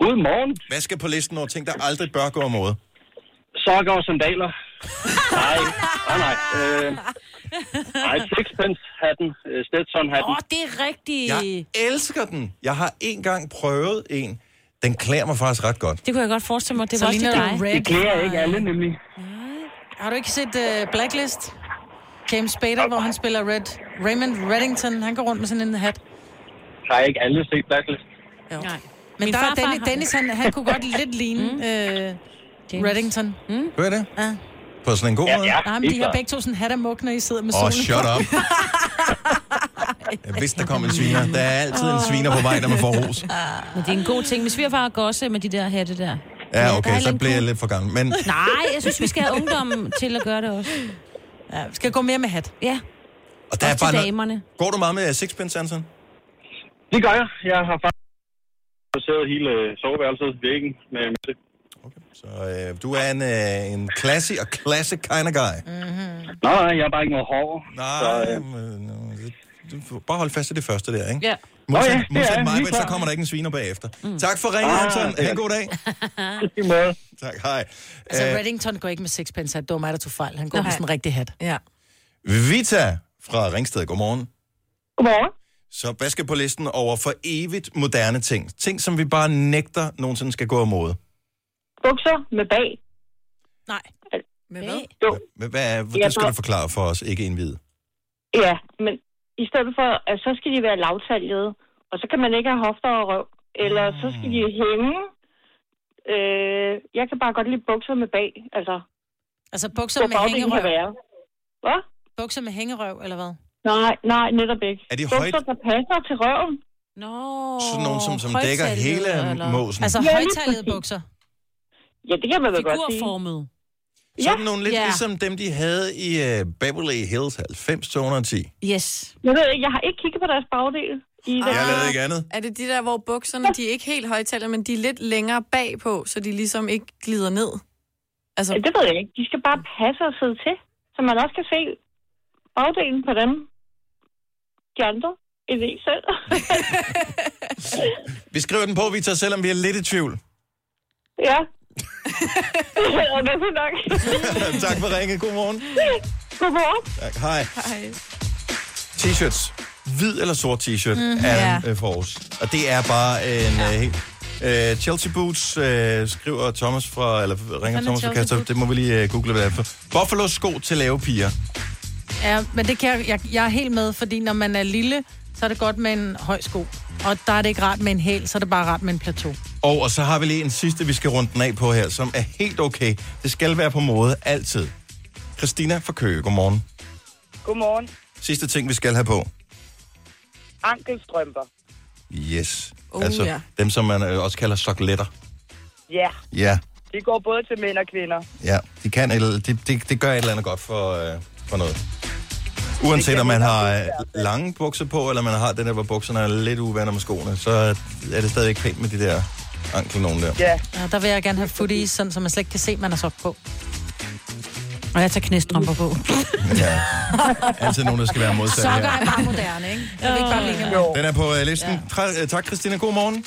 Speaker 18: Godmorgen.
Speaker 1: Hvad skal på listen over ting, der aldrig bør gå imod?
Speaker 18: Sokker og sandaler. nej, nej, nej. Øh, nej, sixpence-hatten. Øh, Stetson-hatten.
Speaker 2: Åh, det er rigtigt.
Speaker 1: Jeg elsker den. Jeg har engang prøvet en. Den klæder mig faktisk ret godt.
Speaker 2: Det kunne jeg godt forestille mig, det
Speaker 4: Så
Speaker 2: var også til
Speaker 4: ligner
Speaker 2: dig.
Speaker 4: det Red. Det klæder ikke alle,
Speaker 18: nemlig.
Speaker 4: Har du ikke set uh, Blacklist? James Spader, hvor han spiller Red. Raymond Reddington, han går rundt med sådan en hat.
Speaker 18: Har ikke alle set Blacklist?
Speaker 4: Jo. Men Min der er Dennis, Dennis han, han kunne godt lidt ligne mm. øh, James. Reddington. Mm?
Speaker 1: Hører I det?
Speaker 4: Ja.
Speaker 1: På sådan en god måde?
Speaker 4: Nej, men de har begge to sådan hat og muk, når I sidder med
Speaker 1: Åh,
Speaker 4: solen.
Speaker 1: oh, shut up. Jeg vidste, der kom en sviner. Der er altid en sviner på vej, når man får ros.
Speaker 2: Men det er en god ting. Hvis vi har far også med de der hatte der.
Speaker 1: Ja, okay,
Speaker 2: er
Speaker 1: så
Speaker 2: lidt
Speaker 1: bliver jeg lidt for gammel. Men
Speaker 2: Nej, jeg synes, vi skal have ungdommen til at gøre det også.
Speaker 4: Ja, vi skal gå mere med hat.
Speaker 2: Ja.
Speaker 1: Og der er
Speaker 2: også
Speaker 1: bare
Speaker 2: til
Speaker 1: noget-
Speaker 2: damerne.
Speaker 1: går du meget med øh, sixpence, Anson?
Speaker 18: Det gør jeg. Jeg har faktisk siddet hele øh, soveværelset væggen med musik.
Speaker 1: Så øh, du er en, øh, en classy og classic kind of guy.
Speaker 18: Nej, nej, jeg er bare ikke noget hård.
Speaker 1: Nej,
Speaker 18: så,
Speaker 1: øh... Du- Bare hold fast i det første der, ikke?
Speaker 18: Ja.
Speaker 1: Modsat,
Speaker 18: Nå ja,
Speaker 1: oh,
Speaker 18: det
Speaker 1: ja,
Speaker 18: er
Speaker 1: modsat
Speaker 18: jeg,
Speaker 1: mig,
Speaker 18: lige
Speaker 1: så
Speaker 18: klar.
Speaker 1: kommer der ikke en sviner bagefter. Mm. Tak for ringen,
Speaker 18: Ah,
Speaker 1: Anton.
Speaker 18: det
Speaker 1: Ha'
Speaker 18: er-
Speaker 1: en god dag. tak, hej.
Speaker 4: Altså,
Speaker 1: Øh,
Speaker 4: Reddington går ikke med sixpence hat. Det var mig, der tog fejl. Han går med sådan en rigtig hat.
Speaker 5: Ja.
Speaker 1: Vita fra Ringsted, godmorgen.
Speaker 19: Godmorgen.
Speaker 1: Så hvad skal på listen over for evigt moderne ting? Ting, som vi bare nægter nogensinde skal gå af mode.
Speaker 19: Bukser med bag.
Speaker 4: Nej.
Speaker 5: Med hvad?
Speaker 19: Jo,
Speaker 1: Men Hvad er,
Speaker 19: Jeg
Speaker 1: det skal
Speaker 19: tror-
Speaker 1: du forklare for os, ikke indvide.
Speaker 19: ja, men i stedet for, at så skal de være lavtaljede, og så kan man ikke have hofter og røv. Eller så skal de hænge. Øh, jeg kan bare godt lide bukser med bag, altså.
Speaker 4: Altså bukser
Speaker 19: Hvor
Speaker 4: med
Speaker 19: bagdelen kan
Speaker 4: hængerøv.
Speaker 19: være. Hvad?
Speaker 4: Bukser med hængerøv, eller hvad?
Speaker 19: Nej, nej, netop ikke.
Speaker 1: Er de
Speaker 19: bukser,
Speaker 1: højt-
Speaker 19: der passer til røven.
Speaker 4: Nå.
Speaker 1: Sådan nogle, som, som dækker hele måsen.
Speaker 4: Altså
Speaker 19: Ja, lige
Speaker 4: højtallede
Speaker 19: præcis.
Speaker 4: bukser.
Speaker 19: Ja, det kan man vel godt sige.
Speaker 4: Figurformet.
Speaker 1: Sådan nogle lidt ligesom dem, de havde i uh, Beverly Hills 90-210.
Speaker 2: Yes.
Speaker 19: Jeg ved ikke, jeg har ikke kigget på deres bagdel. I
Speaker 1: Jeg lavede ikke andet.
Speaker 5: Er det de der, hvor bukserne, de er ikke helt højtaler, men de er lidt længere bagpå, så de ligesom ikke glider ned? Altså,
Speaker 19: Ja, det ved jeg ikke. De skal bare passe og sidde til, så man også kan se bagdelen på dem. De andre, I ved selv.
Speaker 1: Vi skriver den på, Victor, selvom vi er lidt i tvivl.
Speaker 19: ja.
Speaker 16: Oh,
Speaker 19: og det er nok.
Speaker 1: tak for ringet. Godmorgen.
Speaker 19: Godmorgen.
Speaker 1: Tak. Hej.
Speaker 5: Hej.
Speaker 1: T-shirts. Hvid eller sort t-shirt
Speaker 5: Mhm.
Speaker 1: mm, er
Speaker 5: Ja.
Speaker 1: øh, for os. Og det er bare en ja. øh, helt... Øh, Chelsea Boots øh, skriver Thomas fra, eller ringer
Speaker 4: er
Speaker 1: Thomas fra
Speaker 4: Chelsea
Speaker 1: Kastrup.
Speaker 4: Boots?
Speaker 1: Det må vi lige øh, google, hvad det er for. Buffalo sko til lave piger.
Speaker 4: Ja, men det kan jeg, jeg, jeg er helt med, fordi når man er lille, så er det godt med en høj sko. Og der er det ikke rart med en hæl, så er det bare rart med en plateau.
Speaker 1: Og, og så har vi lige en sidste, vi skal runde den af på her, som er helt okay. Det skal være på måde altid. Christina fra Køge, godmorgen.
Speaker 20: Godmorgen.
Speaker 1: Sidste ting, vi skal have på.
Speaker 20: Ankelstrømper.
Speaker 1: Yes.
Speaker 20: Uh,
Speaker 1: altså
Speaker 20: ja.
Speaker 1: dem, som man øh, også kalder sokletter.
Speaker 20: Ja,
Speaker 1: Ja,
Speaker 20: de går både til mænd og kvinder.
Speaker 1: ja. De kan et eller, det, det, det gør et eller andet godt for, øh, for noget. Uanset om man har øh, lange bukser på, eller man har den der, hvor bukserne er lidt uvander med skoene, så er det stadig ikke pænt med de der ankel nogen der.
Speaker 20: Ja.
Speaker 4: ja. Der vil jeg gerne have footies, sådan, så man slet ikke kan se, man har sok på. Og jeg tager knæstrømper på.
Speaker 1: ja. Altid nogen, der skal være modsat
Speaker 4: Sokker
Speaker 1: her.
Speaker 4: er bare moderne, ikke? Jeg vil ikke bare blive enig
Speaker 1: Den er på øh, listen. Tra- øh, tak, Christina. God morgen.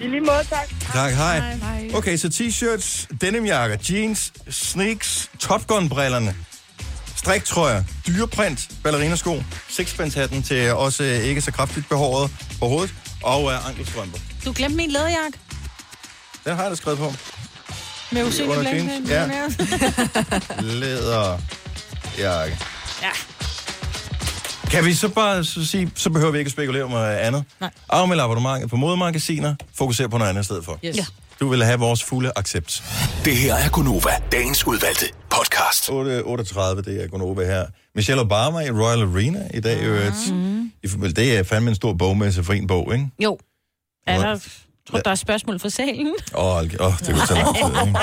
Speaker 20: I lige måde, tak.
Speaker 1: Tak, hej. Okay, så t-shirts, denimjakker, jeans, sneaks, Top Gun-brillerne, striktrøjer, dyreprint, ballerinasko, sixpence-hatten til også øh, ikke så kraftigt behåret på hovedet, og øh, ankelstrømper.
Speaker 4: med. Du glemte min læderjakke
Speaker 1: Den har jeg da skrevet på.
Speaker 4: med
Speaker 1: Under
Speaker 4: usynlig
Speaker 1: jeans,
Speaker 4: blandt.
Speaker 1: ja.
Speaker 4: Ja.
Speaker 1: Læderjakke.
Speaker 4: ja.
Speaker 1: Kan vi så bare så sige, så behøver vi ikke at spekulere om øh, andet. Nej. Afmeld abonnementet på modemagasiner, fokuser på noget andet i stedet for.
Speaker 4: Yes. Ja.
Speaker 1: Du vil have vores fulde accept.
Speaker 9: Det her er Gunova, dagens udvalgte podcast.
Speaker 1: 8.38, det er Gonova her. Michelle Obama i Royal Arena i dag.
Speaker 4: Ah.
Speaker 1: Mm. I, det er fandme en stor bogmesse for en bog, ikke?
Speaker 2: Jo. Er
Speaker 1: Nå.
Speaker 2: der, tror du, der er spørgsmål fra salen?
Speaker 1: Åh, oh, oh, det kunne tage lang tid, ikke?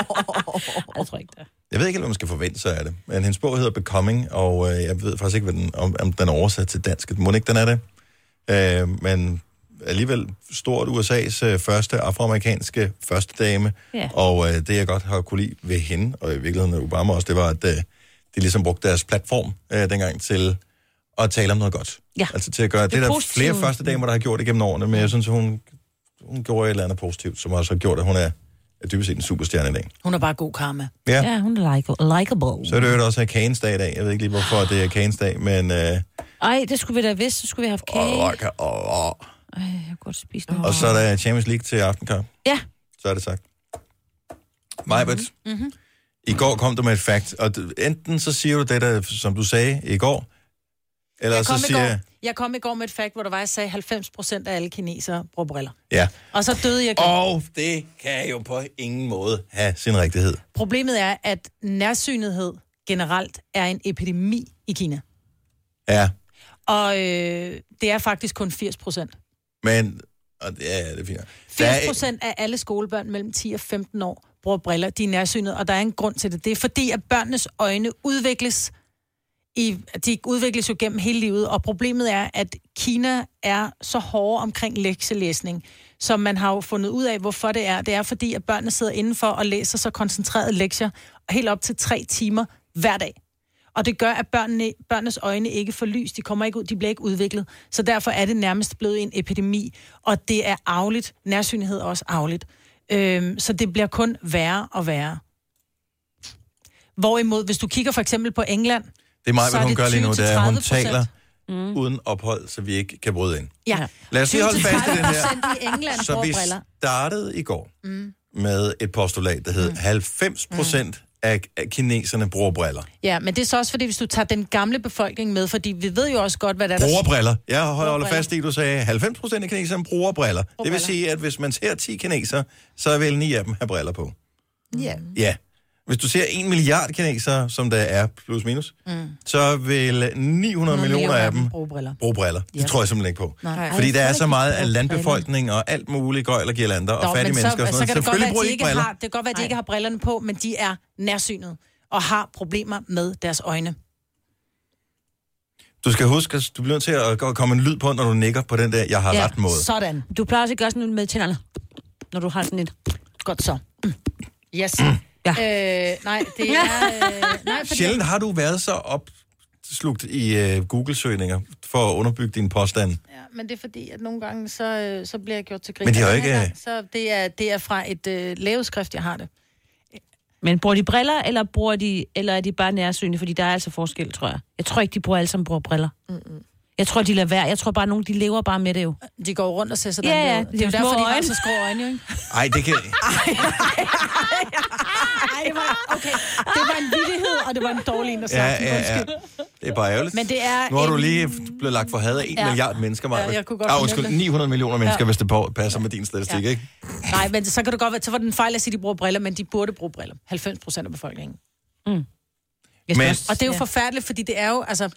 Speaker 2: Jeg tror ikke det.
Speaker 1: Jeg ved ikke, helt, hvad man skal forvente sig af det. Men hendes bog hedder Becoming, og øh, jeg ved faktisk ikke, hvad den, om, om den er oversat til dansk. Må den ikke, den er det? Øh, men alligevel stort USA's øh, første afroamerikanske førstedame.
Speaker 15: Ja.
Speaker 1: Og øh, det, jeg godt har kunne lide ved hende, og i virkeligheden Obama også, det var, at øh, de ligesom brugte deres platform øh, dengang til at tale om noget godt.
Speaker 15: Ja.
Speaker 1: Altså til at gøre det,
Speaker 15: Det
Speaker 1: det er der
Speaker 15: positive.
Speaker 1: flere første damer, der har gjort det gennem årene, men jeg synes, hun, hun gjorde et eller andet positivt, som også har gjort, at hun er, er dybest set en superstjerne i dag.
Speaker 4: Hun er bare god karma.
Speaker 1: Ja.
Speaker 4: ja hun er like- likeable.
Speaker 1: Så er det jo også Kagens dag i dag. Jeg ved ikke lige, hvorfor det er Kagens dag, men... Øh,
Speaker 2: Ej, det skulle vi da vidst. Så skulle vi have haft kage.
Speaker 1: åh, ka- åh, åh.
Speaker 2: Ej, jeg kunne godt spise noget.
Speaker 1: og så er der Champions League til aftenkamp.
Speaker 2: Ja.
Speaker 1: Så er det sagt. Majbert,
Speaker 4: Mhm.
Speaker 2: Mm-hmm.
Speaker 1: i går kom du med et fact, og du- enten så siger du det, der, som du sagde i går, eller
Speaker 4: Jeg
Speaker 1: så
Speaker 4: kom i
Speaker 1: siger...
Speaker 4: går. Jeg kom i går med et fact, hvor der var, jeg sagde, 90% af alle kinesere bruger briller.
Speaker 1: Ja.
Speaker 4: Og så døde jeg.
Speaker 1: Og det kan jo på ingen måde have sin rigtighed.
Speaker 4: Problemet er, at nærsynethed generelt er en epidemi i Kina.
Speaker 1: Ja,
Speaker 4: Og øh, det er faktisk kun 80 procent.
Speaker 1: men... Og det, ja, ja, det er fint. Der
Speaker 4: 80
Speaker 1: er,
Speaker 4: procent af alle skolebørn mellem 10 og 15 år bruger briller. De er nærsynede, og der er en grund til det. Det er fordi, at børnenes øjne udvikles i, de udvikles jo gennem hele livet, og problemet er, at Kina er så hårde omkring lektielæsning, som man har jo fundet ud af, hvorfor det er. Det er fordi, at børnene sidder indenfor og læser så koncentrerede lektier, helt op til tre timer hver dag. Og det gør, at børnene, børnenes øjne ikke får lys, de kommer ikke ud, de bliver ikke udviklet. Så derfor er det nærmest blevet en epidemi, og det er arveligt. Nærsynlighed er også arveligt. Øhm, så det bliver kun værre og værre. Hvorimod, hvis du kigger for eksempel på England,
Speaker 1: det er meget,
Speaker 4: så
Speaker 1: hvad hun gør lige nu, det er, at hun
Speaker 4: 20-30 procent.
Speaker 1: taler
Speaker 4: Mm.
Speaker 1: uden ophold, så vi ikke kan bryde ind.
Speaker 4: Ja.
Speaker 1: Lad os lige holde fast i den
Speaker 4: 20-30
Speaker 1: her.
Speaker 4: procent i England
Speaker 1: Så
Speaker 4: bruger
Speaker 1: vi
Speaker 4: briller. Mm.
Speaker 1: startede i går med et postulat, der hed 90 procent
Speaker 4: Mm.
Speaker 1: af af kineserne bruger briller.
Speaker 4: Ja, men det er så også fordi, hvis du tager den gamle befolkning med, fordi vi ved jo også godt, hvad der er... der-
Speaker 1: Bruger briller. Jeg holder
Speaker 4: Brugerbriller.
Speaker 1: fast i, at du sagde, 90 procent af kineserne bruger briller. Det vil sige, at hvis man ser 10 kinesere, så vil 9 af dem have briller på.
Speaker 4: Ja.
Speaker 1: Ja. Hvis du ser 1 milliard kinesere, som der er plus minus,
Speaker 4: Mm.
Speaker 1: så vil 900 millioner af dem
Speaker 4: bruger briller.
Speaker 1: bruge briller. Det tror jeg simpelthen ikke på.
Speaker 4: Nej.
Speaker 1: Fordi
Speaker 4: Ej,
Speaker 1: der er
Speaker 4: jeg
Speaker 1: så
Speaker 4: tror
Speaker 1: meget
Speaker 4: ikke, de
Speaker 1: af
Speaker 4: bruger
Speaker 1: landbefolkning og alt muligt gøjl og girlander og
Speaker 4: Nå,
Speaker 1: fattige
Speaker 4: men
Speaker 1: mennesker og sådan
Speaker 4: så
Speaker 1: noget.
Speaker 4: kan det godt være,
Speaker 1: Selvfølgelig
Speaker 4: at de
Speaker 1: bruger de
Speaker 4: ikke
Speaker 1: ikke briller.
Speaker 4: har, det kan godt være, at de ikke har brillerne på, men de er nærsynet og har problemer med deres øjne.
Speaker 1: Du skal huske, at du bliver nødt til at gå- komme en lyd på, når du nikker på den der, jeg har ret måde.
Speaker 4: Sådan.
Speaker 2: Du plejer også at gøre sådan noget med tænderne, når du har sådan et... Mm.
Speaker 4: Godt så. Yes.
Speaker 1: Mm.
Speaker 2: Ja.
Speaker 4: Øh, nej, det er... Øh, nej, fordi...
Speaker 1: Sjældent har du været så opslugt i øh, Google-søgninger for at underbygge dine påstande.
Speaker 4: Ja, men det er fordi, at nogle gange, så, øh, så bliver jeg gjort til grin.
Speaker 1: Men de har
Speaker 4: Og
Speaker 1: jo
Speaker 4: den her
Speaker 1: ikke-
Speaker 4: Gang, så det er, det er fra et øh, laveskrift, jeg har det.
Speaker 2: Men bruger de briller, eller, bruger de, eller er de bare nærsynlige? Fordi der er altså forskel, tror jeg. Jeg tror ikke, de bruger alle sammen bruger briller. Mm-mm. Jeg tror, de lader være. Jeg tror bare, nogen de lever bare med det jo.
Speaker 4: De går rundt og ser sådan
Speaker 2: ja,
Speaker 4: Altså, der
Speaker 2: ja,
Speaker 4: ud.
Speaker 2: det er
Speaker 4: Det er
Speaker 2: jo
Speaker 4: jo derfor,
Speaker 2: små
Speaker 4: de har
Speaker 2: øjne.
Speaker 4: så skrå øjne, jo, ikke?
Speaker 1: Ej, det kan...
Speaker 4: Ej, det var, okay. Det var en vittighed, og det var en dårlig en at
Speaker 1: Ja,
Speaker 4: sige.
Speaker 1: ja, ja. Det er bare ærgerligt.
Speaker 4: Men det er
Speaker 1: nu har du
Speaker 4: en-
Speaker 1: lige blevet lagt for had af 1
Speaker 4: Ja.
Speaker 1: ja. milliard mennesker, Maja.
Speaker 4: Ja, jeg kunne godt
Speaker 1: ah, undskyld,
Speaker 4: fornemme det.
Speaker 1: 900 millioner mennesker,
Speaker 4: Ja.
Speaker 1: ja. hvis det på- passer med din statistik,
Speaker 4: Ja.
Speaker 1: ja. ikke?
Speaker 4: Nej, men så kan det godt være, så var den fejl at sige, at de bruger briller, men de burde bruge briller. 90 procent af befolkningen. Mm.
Speaker 2: Men-
Speaker 4: Men, og det er jo
Speaker 2: Ja.
Speaker 4: forfærdeligt, fordi det er jo, altså...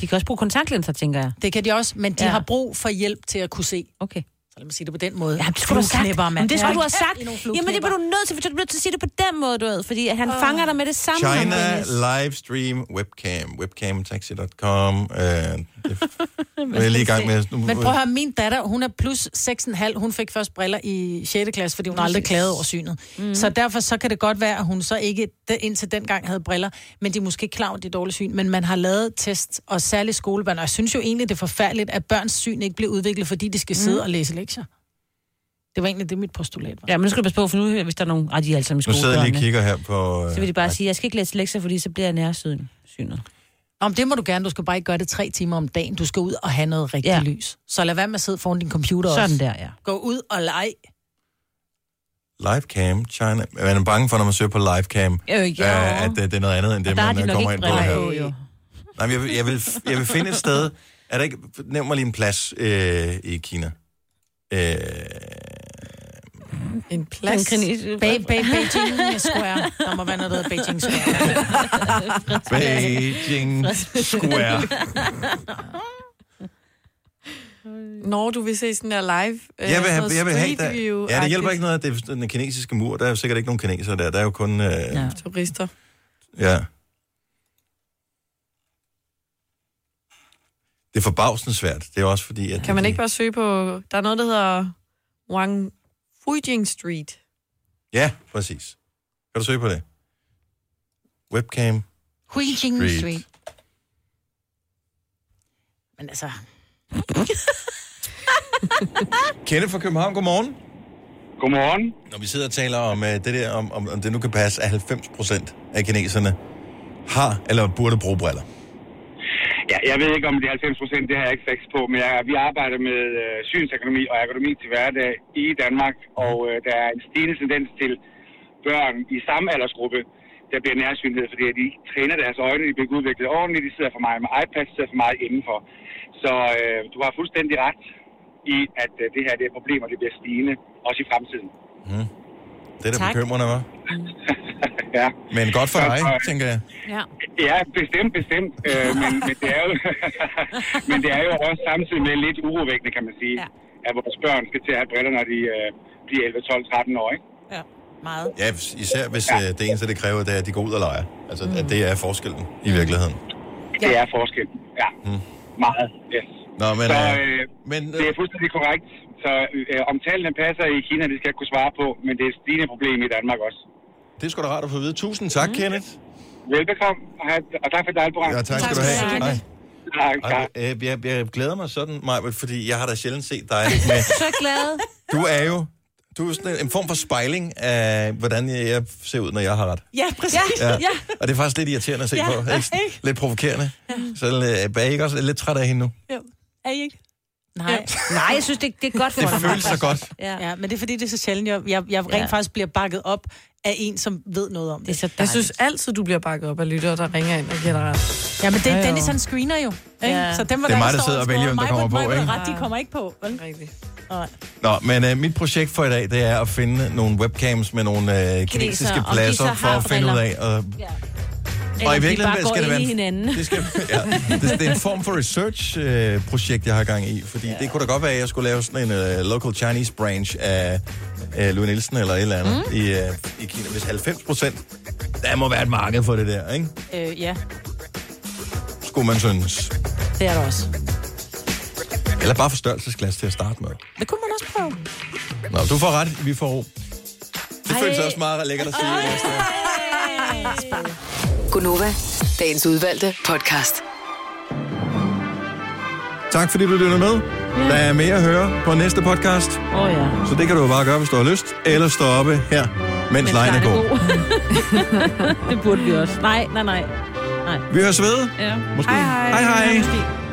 Speaker 2: De kan også bruge kontaktlinser, tænker jeg.
Speaker 4: Det kan de også, men de
Speaker 2: Ja.
Speaker 4: har brug for hjælp til at kunne se.
Speaker 2: Okay.
Speaker 4: Så lad mig sige det på den måde.
Speaker 2: Ja, det skulle du have sagt.
Speaker 4: Flueknæppere, mand.
Speaker 2: Men det skulle
Speaker 4: Ja.
Speaker 2: du have sagt.
Speaker 4: I nogle
Speaker 2: Jamen, det
Speaker 4: flueknæppere.
Speaker 2: bliver du nødt til, for du bliver nødt til at sige det på den måde, du ved. Fordi at han
Speaker 4: Åh.
Speaker 2: fanger dig med det samme. når han
Speaker 1: China
Speaker 2: ringer.
Speaker 1: Livestream Webcam, webcamtaxi.com. Øh, det er jeg lige i gang med. Nu,
Speaker 4: Men prøv at høre, min datter, hun er plus 6,5. Hun fik først briller i 6. klasse, fordi hun aldrig klagede over synet. Mm. Så derfor så kan det godt være, at hun så ikke de- indtil dengang havde briller, men de er måske ikke klar over det dårlige syn. Men man har lavet test, og særligt skolebørn. Og jeg synes jo egentlig, det er forfærdeligt, at børns syn ikke bliver udviklet, fordi de skal sidde
Speaker 2: Mm.
Speaker 4: og læse lektier. Det var egentlig det, mit postulat var.
Speaker 2: Ja, men nu skal du passe på, for nu, hvis der er nogen... Ej, de er alle sammen i
Speaker 1: nu
Speaker 2: skole.
Speaker 1: sidder jeg lige og
Speaker 2: børnene.
Speaker 1: kigger her på...
Speaker 2: Så vil de bare sige, jeg skal ikke læse lektier, fordi så bliver jeg nærsynet.
Speaker 4: Om det må du gerne. Du skal bare ikke gøre det tre timer om dagen. Du skal ud og have noget rigtigt ja.
Speaker 2: Ja.
Speaker 4: lys. Så lad være med at sidde foran din computer
Speaker 2: Sådan
Speaker 4: også.
Speaker 2: der, ja.
Speaker 4: Gå ud og lege.
Speaker 1: Livecam, China. Man er bange for, når man søger på livecam,
Speaker 4: Øh, ja.
Speaker 1: øh, at det, det er noget andet, end det,
Speaker 4: der har
Speaker 1: man
Speaker 4: de
Speaker 1: øh,
Speaker 4: nok
Speaker 1: kommer
Speaker 4: ikke
Speaker 1: ind på
Speaker 4: briller
Speaker 1: her.
Speaker 4: på, jo.
Speaker 1: Nej, men jeg, vil, jeg, vil, jeg vil finde et sted. Er der ikke... Nævn mig lige en plads øh, i Kina. Øh,
Speaker 5: En
Speaker 4: plads. Be- be- Beijing Square. Der må være noget, der hedder Beijing Square.
Speaker 1: Beijing Square.
Speaker 5: Når du vil se sådan der live... øh,
Speaker 1: Jeg vil have,
Speaker 5: sådan
Speaker 1: jeg vil
Speaker 5: noget
Speaker 1: have
Speaker 5: street view
Speaker 1: der. Ja, det hjælper ikke noget, at det er den kinesiske mur. Der er jo sikkert ikke nogen kinesere der. Der er jo kun... Øh, ja.
Speaker 5: Turister.
Speaker 1: ja. Det er forbavsende svært. Det er også fordi, at...
Speaker 5: Kan man ikke bare søge på... Der er noget, der hedder Wang Fujing Street.
Speaker 1: Ja, præcis. Kan du søge på det? Webcam.
Speaker 4: Huijing
Speaker 1: Street.
Speaker 4: Street. Men altså...
Speaker 1: Kenneth fra København, godmorgen.
Speaker 18: Godmorgen.
Speaker 1: Når vi sidder og taler om uh, det der, om, om, om det nu kan passe, at 90 procent af kineserne har eller burde bruge briller.
Speaker 18: Ja, jeg ved ikke om det er 90 procent, det har jeg ikke facts på, men jeg, vi arbejder med øh, synsøkonomi og ergonomi til hverdag i Danmark, og øh, der er en stigende tendens til børn i samme aldersgruppe der bliver nærsynhed, fordi at de træner deres øjne, de bliver ikke udviklet ordentligt, de sidder for meget med iPads, de sidder for meget indenfor. Så øh, du har fuldstændig ret i, at øh, det her det er problemer, det bliver stigende, også i fremtiden.
Speaker 1: Det er da bekymrende, hva'?
Speaker 18: ja.
Speaker 1: Men godt for
Speaker 18: Så-
Speaker 1: dig,
Speaker 18: så-
Speaker 1: tænker jeg.
Speaker 18: Ja. ja, bestemt, bestemt. Øh, men, men, det er jo, men det er jo også samtidig med lidt urovækkende, kan man sige, ja. at vores børn skal til at have briller, når de øh, bliver 11, 12, 13 år, ikke?
Speaker 4: Meget.
Speaker 1: Ja, hvis- især hvis ja. det eneste, det kræver, det er, at de går ud og leger. Altså, mm. at det er forskellen i virkeligheden.
Speaker 18: Det er forskellen, ja.
Speaker 1: Mm.
Speaker 18: Meget, yes.
Speaker 1: Nå, men...
Speaker 18: så
Speaker 1: øh,
Speaker 18: øh,
Speaker 1: men, øh,
Speaker 18: det er fuldstændig korrekt. Så øh, om tallene passer i Kina, det skal jeg kunne svare på, men det er et stigende problem i Danmark også.
Speaker 1: Det er sgu da rart at få at vide. Tusind tak, mm. Kenneth.
Speaker 18: Velbekomme, og, have- og tak for dig, Alborg.
Speaker 1: Ja, tak skal du have. Hej.
Speaker 18: Tak,
Speaker 1: Ej, øh, jeg, jeg glæder mig sådan, Maja, fordi jeg har da sjældent set dig. Men
Speaker 4: Så glad.
Speaker 1: du er jo du er sådan en form for spejling af, hvordan jeg jeg ser ud, når jeg har ret.
Speaker 4: Ja, præcis. Ja, ja.
Speaker 1: Og det er faktisk lidt irriterende at se
Speaker 4: Ja,
Speaker 1: på. Ikke?
Speaker 4: ikke?
Speaker 1: Lidt provokerende. Så øh, er I ikke også lidt træt af hende nu?
Speaker 4: Jo. Er I ikke? Nej. Nej, jeg synes, det, det er godt for
Speaker 1: Det
Speaker 4: mig,
Speaker 1: føles så
Speaker 4: faktisk.
Speaker 1: godt.
Speaker 4: Ja. ja, men det er fordi, det er så sjældent, jeg, jeg, jeg rent
Speaker 5: Ja.
Speaker 4: ja. faktisk bliver bakket op af en, som ved noget om det. Det er så
Speaker 5: Jeg synes altid, du bliver bakket op af lyttere, der ringer ind og gælder ret.
Speaker 4: Ja, men det
Speaker 5: Jo,
Speaker 4: er
Speaker 5: jo.
Speaker 4: Dennis, han screener jo. Ikke?
Speaker 5: Ja.
Speaker 4: Så dem,
Speaker 1: Det er mig, der sidder og vælger, hvem der kommer på,
Speaker 4: ikke?
Speaker 1: ikke?
Speaker 4: ret, de kommer ikke på. Vel? Rigtigt.
Speaker 1: Nå, men øh, mit projekt for i dag, det er at finde nogle webcams med nogle øh, kinesiske
Speaker 3: om de så
Speaker 1: pladser, for
Speaker 3: har
Speaker 1: at finde ud af.
Speaker 3: briller.
Speaker 1: Og,
Speaker 3: Ja. Eller
Speaker 1: og i
Speaker 3: de
Speaker 1: virkeligheden
Speaker 3: bare går
Speaker 1: skal det
Speaker 3: ind
Speaker 1: være...
Speaker 3: i
Speaker 1: en-
Speaker 3: hinanden.
Speaker 1: Det, skal, ja, det, det er en form for research-projekt, øh, projekt, jeg har gang i, fordi det kunne da godt være, at jeg skulle lave sådan en øh, local Chinese branch af øh, Louis Nielsen eller et eller andet mm. i, øh, i Kina. Hvis 90 procent, der må være et marked for det der, ikke?
Speaker 4: Øh, ja,
Speaker 1: Skulle man synes.
Speaker 4: det er der også.
Speaker 1: Eller bare forstørrelsesglas til at starte med.
Speaker 4: Det kunne man også prøve.
Speaker 1: Nå, du får ret, vi får ro. Det
Speaker 8: Ej.
Speaker 1: føles også meget lækkert at sige. Lasse.
Speaker 8: Gunova, dagens udvalgte podcast.
Speaker 1: Tak fordi du lyttede med. Der er mere at høre på næste podcast.
Speaker 4: Oh, ja.
Speaker 1: Så det kan du jo bare gøre, hvis du har lyst. Eller stoppe her, mens, mens lejen er god.
Speaker 3: det burde vi også. Nej, nej, nej. nej.
Speaker 1: Vi høres ved.
Speaker 3: Ja.
Speaker 1: Måske. Hej, hej. Hej, hej.
Speaker 3: Ja, måske.